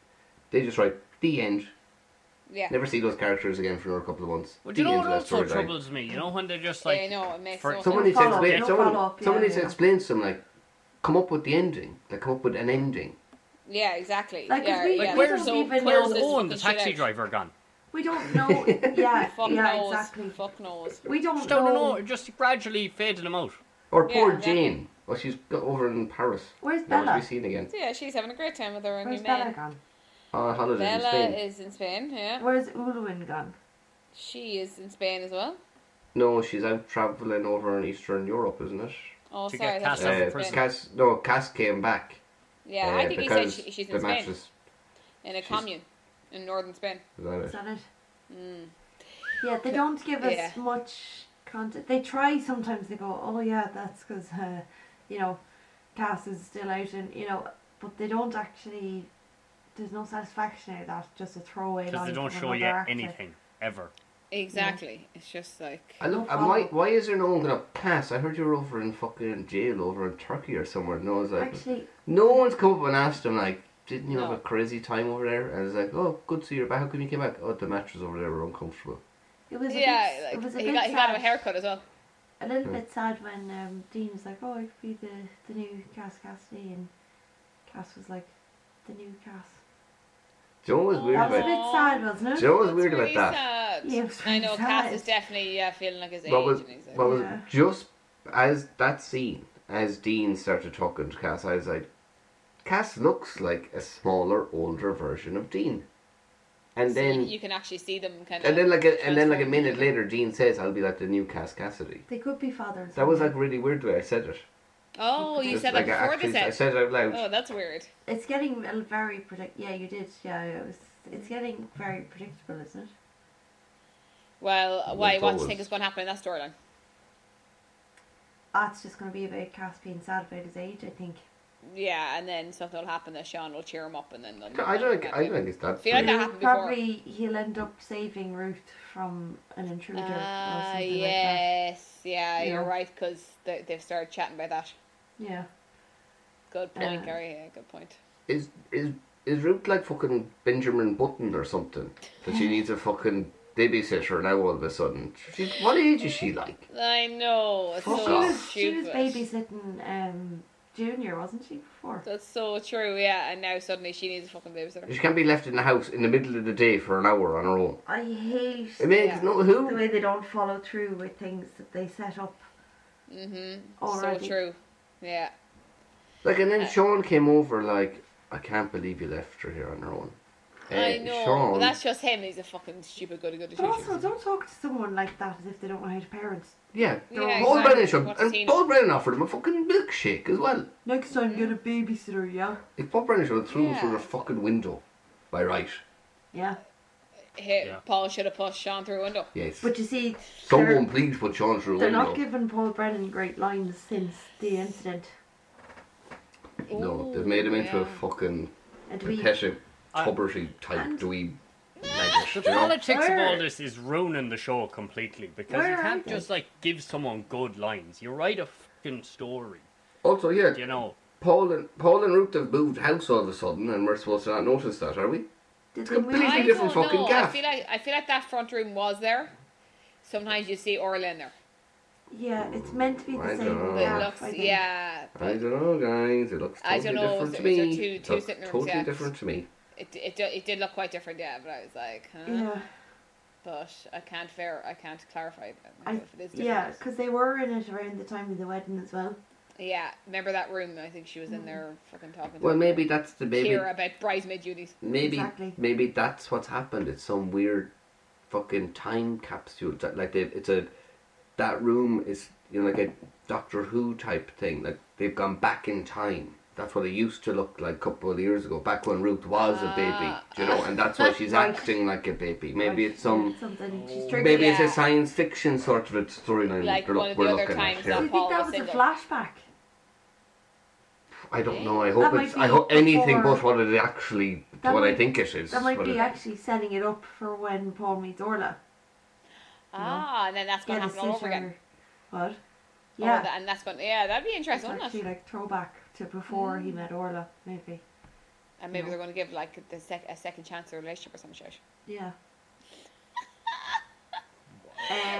Speaker 2: They just write the end.
Speaker 3: Yeah.
Speaker 2: Never see those characters again for another couple of months.
Speaker 4: Well,
Speaker 2: the
Speaker 4: do you know
Speaker 2: end
Speaker 4: what
Speaker 2: of that
Speaker 4: also
Speaker 2: storyline.
Speaker 4: troubles me? You know when they're just like, "Oh,
Speaker 3: yeah, I know it makes
Speaker 4: for-
Speaker 3: no
Speaker 2: Someone
Speaker 1: No
Speaker 2: needs to
Speaker 1: follow-up,
Speaker 2: explain.
Speaker 1: no
Speaker 2: Someone,
Speaker 1: follow-up, yeah,
Speaker 2: someone needs to
Speaker 1: yeah.
Speaker 2: explain some like come up with the ending. Like come up with an ending.
Speaker 3: Yeah, exactly.
Speaker 1: Like, 'cause
Speaker 3: yeah,
Speaker 1: we-
Speaker 4: like
Speaker 3: yeah.
Speaker 1: we
Speaker 4: where's
Speaker 1: don't even
Speaker 4: where's
Speaker 1: know this
Speaker 4: Owen, oh, the
Speaker 3: Shit out.
Speaker 4: taxi driver, gone?
Speaker 1: We don't know. Yeah,
Speaker 3: Fuck
Speaker 1: yeah,
Speaker 3: knows.
Speaker 1: exactly.
Speaker 3: Fuck knows.
Speaker 1: We don't,
Speaker 4: Just don't
Speaker 1: know.
Speaker 4: know. Just gradually fading them out.
Speaker 2: Or
Speaker 3: Yeah,
Speaker 2: poor
Speaker 3: exactly.
Speaker 2: Jane. Well, she's got over in Paris.
Speaker 1: Where's
Speaker 2: Never to
Speaker 1: Bella?
Speaker 2: be seen again.
Speaker 3: So, yeah, she's having a great time with her
Speaker 1: Where's
Speaker 3: new
Speaker 1: Bella
Speaker 3: man.
Speaker 1: gone?
Speaker 2: On a holiday in
Speaker 3: Bella
Speaker 2: Spain.
Speaker 3: is in Spain. Yeah,
Speaker 1: Where's Ulwin gone?
Speaker 3: she is in Spain as well.
Speaker 2: No, she's out travelling over in Eastern Europe, isn't it?
Speaker 3: Oh,
Speaker 4: To
Speaker 3: sorry,
Speaker 4: get
Speaker 3: that's
Speaker 4: Cass out
Speaker 3: she's
Speaker 4: of
Speaker 3: in
Speaker 2: Uh,
Speaker 3: Spain.
Speaker 4: prison.
Speaker 2: Cass, no, Cass came back.
Speaker 3: Yeah,
Speaker 2: uh,
Speaker 3: I think he said
Speaker 2: because
Speaker 3: she, she's
Speaker 2: the
Speaker 3: in Spain,
Speaker 2: mattress-
Speaker 3: in a
Speaker 2: she's-
Speaker 3: commune in northern Spain.
Speaker 2: is that
Speaker 1: Is
Speaker 2: it?
Speaker 1: that it?
Speaker 3: Mm.
Speaker 1: Yeah, they don't give us
Speaker 3: Yeah.
Speaker 1: much content. They try sometimes. They go, "Oh yeah, that's because uh, you know, Cass is still out," and you know, but they don't actually. There's no satisfaction out of that. Just a throwaway.
Speaker 4: Because they
Speaker 1: line
Speaker 4: don't
Speaker 1: from
Speaker 4: show you
Speaker 1: another actor.
Speaker 4: anything ever.
Speaker 3: Exactly. Mm. It's just like
Speaker 2: I look,
Speaker 1: No
Speaker 2: and why,
Speaker 1: follow-up.
Speaker 2: why is there no one gonna pass? I heard you were over in fucking jail over in Turkey or somewhere. No one's like,
Speaker 1: Actually,
Speaker 2: no one's come up and asked him like, didn't you have
Speaker 3: No.
Speaker 2: a crazy time over there? And it's like, oh, good to see you back. How come you came back? Oh, the mattress over there were uncomfortable.
Speaker 1: it was a
Speaker 3: yeah,
Speaker 1: bit,
Speaker 3: like
Speaker 1: it was a
Speaker 3: he
Speaker 1: bit
Speaker 3: got
Speaker 1: sad.
Speaker 3: he got him a haircut as well.
Speaker 1: a little
Speaker 2: Yeah.
Speaker 4: Hmm.
Speaker 1: bit sad when um, Dean was like, "Oh, I could be the the new Cass Cassidy," and Cass was like, "The new Cass."
Speaker 2: Do you know
Speaker 3: Oh,
Speaker 2: what was weird
Speaker 1: That was a
Speaker 2: about?
Speaker 1: bit
Speaker 3: Aw.
Speaker 1: sad, wasn't it?
Speaker 2: Do you know what was
Speaker 3: That's
Speaker 2: weird
Speaker 3: really
Speaker 2: about that?
Speaker 3: sad.
Speaker 1: Yeah, it was
Speaker 3: I know
Speaker 1: really
Speaker 3: Cass
Speaker 1: sad.
Speaker 3: is definitely yeah, feeling like his age.
Speaker 2: What was,
Speaker 3: and he's like,
Speaker 2: what was
Speaker 1: Yeah.
Speaker 2: just as that scene, as Dean started talking to Cass, I was like, Cass looks like a smaller, older version of Dean. And
Speaker 3: so
Speaker 2: then,
Speaker 3: you can actually see them kind of
Speaker 2: and then like, a, and then like a minute later, Dean says, "I'll be like the new Cass Cassidy."
Speaker 1: They could be father. and
Speaker 2: That was
Speaker 1: son.
Speaker 2: like really weird the way I said it.
Speaker 3: Oh, you
Speaker 2: Just
Speaker 3: said
Speaker 2: like
Speaker 3: that
Speaker 2: I
Speaker 3: before
Speaker 2: actually-
Speaker 3: this
Speaker 2: I
Speaker 3: episode.
Speaker 2: said it out loud.
Speaker 3: Oh, that's weird.
Speaker 1: It's getting a very predict. Yeah, you did. Yeah, it was. It's getting very predictable, isn't it?
Speaker 3: Well, why?
Speaker 2: it's
Speaker 3: What do
Speaker 2: always-
Speaker 3: you think is going to happen in that storyline?
Speaker 1: That's just going to be about Cass being sad about his age. I think.
Speaker 3: Yeah, and then something will happen that Sean will cheer him up, and then they'll-
Speaker 2: I don't. think- I don't think it's that.
Speaker 3: Feel like
Speaker 2: big.
Speaker 3: that happened before.
Speaker 1: Probably he'll end up saving Ruth from an intruder or
Speaker 3: Ah,
Speaker 1: something like that.
Speaker 3: yes, yeah,
Speaker 1: You
Speaker 3: you're
Speaker 1: know?
Speaker 3: right because they, they've started chatting about that.
Speaker 1: Yeah.
Speaker 3: Good point,
Speaker 1: Uh,
Speaker 3: Gary. Yeah, good point.
Speaker 2: Is is is Root like fucking Benjamin Button or something? That she needs a fucking babysitter now all of a sudden. She, what age is she like?
Speaker 3: I know. It's
Speaker 2: Fuck
Speaker 3: so
Speaker 1: she was. She was
Speaker 3: stupid.
Speaker 1: babysitting um, Junior, wasn't she before?
Speaker 3: That's so true. Yeah, and now suddenly she needs a fucking babysitter.
Speaker 2: She can't be left in the house in the middle of the day for an hour on her own.
Speaker 1: I hate
Speaker 2: It makes
Speaker 3: Yeah.
Speaker 2: no
Speaker 1: the
Speaker 2: who.
Speaker 1: way they don't follow through with things that they set up.
Speaker 3: Mhm.
Speaker 1: Already.
Speaker 3: So true. Yeah.
Speaker 2: Like, and
Speaker 3: Uh,
Speaker 2: then Sean came over like, I can't believe you left her here on her own.
Speaker 3: I
Speaker 2: Uh,
Speaker 3: know.
Speaker 2: Sean,
Speaker 3: But that's just him. He's a fucking stupid goody goody.
Speaker 1: But also, don't talk to someone like that as if they don't know how to parent.
Speaker 2: yeah.
Speaker 3: Yeah,
Speaker 2: Paul
Speaker 3: exactly.
Speaker 2: Brennan showed,
Speaker 3: What's he
Speaker 2: and Paul Brennan offered him a fucking milkshake as well.
Speaker 1: Next time, get a babysitter. Yeah.
Speaker 2: If Paul Brennan showed threw him through
Speaker 3: Yeah.
Speaker 2: the fucking window, by right,
Speaker 1: Yeah.
Speaker 3: Hit,
Speaker 4: Yeah.
Speaker 3: Paul should have pushed Sean through a window.
Speaker 2: yes.
Speaker 1: But you see, they're-
Speaker 2: Someone please put Sean through a
Speaker 1: They're
Speaker 2: window.
Speaker 1: not giving Paul Brennan great lines since the incident.
Speaker 2: No,
Speaker 3: Ooh,
Speaker 2: they've made him into a
Speaker 3: yeah.
Speaker 2: fucking
Speaker 1: And we,
Speaker 2: repetitive,
Speaker 4: I-
Speaker 2: tubberty type
Speaker 1: And-
Speaker 2: dweeb.
Speaker 4: The
Speaker 2: maggot, you know?
Speaker 4: politics of all
Speaker 1: Where-
Speaker 4: this is ruining the show completely because
Speaker 1: Where
Speaker 4: you
Speaker 1: are
Speaker 4: can't
Speaker 1: they?
Speaker 4: just like give someone good lines. You write a fucking story,
Speaker 2: Also, yeah,
Speaker 4: you know.
Speaker 2: Paul and Paul and Ruth have moved house all of a sudden, and we're supposed to not notice that, are we?
Speaker 1: did
Speaker 2: It's
Speaker 1: they move-
Speaker 2: completely
Speaker 3: I
Speaker 2: Completely different
Speaker 3: don't
Speaker 2: fucking
Speaker 3: know. I
Speaker 2: gaff.
Speaker 3: feel like I feel like that front room was there. Sometimes you see Orla in there.
Speaker 1: Yeah, it's meant to be
Speaker 2: I
Speaker 1: the same.
Speaker 2: dunno.
Speaker 3: But it
Speaker 2: Oh.
Speaker 1: gaff,
Speaker 3: looks,
Speaker 1: I think.
Speaker 3: yeah,
Speaker 2: I
Speaker 3: but
Speaker 2: don't know, guys. It looks
Speaker 3: I
Speaker 2: totally
Speaker 3: don't know,
Speaker 2: different
Speaker 3: is
Speaker 2: to
Speaker 3: it-
Speaker 2: me.
Speaker 3: is there two-
Speaker 2: It
Speaker 3: two
Speaker 2: looks
Speaker 3: sitting rooms,
Speaker 2: totally
Speaker 3: yeah.
Speaker 2: different to me.
Speaker 3: it, it do- it did look quite different, yeah. But I was like, huh?
Speaker 1: Yeah,
Speaker 3: But I can't ver I can't clarify that.
Speaker 1: I-
Speaker 3: if it is different.
Speaker 1: yeah, because they were in it around the time of the wedding as well.
Speaker 3: Yeah, remember that room? I think she was
Speaker 1: Mm.
Speaker 3: in there fucking talking. to
Speaker 2: Well, maybe that's the
Speaker 3: Kira
Speaker 2: maybe
Speaker 3: about bridesmaid duties.
Speaker 2: maybe
Speaker 1: Exactly.
Speaker 2: maybe that's what's happened. It's some weird fucking time capsule that like they it's a that room is you know like a Doctor Who type thing. Like they've gone back in time That's what it used to look like a couple of years ago, back when Ruth was a baby,
Speaker 3: Ah.
Speaker 2: do you know, and that's why she's
Speaker 1: Right.
Speaker 2: acting like a baby. Maybe it's some,
Speaker 1: something she's triggered.
Speaker 2: maybe
Speaker 3: Yeah.
Speaker 2: it's a science fiction sort of a storyline
Speaker 3: Like
Speaker 2: we're,
Speaker 3: one
Speaker 2: look-
Speaker 3: of the
Speaker 2: we're
Speaker 3: other
Speaker 2: looking at
Speaker 3: times
Speaker 1: Do
Speaker 2: here.
Speaker 1: you think that was a
Speaker 3: Paul was
Speaker 1: flashback?
Speaker 2: I don't know. I
Speaker 1: That
Speaker 2: hope
Speaker 1: might
Speaker 2: it's. I
Speaker 1: be
Speaker 2: hope anything
Speaker 1: before-
Speaker 2: but what it actually,
Speaker 1: That
Speaker 2: what I
Speaker 1: might-
Speaker 2: think it is.
Speaker 1: That might
Speaker 2: what
Speaker 1: be
Speaker 2: it-
Speaker 1: actually setting it up for when Paul meets Orla.
Speaker 3: Ah, and then that's going
Speaker 1: Yeah,
Speaker 3: to
Speaker 1: the
Speaker 3: happen all over again.
Speaker 1: sitter. What?
Speaker 3: Oh,
Speaker 1: Yeah.
Speaker 3: that- and that's going. Yeah, that'd be
Speaker 1: it's
Speaker 3: interesting, wouldn't
Speaker 1: actually
Speaker 3: it?
Speaker 1: like throwback to before
Speaker 3: Mm.
Speaker 1: he met Orla, maybe.
Speaker 3: And maybe
Speaker 1: No.
Speaker 3: they're going to give like the sec- a second chance to a relationship or some shit.
Speaker 1: Yeah.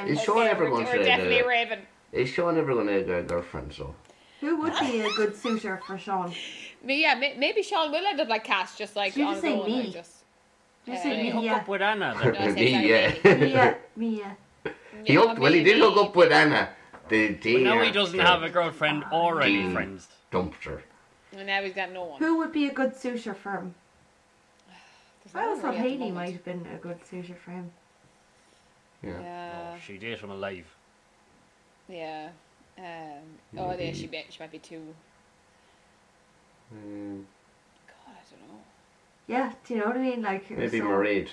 Speaker 2: Is
Speaker 1: um,
Speaker 2: Sean
Speaker 3: Okay,
Speaker 2: ever
Speaker 3: we're,
Speaker 2: going
Speaker 3: we're
Speaker 2: to the-
Speaker 3: definitely raving.
Speaker 2: Is Sean ever going to get a girlfriend? So
Speaker 1: who would be a good suitor for Sean?
Speaker 3: Ma- Yeah, may- maybe Sean will end up like Cass, just like
Speaker 1: Should you
Speaker 3: on
Speaker 1: just
Speaker 3: his
Speaker 1: say
Speaker 3: own, like,
Speaker 1: me?
Speaker 3: just
Speaker 1: Just
Speaker 3: Uh,
Speaker 1: say
Speaker 4: He hooked
Speaker 1: Mia.
Speaker 4: up with Anna.
Speaker 3: No,
Speaker 4: Then.
Speaker 3: I said sorry,
Speaker 2: yeah.
Speaker 1: Mia. Mia.
Speaker 2: he
Speaker 3: Yeah,
Speaker 2: hooked. Well, he
Speaker 3: maybe.
Speaker 2: did hook up with Anna. The day
Speaker 4: But now he doesn't
Speaker 2: after
Speaker 4: have a girlfriend or any
Speaker 2: Mm.
Speaker 4: friends.
Speaker 2: dumped her.
Speaker 3: And now he's got no one.
Speaker 1: Who would be a good suitor for him?
Speaker 3: There's no
Speaker 1: I
Speaker 3: one
Speaker 1: always thought
Speaker 3: really at the
Speaker 1: Haley might
Speaker 3: moment.
Speaker 1: have been a good suitor for him.
Speaker 2: Yeah.
Speaker 1: Uh,
Speaker 3: Yeah,
Speaker 4: Oh, she did him alive.
Speaker 3: yeah. Um, oh, yeah, she, be, she might be too. Mm.
Speaker 2: Um,
Speaker 3: God, I don't know.
Speaker 1: Yeah, do you know what I mean? Like
Speaker 2: maybe
Speaker 1: so-
Speaker 2: Mairead.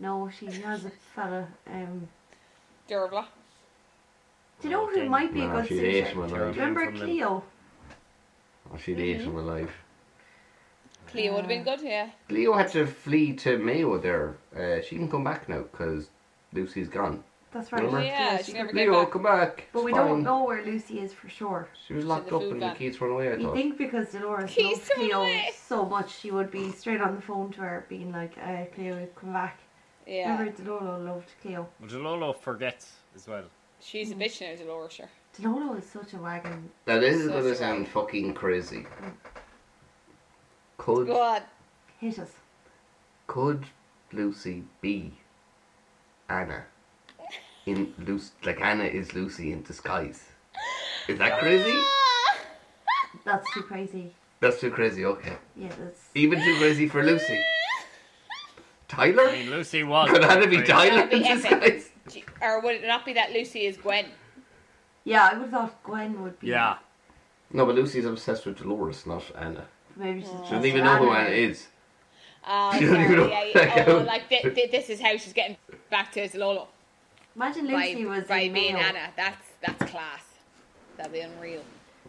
Speaker 1: No, she has a fella. Um,
Speaker 3: Durabla.
Speaker 1: do you know
Speaker 4: Oh,
Speaker 1: who
Speaker 4: dang.
Speaker 1: might be a
Speaker 2: No,
Speaker 1: good
Speaker 2: she'd hate him
Speaker 1: suitor?
Speaker 4: Terrible.
Speaker 2: alive.
Speaker 1: Do you remember
Speaker 4: From the-
Speaker 1: Cleo?
Speaker 2: Oh, she'd hate
Speaker 3: Mm-hmm.
Speaker 2: him alive.
Speaker 3: Cleo would have been good, yeah.
Speaker 2: Leo had to flee to Mayo there. Uh, she can come back now because Lucy's gone.
Speaker 1: That's right.
Speaker 2: Remember?
Speaker 3: Yeah,
Speaker 1: Cleo,
Speaker 3: she
Speaker 1: she
Speaker 3: never
Speaker 1: could-
Speaker 3: came
Speaker 2: Leo,
Speaker 3: back.
Speaker 2: come back.
Speaker 1: But
Speaker 2: It's
Speaker 1: we
Speaker 2: fine.
Speaker 1: don't know where Lucy is for sure.
Speaker 2: She was
Speaker 3: She's
Speaker 2: locked
Speaker 3: the
Speaker 2: up
Speaker 3: food
Speaker 2: and the
Speaker 3: van.
Speaker 2: keys run away. I
Speaker 1: You
Speaker 2: thought.
Speaker 1: think because Dolores
Speaker 3: Keys
Speaker 1: loved
Speaker 3: to
Speaker 1: Cleo
Speaker 3: away.
Speaker 1: so much, she would be straight on the phone to her, being like, uh, "Cleo, come back."
Speaker 3: Yeah.
Speaker 1: Remember, Dolores loved Cleo.
Speaker 4: But Lolo forgets as well.
Speaker 3: She's a bitch now, Dolores, sure.
Speaker 1: Dolores is such a wagon.
Speaker 2: Now this is
Speaker 3: So
Speaker 2: gonna
Speaker 3: she
Speaker 2: sound
Speaker 3: lied.
Speaker 2: fucking crazy. Could
Speaker 3: God.
Speaker 1: Hit us.
Speaker 2: could Lucy be Anna in Lucy? Like Anna is Lucy in disguise. Is that crazy?
Speaker 1: That's too crazy.
Speaker 2: That's too crazy. Okay,
Speaker 1: Yeah, that's.
Speaker 2: even too crazy for Lucy. Tyler?
Speaker 4: I mean, Lucy was.
Speaker 2: Could Anna be
Speaker 4: great.
Speaker 2: Tyler
Speaker 3: That'd be
Speaker 2: in
Speaker 3: epic.
Speaker 2: disguise?
Speaker 3: Gee, Or would it not be that Lucy is Gwen?
Speaker 1: Yeah, I would have thought Gwen would be.
Speaker 4: Yeah.
Speaker 2: No, but Lucy's obsessed with Dolores, not Anna.
Speaker 1: Maybe she's.
Speaker 2: She Mm. doesn't even know who Anna is.
Speaker 3: Oh,
Speaker 2: You don't even know
Speaker 3: yeah,
Speaker 2: what
Speaker 3: yeah.
Speaker 2: that
Speaker 3: oh
Speaker 2: goes.
Speaker 3: like thi- thi- this is how she's getting back to Zalolo.
Speaker 1: Imagine
Speaker 3: By,
Speaker 1: Lucy was
Speaker 3: by
Speaker 1: in
Speaker 3: being
Speaker 1: Mayo.
Speaker 3: Anna. That's that's class. That'd be unreal.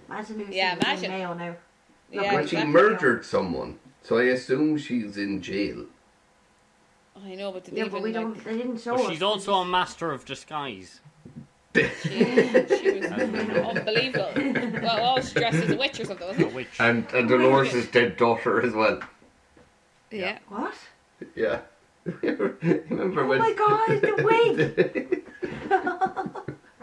Speaker 1: Imagine Lucy
Speaker 3: Yeah,
Speaker 1: was
Speaker 3: imagine.
Speaker 1: in Mayo now.
Speaker 3: Yeah,
Speaker 2: Well, she
Speaker 3: exactly.
Speaker 2: murdered someone, so I assume she's in jail.
Speaker 3: I know, but did
Speaker 1: Yeah,
Speaker 3: even,
Speaker 1: but we
Speaker 3: like,
Speaker 1: don't. They didn't show
Speaker 4: But
Speaker 1: us.
Speaker 4: she's also a master of disguise.
Speaker 3: She was unbelievable. Well, oh, she dressed as a witch or something,
Speaker 4: A
Speaker 3: wasn't
Speaker 4: witch.
Speaker 2: And, and Dolores' dead daughter as well.
Speaker 3: it?
Speaker 4: Yeah.
Speaker 1: What?
Speaker 2: Yeah. Remember
Speaker 1: Oh
Speaker 2: when?
Speaker 1: my god, the wig!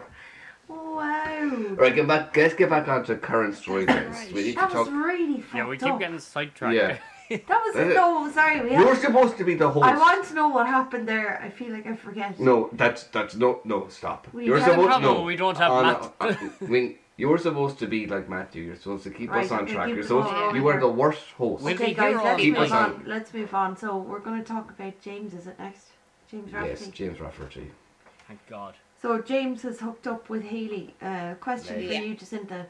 Speaker 1: wow.
Speaker 2: Right, get back. Let's get back onto current storylines. We need to
Speaker 1: That was
Speaker 2: talk.
Speaker 1: really fucked
Speaker 4: Yeah, we
Speaker 1: up.
Speaker 4: keep getting sidetracked.
Speaker 2: Yeah.
Speaker 1: That was
Speaker 2: That's it.
Speaker 1: no, sorry. We
Speaker 2: You were
Speaker 1: have,
Speaker 2: supposed to be the host.
Speaker 1: I want to know what happened there. I feel like I forget.
Speaker 2: No, that's that's no no stop.
Speaker 1: We
Speaker 2: you were
Speaker 1: have a
Speaker 2: supposed
Speaker 4: problem,
Speaker 2: no.
Speaker 4: we don't have
Speaker 2: Oh,
Speaker 4: Matt.
Speaker 2: no, I mean, you were supposed to be like Matthew. You're supposed to keep
Speaker 1: Right,
Speaker 2: us on
Speaker 1: okay,
Speaker 2: track.
Speaker 1: keep
Speaker 2: You're
Speaker 1: the
Speaker 2: supposed.
Speaker 1: ball rolling
Speaker 2: You were
Speaker 1: here.
Speaker 2: the worst host.
Speaker 4: We'll
Speaker 1: Okay,
Speaker 4: be here
Speaker 1: guys, let's
Speaker 4: all
Speaker 2: Keep
Speaker 1: move
Speaker 2: us on.
Speaker 1: on. Let's move on. So we're going to talk about James. Is it next? James
Speaker 2: yes,
Speaker 1: Rafferty.
Speaker 2: James Rafferty.
Speaker 4: Thank God.
Speaker 1: So James has hooked up with Haley. Uh, question
Speaker 4: Lady.
Speaker 1: for
Speaker 3: Yeah.
Speaker 1: you, Jacinta.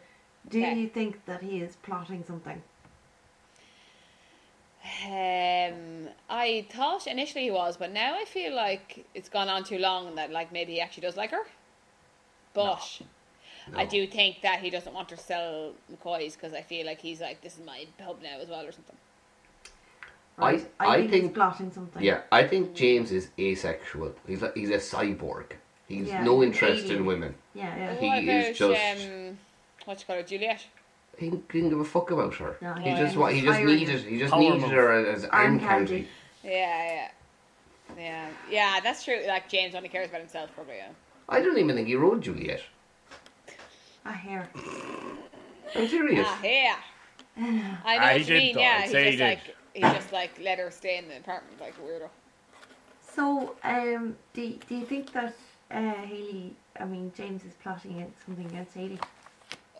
Speaker 1: Do
Speaker 3: Okay.
Speaker 1: you think that he is plotting something?
Speaker 3: Um, I thought initially he was, but now I feel like it's gone on too long and that like maybe he actually does like her. But I
Speaker 2: No.
Speaker 3: do think that he doesn't want her to sell McCoy's because I feel like he's like, this is my pub now as well or something.
Speaker 2: I- I
Speaker 1: he's
Speaker 2: think-
Speaker 1: plotting something.
Speaker 2: Yeah, I think James is asexual. He's like, he's a cyborg. He's
Speaker 1: Yeah,
Speaker 2: no interest
Speaker 1: alien.
Speaker 2: in women.
Speaker 1: Yeah, yeah.
Speaker 2: He is just-
Speaker 3: um, what you call her, Juliet?
Speaker 2: He didn't give a fuck about her.
Speaker 1: No,
Speaker 2: he
Speaker 3: yeah.
Speaker 2: just wa- he just
Speaker 1: Hiring.
Speaker 2: needed he just
Speaker 4: Power
Speaker 2: needed
Speaker 4: move.
Speaker 2: her as arm
Speaker 1: Arm
Speaker 2: candy.
Speaker 1: candy.
Speaker 3: Yeah, yeah, yeah, yeah. That's true. Like James only cares about himself, probably. Yeah.
Speaker 2: I don't even think he wrote Juliet.
Speaker 1: I hear.
Speaker 2: I'm serious.
Speaker 3: Ah, yeah. I know
Speaker 4: Ah,
Speaker 3: what
Speaker 4: he
Speaker 3: you
Speaker 4: did
Speaker 3: mean.
Speaker 4: though,
Speaker 3: Yeah,
Speaker 4: I'd
Speaker 3: he
Speaker 4: say he
Speaker 3: just
Speaker 4: did.
Speaker 3: like he just like let her stay in the apartment like a weirdo.
Speaker 1: So, um, do, do you think that uh, Haley, I mean, James is plotting it- something against Haley?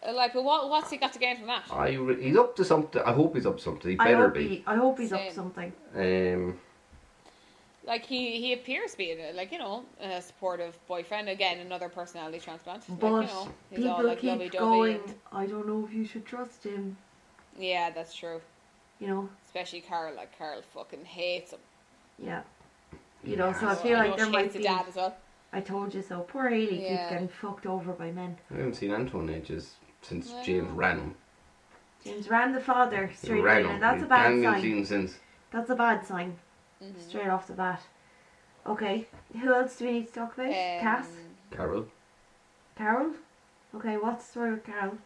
Speaker 3: Uh, Like, but what what's he got to gain from that?
Speaker 2: I re- he's up to something. I hope he's up to something. He
Speaker 1: I
Speaker 2: better
Speaker 1: hope,
Speaker 2: be.
Speaker 1: he, I hope he's up
Speaker 3: Same.
Speaker 1: to something.
Speaker 2: Um,
Speaker 3: Like he he appears to be uh, like you know a supportive boyfriend again, another personality transplant.
Speaker 1: But
Speaker 3: like, you know, he's
Speaker 1: people
Speaker 3: all, like,
Speaker 1: keep
Speaker 3: lovey-dovey
Speaker 1: going,
Speaker 3: and-
Speaker 1: I don't know if you should trust him.
Speaker 3: Yeah, that's true.
Speaker 1: you know?
Speaker 3: Especially Carl. Like Carl fucking hates him.
Speaker 1: Yeah. You know, so I
Speaker 3: Oh,
Speaker 1: feel
Speaker 3: I
Speaker 1: like
Speaker 3: know
Speaker 1: there
Speaker 3: she
Speaker 1: might
Speaker 3: hates the
Speaker 1: be.
Speaker 3: dad as well.
Speaker 1: I told you so. Poor Haley keeps
Speaker 3: Yeah.
Speaker 1: getting fucked over by men.
Speaker 2: I haven't seen Antoine ages since
Speaker 3: Well.
Speaker 2: James ran him.
Speaker 1: James ran the father
Speaker 2: He
Speaker 1: straight
Speaker 2: ran
Speaker 1: away.
Speaker 2: him.
Speaker 1: Now that's a
Speaker 2: He-
Speaker 1: bad
Speaker 2: I haven't
Speaker 1: sign.
Speaker 2: seen him since.
Speaker 1: That's a bad sign.
Speaker 3: Mm-hmm.
Speaker 1: Straight off the bat. Okay. Who else do we need to talk about? Cass?
Speaker 3: Um,
Speaker 2: Carol.
Speaker 1: Carol? Okay, what's the story with Carol?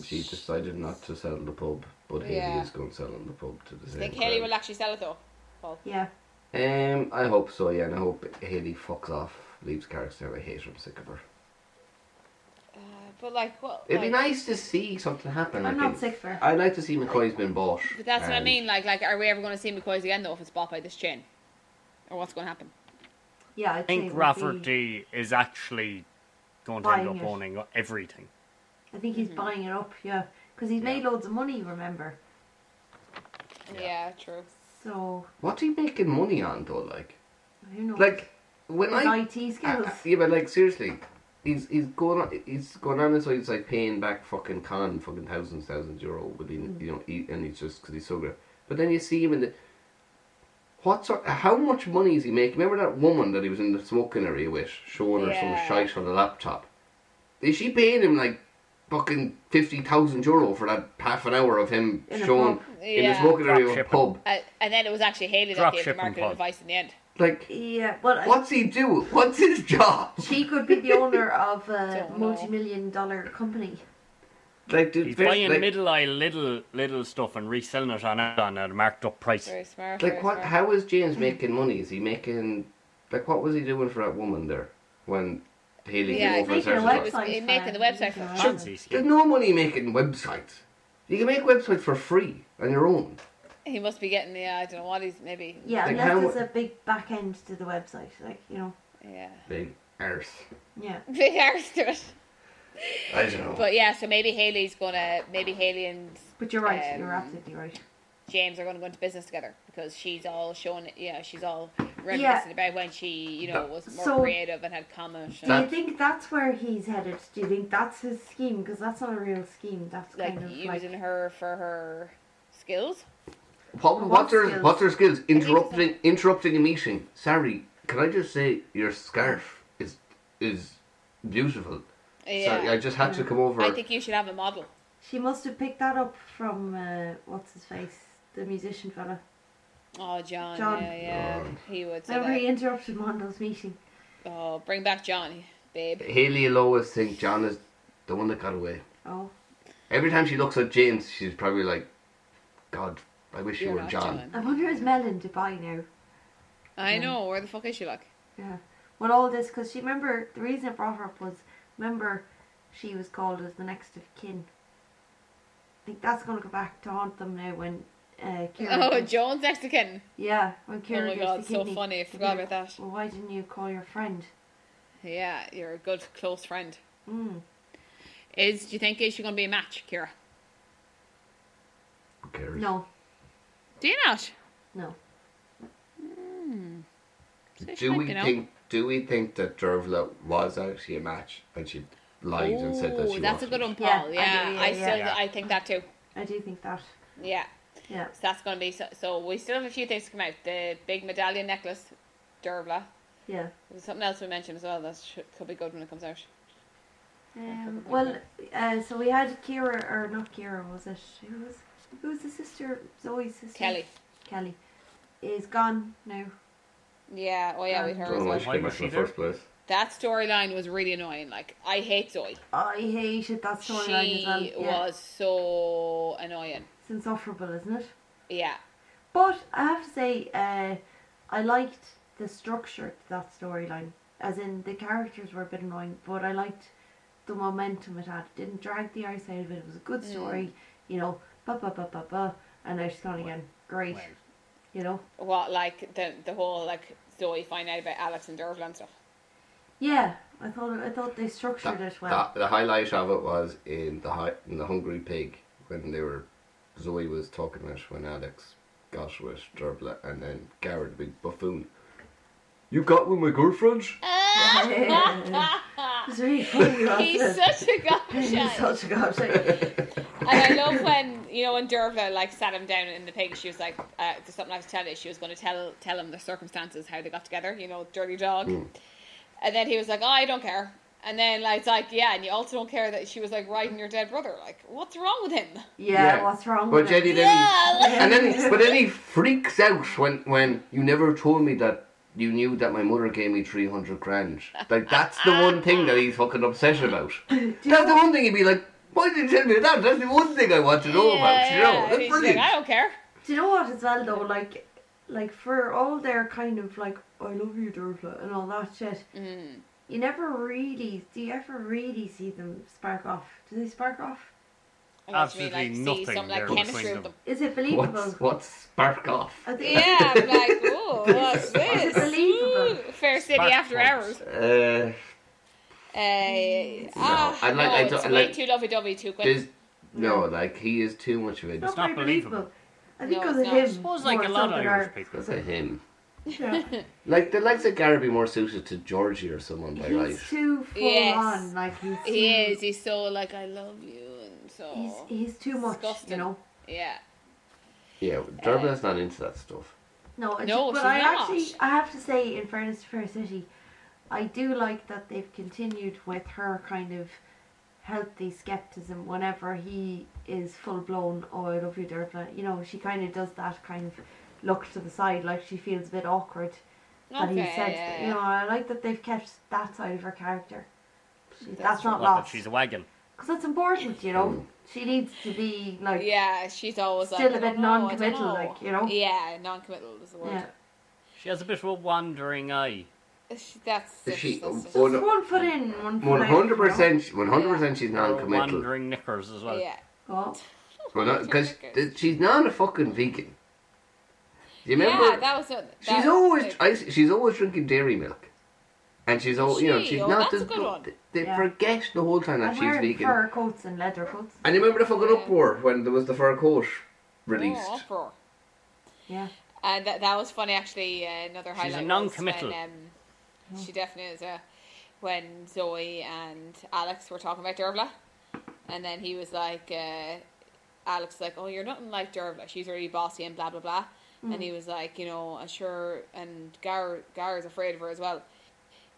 Speaker 2: She decided not to sell the pub, but Haley
Speaker 3: Yeah.
Speaker 2: is going selling the pub to the
Speaker 3: I
Speaker 2: same.
Speaker 3: think Haley
Speaker 2: crowd.
Speaker 3: will actually sell it though.
Speaker 1: Yeah.
Speaker 2: Um, I hope so. Yeah, and I hope Haley fucks off, leaves Carrickstown. I hate her. I'm sick of her.
Speaker 3: Uh, but like, what?
Speaker 2: It'd be
Speaker 3: like-
Speaker 2: nice to see something happen.
Speaker 1: I'm
Speaker 2: like
Speaker 1: not
Speaker 2: it-
Speaker 1: sick for her.
Speaker 2: I'd like to see McCoy's been bought.
Speaker 3: But that's what I
Speaker 2: and-
Speaker 3: mean. Like, like, are we ever going to see McCoy's again though if it's bought by this chain, or what's going to happen?
Speaker 1: Yeah, I'd
Speaker 4: I think
Speaker 1: say it would
Speaker 4: Rafferty
Speaker 1: be-
Speaker 4: is actually going to
Speaker 1: Buying
Speaker 4: end up
Speaker 1: it.
Speaker 4: owning everything.
Speaker 1: I think
Speaker 3: Mm-hmm.
Speaker 1: he's buying it up, yeah. Because he's made loads of money, remember?
Speaker 3: Yeah, true.
Speaker 1: So,
Speaker 2: What's he making money on though? Like,
Speaker 1: who knows?
Speaker 2: like when
Speaker 1: His
Speaker 2: I
Speaker 1: IT skills.
Speaker 2: Uh, yeah, but like seriously, he's he's going on he's going on as though he's like paying back fucking con fucking thousands thousands euro within you know he, and he's just because he's so good. But then you see him in the what sort how much money is he making? Remember that woman that he was in the smoking area with, showing her
Speaker 3: Yeah.
Speaker 2: some shite on the laptop. Is she paying him like fucking fifty thousand euro for that half an hour of him
Speaker 1: In a
Speaker 2: showing
Speaker 1: pub.
Speaker 2: in the
Speaker 3: Yeah.
Speaker 2: smoking area of a
Speaker 4: Dropshipping.
Speaker 2: pub?
Speaker 3: Uh, and then it was actually Haley
Speaker 4: Drop
Speaker 3: that gave the
Speaker 4: shipping
Speaker 3: market
Speaker 4: pod.
Speaker 3: advice in the end.
Speaker 2: Like,
Speaker 1: yeah, but I,
Speaker 2: what's he do? What's his job?
Speaker 1: she could be the owner of a
Speaker 3: Don't know.
Speaker 1: multi million dollar company.
Speaker 2: Like, did
Speaker 4: He's
Speaker 2: very-
Speaker 4: buying
Speaker 2: like-
Speaker 4: middle aisle little little stuff and reselling it on Amazon at a marked up price.
Speaker 3: Very smart.
Speaker 2: Like
Speaker 3: very
Speaker 2: what?
Speaker 3: smart.
Speaker 2: How is James making money? Is he making? Like what was he doing for that woman there when Haley
Speaker 3: Yeah,
Speaker 2: came over and
Speaker 1: He's making a
Speaker 2: started?
Speaker 3: website.
Speaker 2: talking?
Speaker 3: was
Speaker 1: website.
Speaker 3: making the
Speaker 1: for her.
Speaker 3: website for her.
Speaker 1: He's
Speaker 4: Should
Speaker 1: making a
Speaker 4: see.
Speaker 2: There's no money making websites. You can make websites for free on your own.
Speaker 3: He must be getting the. uh, I don't know what he's maybe.
Speaker 1: Yeah,
Speaker 2: Like,
Speaker 1: unless
Speaker 2: how-
Speaker 1: there's a big back end to the website, like you know.
Speaker 3: Yeah.
Speaker 2: Big arse.
Speaker 1: Yeah,
Speaker 3: Big arse to it.
Speaker 2: I don't know.
Speaker 3: But yeah, so maybe Haley's gonna. Maybe Haley and
Speaker 1: but you're right.
Speaker 3: Um,
Speaker 1: you're absolutely right.
Speaker 3: James are gonna go into business together because she's all showing. Yeah, she's all reminiscing about when she, you know,
Speaker 2: That-
Speaker 3: was more
Speaker 1: so-
Speaker 3: creative and had comment.
Speaker 1: Do you
Speaker 2: That-
Speaker 1: think that's where he's headed? Do you think that's his scheme? Because that's not a real scheme. That's
Speaker 3: like
Speaker 1: kind of like
Speaker 3: using her for her skills.
Speaker 2: What, what's her
Speaker 1: skills?
Speaker 2: what's her skills?
Speaker 3: think it's
Speaker 2: Interrupting interrupting a meeting. Sorry, can I just say your scarf is is beautiful.
Speaker 3: Yeah, Mm.
Speaker 2: Sorry, I just had to come over.
Speaker 3: I think you should have a model.
Speaker 1: she must have picked that up from uh, what's his face, the musician fella.
Speaker 3: Oh, John.
Speaker 1: John.
Speaker 3: Yeah, yeah.
Speaker 2: John.
Speaker 3: He would say
Speaker 1: Remember he
Speaker 3: that.
Speaker 1: interrupted Mondo's meeting.
Speaker 3: Oh, bring back John, babe.
Speaker 2: Haley will always think John is the one that got away.
Speaker 1: Oh,
Speaker 2: Every time she looks at James, she's probably like, God, I wish you
Speaker 3: You're
Speaker 2: were
Speaker 3: not
Speaker 2: John.
Speaker 3: John.
Speaker 1: I wonder is Mel in Dubai now?
Speaker 3: I know. Where the fuck is she? Like,
Speaker 1: Yeah. Well, all this because she remember the reason it brought her up was remember she was called as the next of kin. I think that's gonna go back to haunt them now when uh, Kira.
Speaker 3: oh,
Speaker 1: gets-
Speaker 3: John's Mexican.
Speaker 1: yeah, when Kira.
Speaker 3: Oh my
Speaker 1: gets
Speaker 3: God,
Speaker 1: the
Speaker 3: so
Speaker 1: kidney,
Speaker 3: funny, I
Speaker 1: they'll be
Speaker 3: forgot
Speaker 1: like,
Speaker 3: about that.
Speaker 1: Well, why didn't you call your friend?
Speaker 3: Yeah, you're a good close friend.
Speaker 1: Mm.
Speaker 3: Is do you think is she gonna be a match, Kira?
Speaker 2: Who cares?
Speaker 1: No,
Speaker 3: Do you not? Hmm.
Speaker 1: no.
Speaker 3: So she
Speaker 2: Do
Speaker 3: might
Speaker 2: we
Speaker 3: be no.
Speaker 2: think? Do we think that Dervla was actually a match and she lied and said that
Speaker 3: Ooh,
Speaker 2: she
Speaker 3: that's a
Speaker 2: wasn't?
Speaker 3: good one,
Speaker 1: Yeah,
Speaker 3: Paul.
Speaker 1: I
Speaker 3: Yeah,
Speaker 1: do, yeah,
Speaker 3: I, still
Speaker 4: yeah.
Speaker 3: I think that too.
Speaker 1: I do think that.
Speaker 3: Yeah,
Speaker 1: Yeah.
Speaker 3: so that's gonna be so. So we still have a few things to come out. The big medallion necklace, Dervla.
Speaker 1: Yeah.
Speaker 3: There's something else we mentioned as well that should, could be good when it comes out.
Speaker 1: Um, well, uh, so we had Kira, or not Kira, was it? Who was, who was the sister? Zoe's sister?
Speaker 3: Kelly.
Speaker 1: Kelly. Is gone now.
Speaker 3: Yeah. Oh yeah, with
Speaker 1: Um,
Speaker 3: her
Speaker 2: Don't
Speaker 3: as
Speaker 2: know why
Speaker 3: well.
Speaker 2: she
Speaker 4: Why
Speaker 2: came
Speaker 4: was
Speaker 2: back
Speaker 4: she
Speaker 2: in the
Speaker 4: there?
Speaker 2: first place.
Speaker 3: That storyline was really annoying. Like I hate Zoe.
Speaker 1: I hated that storyline
Speaker 3: She
Speaker 1: as well. Yeah.
Speaker 3: was so annoying.
Speaker 1: It's insufferable, isn't it?
Speaker 3: Yeah.
Speaker 1: But I have to say, uh, I liked the structure to that storyline. As in, the characters were a bit annoying, but I liked the momentum it had. It didn't drag the ice out of it. It was a good story, you know, ba ba ba ba ba, and now she's gone again. Great,
Speaker 4: Well,
Speaker 1: you know?
Speaker 3: What like the the whole like Zoe find out about Alex and Dervla and stuff.
Speaker 1: Yeah, I thought I thought they structured
Speaker 2: That-
Speaker 1: it well.
Speaker 2: that- the highlight of it was in the hi- in the Hungry Pig when they were Zoe was talking it when Alex got with Dervla and then Garrett, the big buffoon. You got with my girlfriend?
Speaker 3: Oh
Speaker 1: it's really funny. wasn't
Speaker 3: He's
Speaker 1: it?
Speaker 3: such a
Speaker 1: He's
Speaker 3: gobshite.
Speaker 1: such a gosh.
Speaker 3: And I love when, you know, when Derva like sat him down in the pig, she was like, uh, "There's something I have to tell you." She was going to tell tell him the circumstances how they got together. You know, dirty dog. And then he was like, "Oh, I don't care." And then like, it's like, yeah, and you also don't care that she was like riding your dead brother. Like, what's wrong with him?
Speaker 1: Yeah, what's wrong
Speaker 2: But
Speaker 1: with
Speaker 2: Jenny
Speaker 1: it?
Speaker 2: then,
Speaker 3: Yeah, like-
Speaker 2: and then, he- but then he freaks out when when you never told me that you knew that my mother gave me three hundred grand. Like that's the one thing that he's fucking obsessed about. That's the one thing he'd be like, why did you tell me that? That's the one thing I want to know about. You know, that's
Speaker 3: And he's like,
Speaker 2: brilliant.
Speaker 3: I don't care.
Speaker 1: Do you know what as well though? Like, like for all their kind of like "I love you, Durfla" and all that shit,
Speaker 3: Mm.
Speaker 1: you never really do. You ever really see them spark off? Do they spark off?
Speaker 3: I guess you mean,
Speaker 4: Absolutely
Speaker 3: like, see
Speaker 4: nothing
Speaker 3: something like
Speaker 4: there between
Speaker 3: chemistry with
Speaker 4: them.
Speaker 3: them.
Speaker 1: Is it believable?
Speaker 2: What's what's spark off?
Speaker 1: I think-
Speaker 3: Yeah, I'm like, oh, what's
Speaker 1: Is it
Speaker 3: this?
Speaker 1: believable?
Speaker 3: Ooh, Fair City
Speaker 4: Spark
Speaker 3: After
Speaker 4: plugs.
Speaker 3: Hours.
Speaker 2: Uh,
Speaker 3: Uh, ah,
Speaker 2: I'd like-
Speaker 3: no,
Speaker 2: I
Speaker 3: it's
Speaker 2: don't- I'd
Speaker 3: way
Speaker 2: like-
Speaker 3: too lovey-dovey too quick.
Speaker 2: there's no like he is too much of a.
Speaker 1: Not
Speaker 4: not
Speaker 1: very
Speaker 4: believable.
Speaker 1: I think
Speaker 3: No,
Speaker 1: it was
Speaker 3: it's
Speaker 1: a
Speaker 3: not.
Speaker 1: him.
Speaker 4: suppose like
Speaker 1: more
Speaker 4: a lot of
Speaker 1: something
Speaker 4: Irish
Speaker 1: or-
Speaker 4: people.
Speaker 2: That's a him.
Speaker 1: Yeah.
Speaker 2: Like the likes of Gary would be more suited to Georgie or someone by right.
Speaker 1: He's too full
Speaker 3: Yes.
Speaker 1: on. Like he's too,
Speaker 3: He is. He's so like, I love you, and so
Speaker 1: He's he's too much. You
Speaker 3: Disgusting.
Speaker 1: know.
Speaker 3: yeah.
Speaker 2: Yeah, Durbin's not into that stuff.
Speaker 1: No, it's
Speaker 3: No,
Speaker 1: but
Speaker 3: she's
Speaker 1: I
Speaker 3: not.
Speaker 1: actually I have to say, in fairness to Fair City, I do like that they've continued with her kind of healthy skepticism whenever he is full blown, oh I love you Derpla. You know, she kinda does that kind of look to the side like she feels a bit awkward that
Speaker 3: Okay.
Speaker 1: he said
Speaker 3: yeah,
Speaker 1: you know, I like that they've kept that side of her character. She- That's, not
Speaker 4: Not that
Speaker 1: lost.
Speaker 4: she's a wagon.
Speaker 1: Because it's important, you know. She needs to be like
Speaker 3: yeah. Yeah, she's always
Speaker 1: Still
Speaker 3: like,
Speaker 1: a
Speaker 3: I
Speaker 1: bit
Speaker 3: don't know, I don't
Speaker 1: non-committal,
Speaker 3: know.
Speaker 1: like, you know?
Speaker 3: Yeah, non-committal is the word.
Speaker 1: Yeah.
Speaker 4: She has a bit of a wandering eye.
Speaker 3: She- That's
Speaker 2: Is she-
Speaker 3: that's- that's-
Speaker 2: oh, no.
Speaker 1: one foot in, one foot
Speaker 2: One
Speaker 1: out. you know?
Speaker 2: hundred percent. One hundred percent. She's
Speaker 4: Or
Speaker 2: non-committal.
Speaker 4: wandering knickers as well.
Speaker 3: yeah.
Speaker 1: Oh,
Speaker 2: Because uh, she's not a fucking vegan. Do you remember?
Speaker 3: yeah, that was. A, that
Speaker 2: she's always I, she's always drinking dairy milk, and she's always you know
Speaker 3: She?
Speaker 2: she's
Speaker 3: Oh,
Speaker 2: not.
Speaker 3: that's
Speaker 2: the-
Speaker 3: a good one.
Speaker 2: They, they
Speaker 1: Yeah.
Speaker 2: forget the whole time that
Speaker 1: and
Speaker 2: she's
Speaker 1: wearing
Speaker 2: vegan.
Speaker 1: fur coats and leather coats.
Speaker 2: And you remember the fucking
Speaker 3: Yeah.
Speaker 2: uproar when there was the fur coat released.
Speaker 3: Oh, uproar.
Speaker 1: Yeah.
Speaker 3: And that, that was funny, actually. Uh, another
Speaker 4: She's a
Speaker 3: highlight. was
Speaker 4: non-committal. Oh.
Speaker 3: When, um, she definitely is. Uh, when Zoe and Alex were talking about Dervla, and then he was like, uh, Alex was like, "Oh, you're nothing like Dervla. She's really bossy and blah blah blah."
Speaker 4: Mm.
Speaker 3: And he was like, "You know, I'm sure." And Gar Gar is afraid of her as well.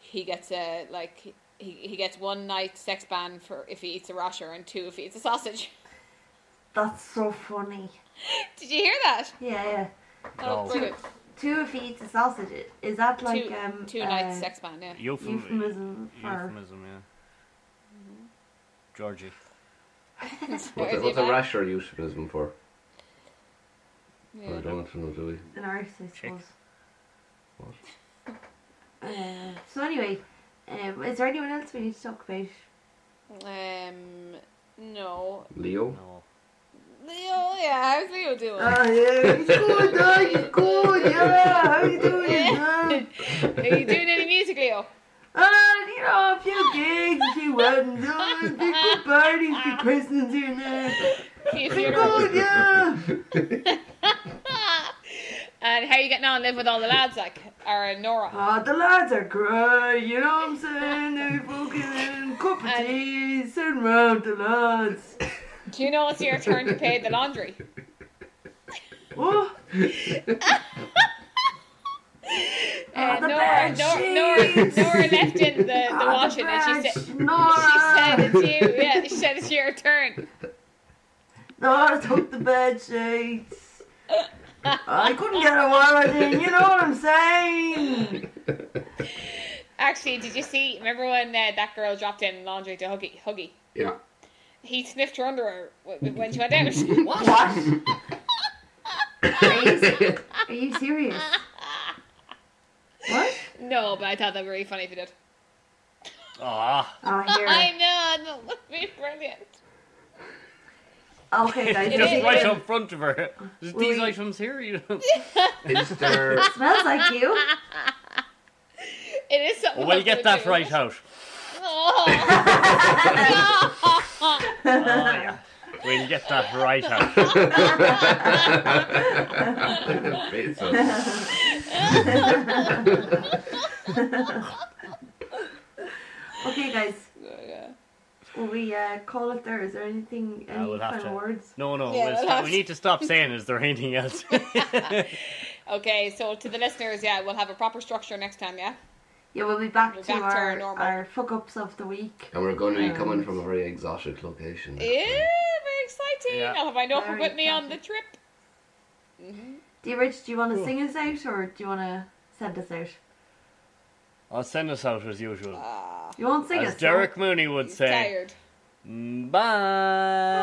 Speaker 3: He gets a like. He, he gets one night sex ban for if he eats a rasher and two if he eats a sausage.
Speaker 1: That's so funny.
Speaker 3: Did you hear that?
Speaker 1: Yeah, yeah.
Speaker 3: Oh,
Speaker 4: No.
Speaker 3: brilliant.
Speaker 1: Two if he eats a sausage. i- Is that like
Speaker 3: two
Speaker 1: um
Speaker 3: two
Speaker 1: uh,
Speaker 3: nights sex ban, yeah.
Speaker 4: Euphem-
Speaker 1: Euphemism for-
Speaker 4: Euphemism, yeah.
Speaker 3: Mm-hmm.
Speaker 4: Georgie.
Speaker 2: What's, a,
Speaker 3: Is
Speaker 2: what's
Speaker 3: it
Speaker 2: a
Speaker 3: bad?
Speaker 2: rash or euphemism for? Oh,
Speaker 3: Yeah.
Speaker 2: I don't know, do we?
Speaker 1: An arse, I
Speaker 4: Chick.
Speaker 1: suppose. Uh, so anyway, um, is there anyone else we need to talk about?
Speaker 3: Um, no.
Speaker 2: Leo?
Speaker 4: No.
Speaker 3: Leo, yeah, how's Leo doing?
Speaker 1: Uh, Ah, yeah, he's good. Oh, he's good. Yeah, how you doing?
Speaker 3: Yeah. Are you doing any music, Leo?
Speaker 1: Uh, you know, a few gigs, a few weddings, uh, big good parties, big christenings here and there.
Speaker 3: He's
Speaker 1: Been
Speaker 3: doing-
Speaker 1: good, yeah.
Speaker 3: and how you getting on living with all the lads, like, or Nora?
Speaker 1: Ah, the lads are great, you know what I'm saying? They fucking cup of
Speaker 3: And-
Speaker 1: tea, sitting round the lads.
Speaker 3: Do you know it's your turn to pay the laundry?
Speaker 1: Oh,
Speaker 3: Uh,
Speaker 1: Oh, the
Speaker 3: Nora,
Speaker 1: bad
Speaker 3: Nora, Nora,
Speaker 1: sheets.
Speaker 3: Nora left in the, the
Speaker 1: ah,
Speaker 3: washing and she said, she said
Speaker 1: no,
Speaker 3: it's you. Yeah, she said it's your turn.
Speaker 1: no, took the bed sheets. I couldn't get a word in, you know what I'm saying?
Speaker 3: Actually, did you see? Remember when uh, that girl dropped in laundry to Huggy? Huggy.
Speaker 2: Yeah.
Speaker 3: He sniffed her underwear w- when she went out.
Speaker 1: What? Are you, are you serious? What?
Speaker 3: no, but I thought that would be really funny if he did.
Speaker 4: Ah,
Speaker 1: Oh,
Speaker 3: I
Speaker 1: here.
Speaker 3: know, that would be brilliant.
Speaker 1: Okay, guys.
Speaker 3: It
Speaker 4: just
Speaker 3: is-
Speaker 1: it-
Speaker 4: right
Speaker 3: it-
Speaker 4: up front of her. There's
Speaker 1: We-
Speaker 4: these items here, you know.
Speaker 2: Is there.
Speaker 1: Smells like you.
Speaker 3: It is something.
Speaker 4: Well, we'll
Speaker 3: I'm
Speaker 4: get
Speaker 3: gonna
Speaker 4: that
Speaker 3: do.
Speaker 4: right out.
Speaker 3: Oh,
Speaker 4: Oh, yeah. We'll get that right out.
Speaker 2: Bezos.
Speaker 1: Okay, guys.
Speaker 3: yeah.
Speaker 1: Will we uh, call it there? Is there anything,
Speaker 4: I
Speaker 1: any
Speaker 4: would have
Speaker 1: final
Speaker 4: to.
Speaker 1: words?
Speaker 4: No,
Speaker 3: Yeah,
Speaker 4: no, we'll
Speaker 3: we'll
Speaker 4: stop-
Speaker 3: have
Speaker 4: we
Speaker 3: to-
Speaker 4: need to stop saying is there anything else?
Speaker 3: Okay, so to the listeners, yeah, we'll have a proper structure next time, yeah?
Speaker 1: Yeah, we'll be back,
Speaker 3: We're
Speaker 1: to,
Speaker 3: back to our
Speaker 1: our, our,
Speaker 3: normal.
Speaker 1: fuck ups of the week.
Speaker 2: And we're going to be coming
Speaker 1: And-
Speaker 2: from a very exotic location.
Speaker 3: Yeah, Eh, very exciting.
Speaker 4: Yeah.
Speaker 3: I'll have my notebook
Speaker 1: Very
Speaker 3: with me on the Mm-hmm.
Speaker 1: exciting.
Speaker 3: trip.
Speaker 1: Do you, Rich, do you want to
Speaker 4: Cool.
Speaker 1: sing us out or do you want to send us out?
Speaker 4: I'll send us out as usual.
Speaker 3: Ah,
Speaker 1: You won't sing
Speaker 4: As
Speaker 1: us. no?
Speaker 4: Derek Mooney would
Speaker 3: he's
Speaker 4: say,
Speaker 3: tired.
Speaker 4: "Mm, bye.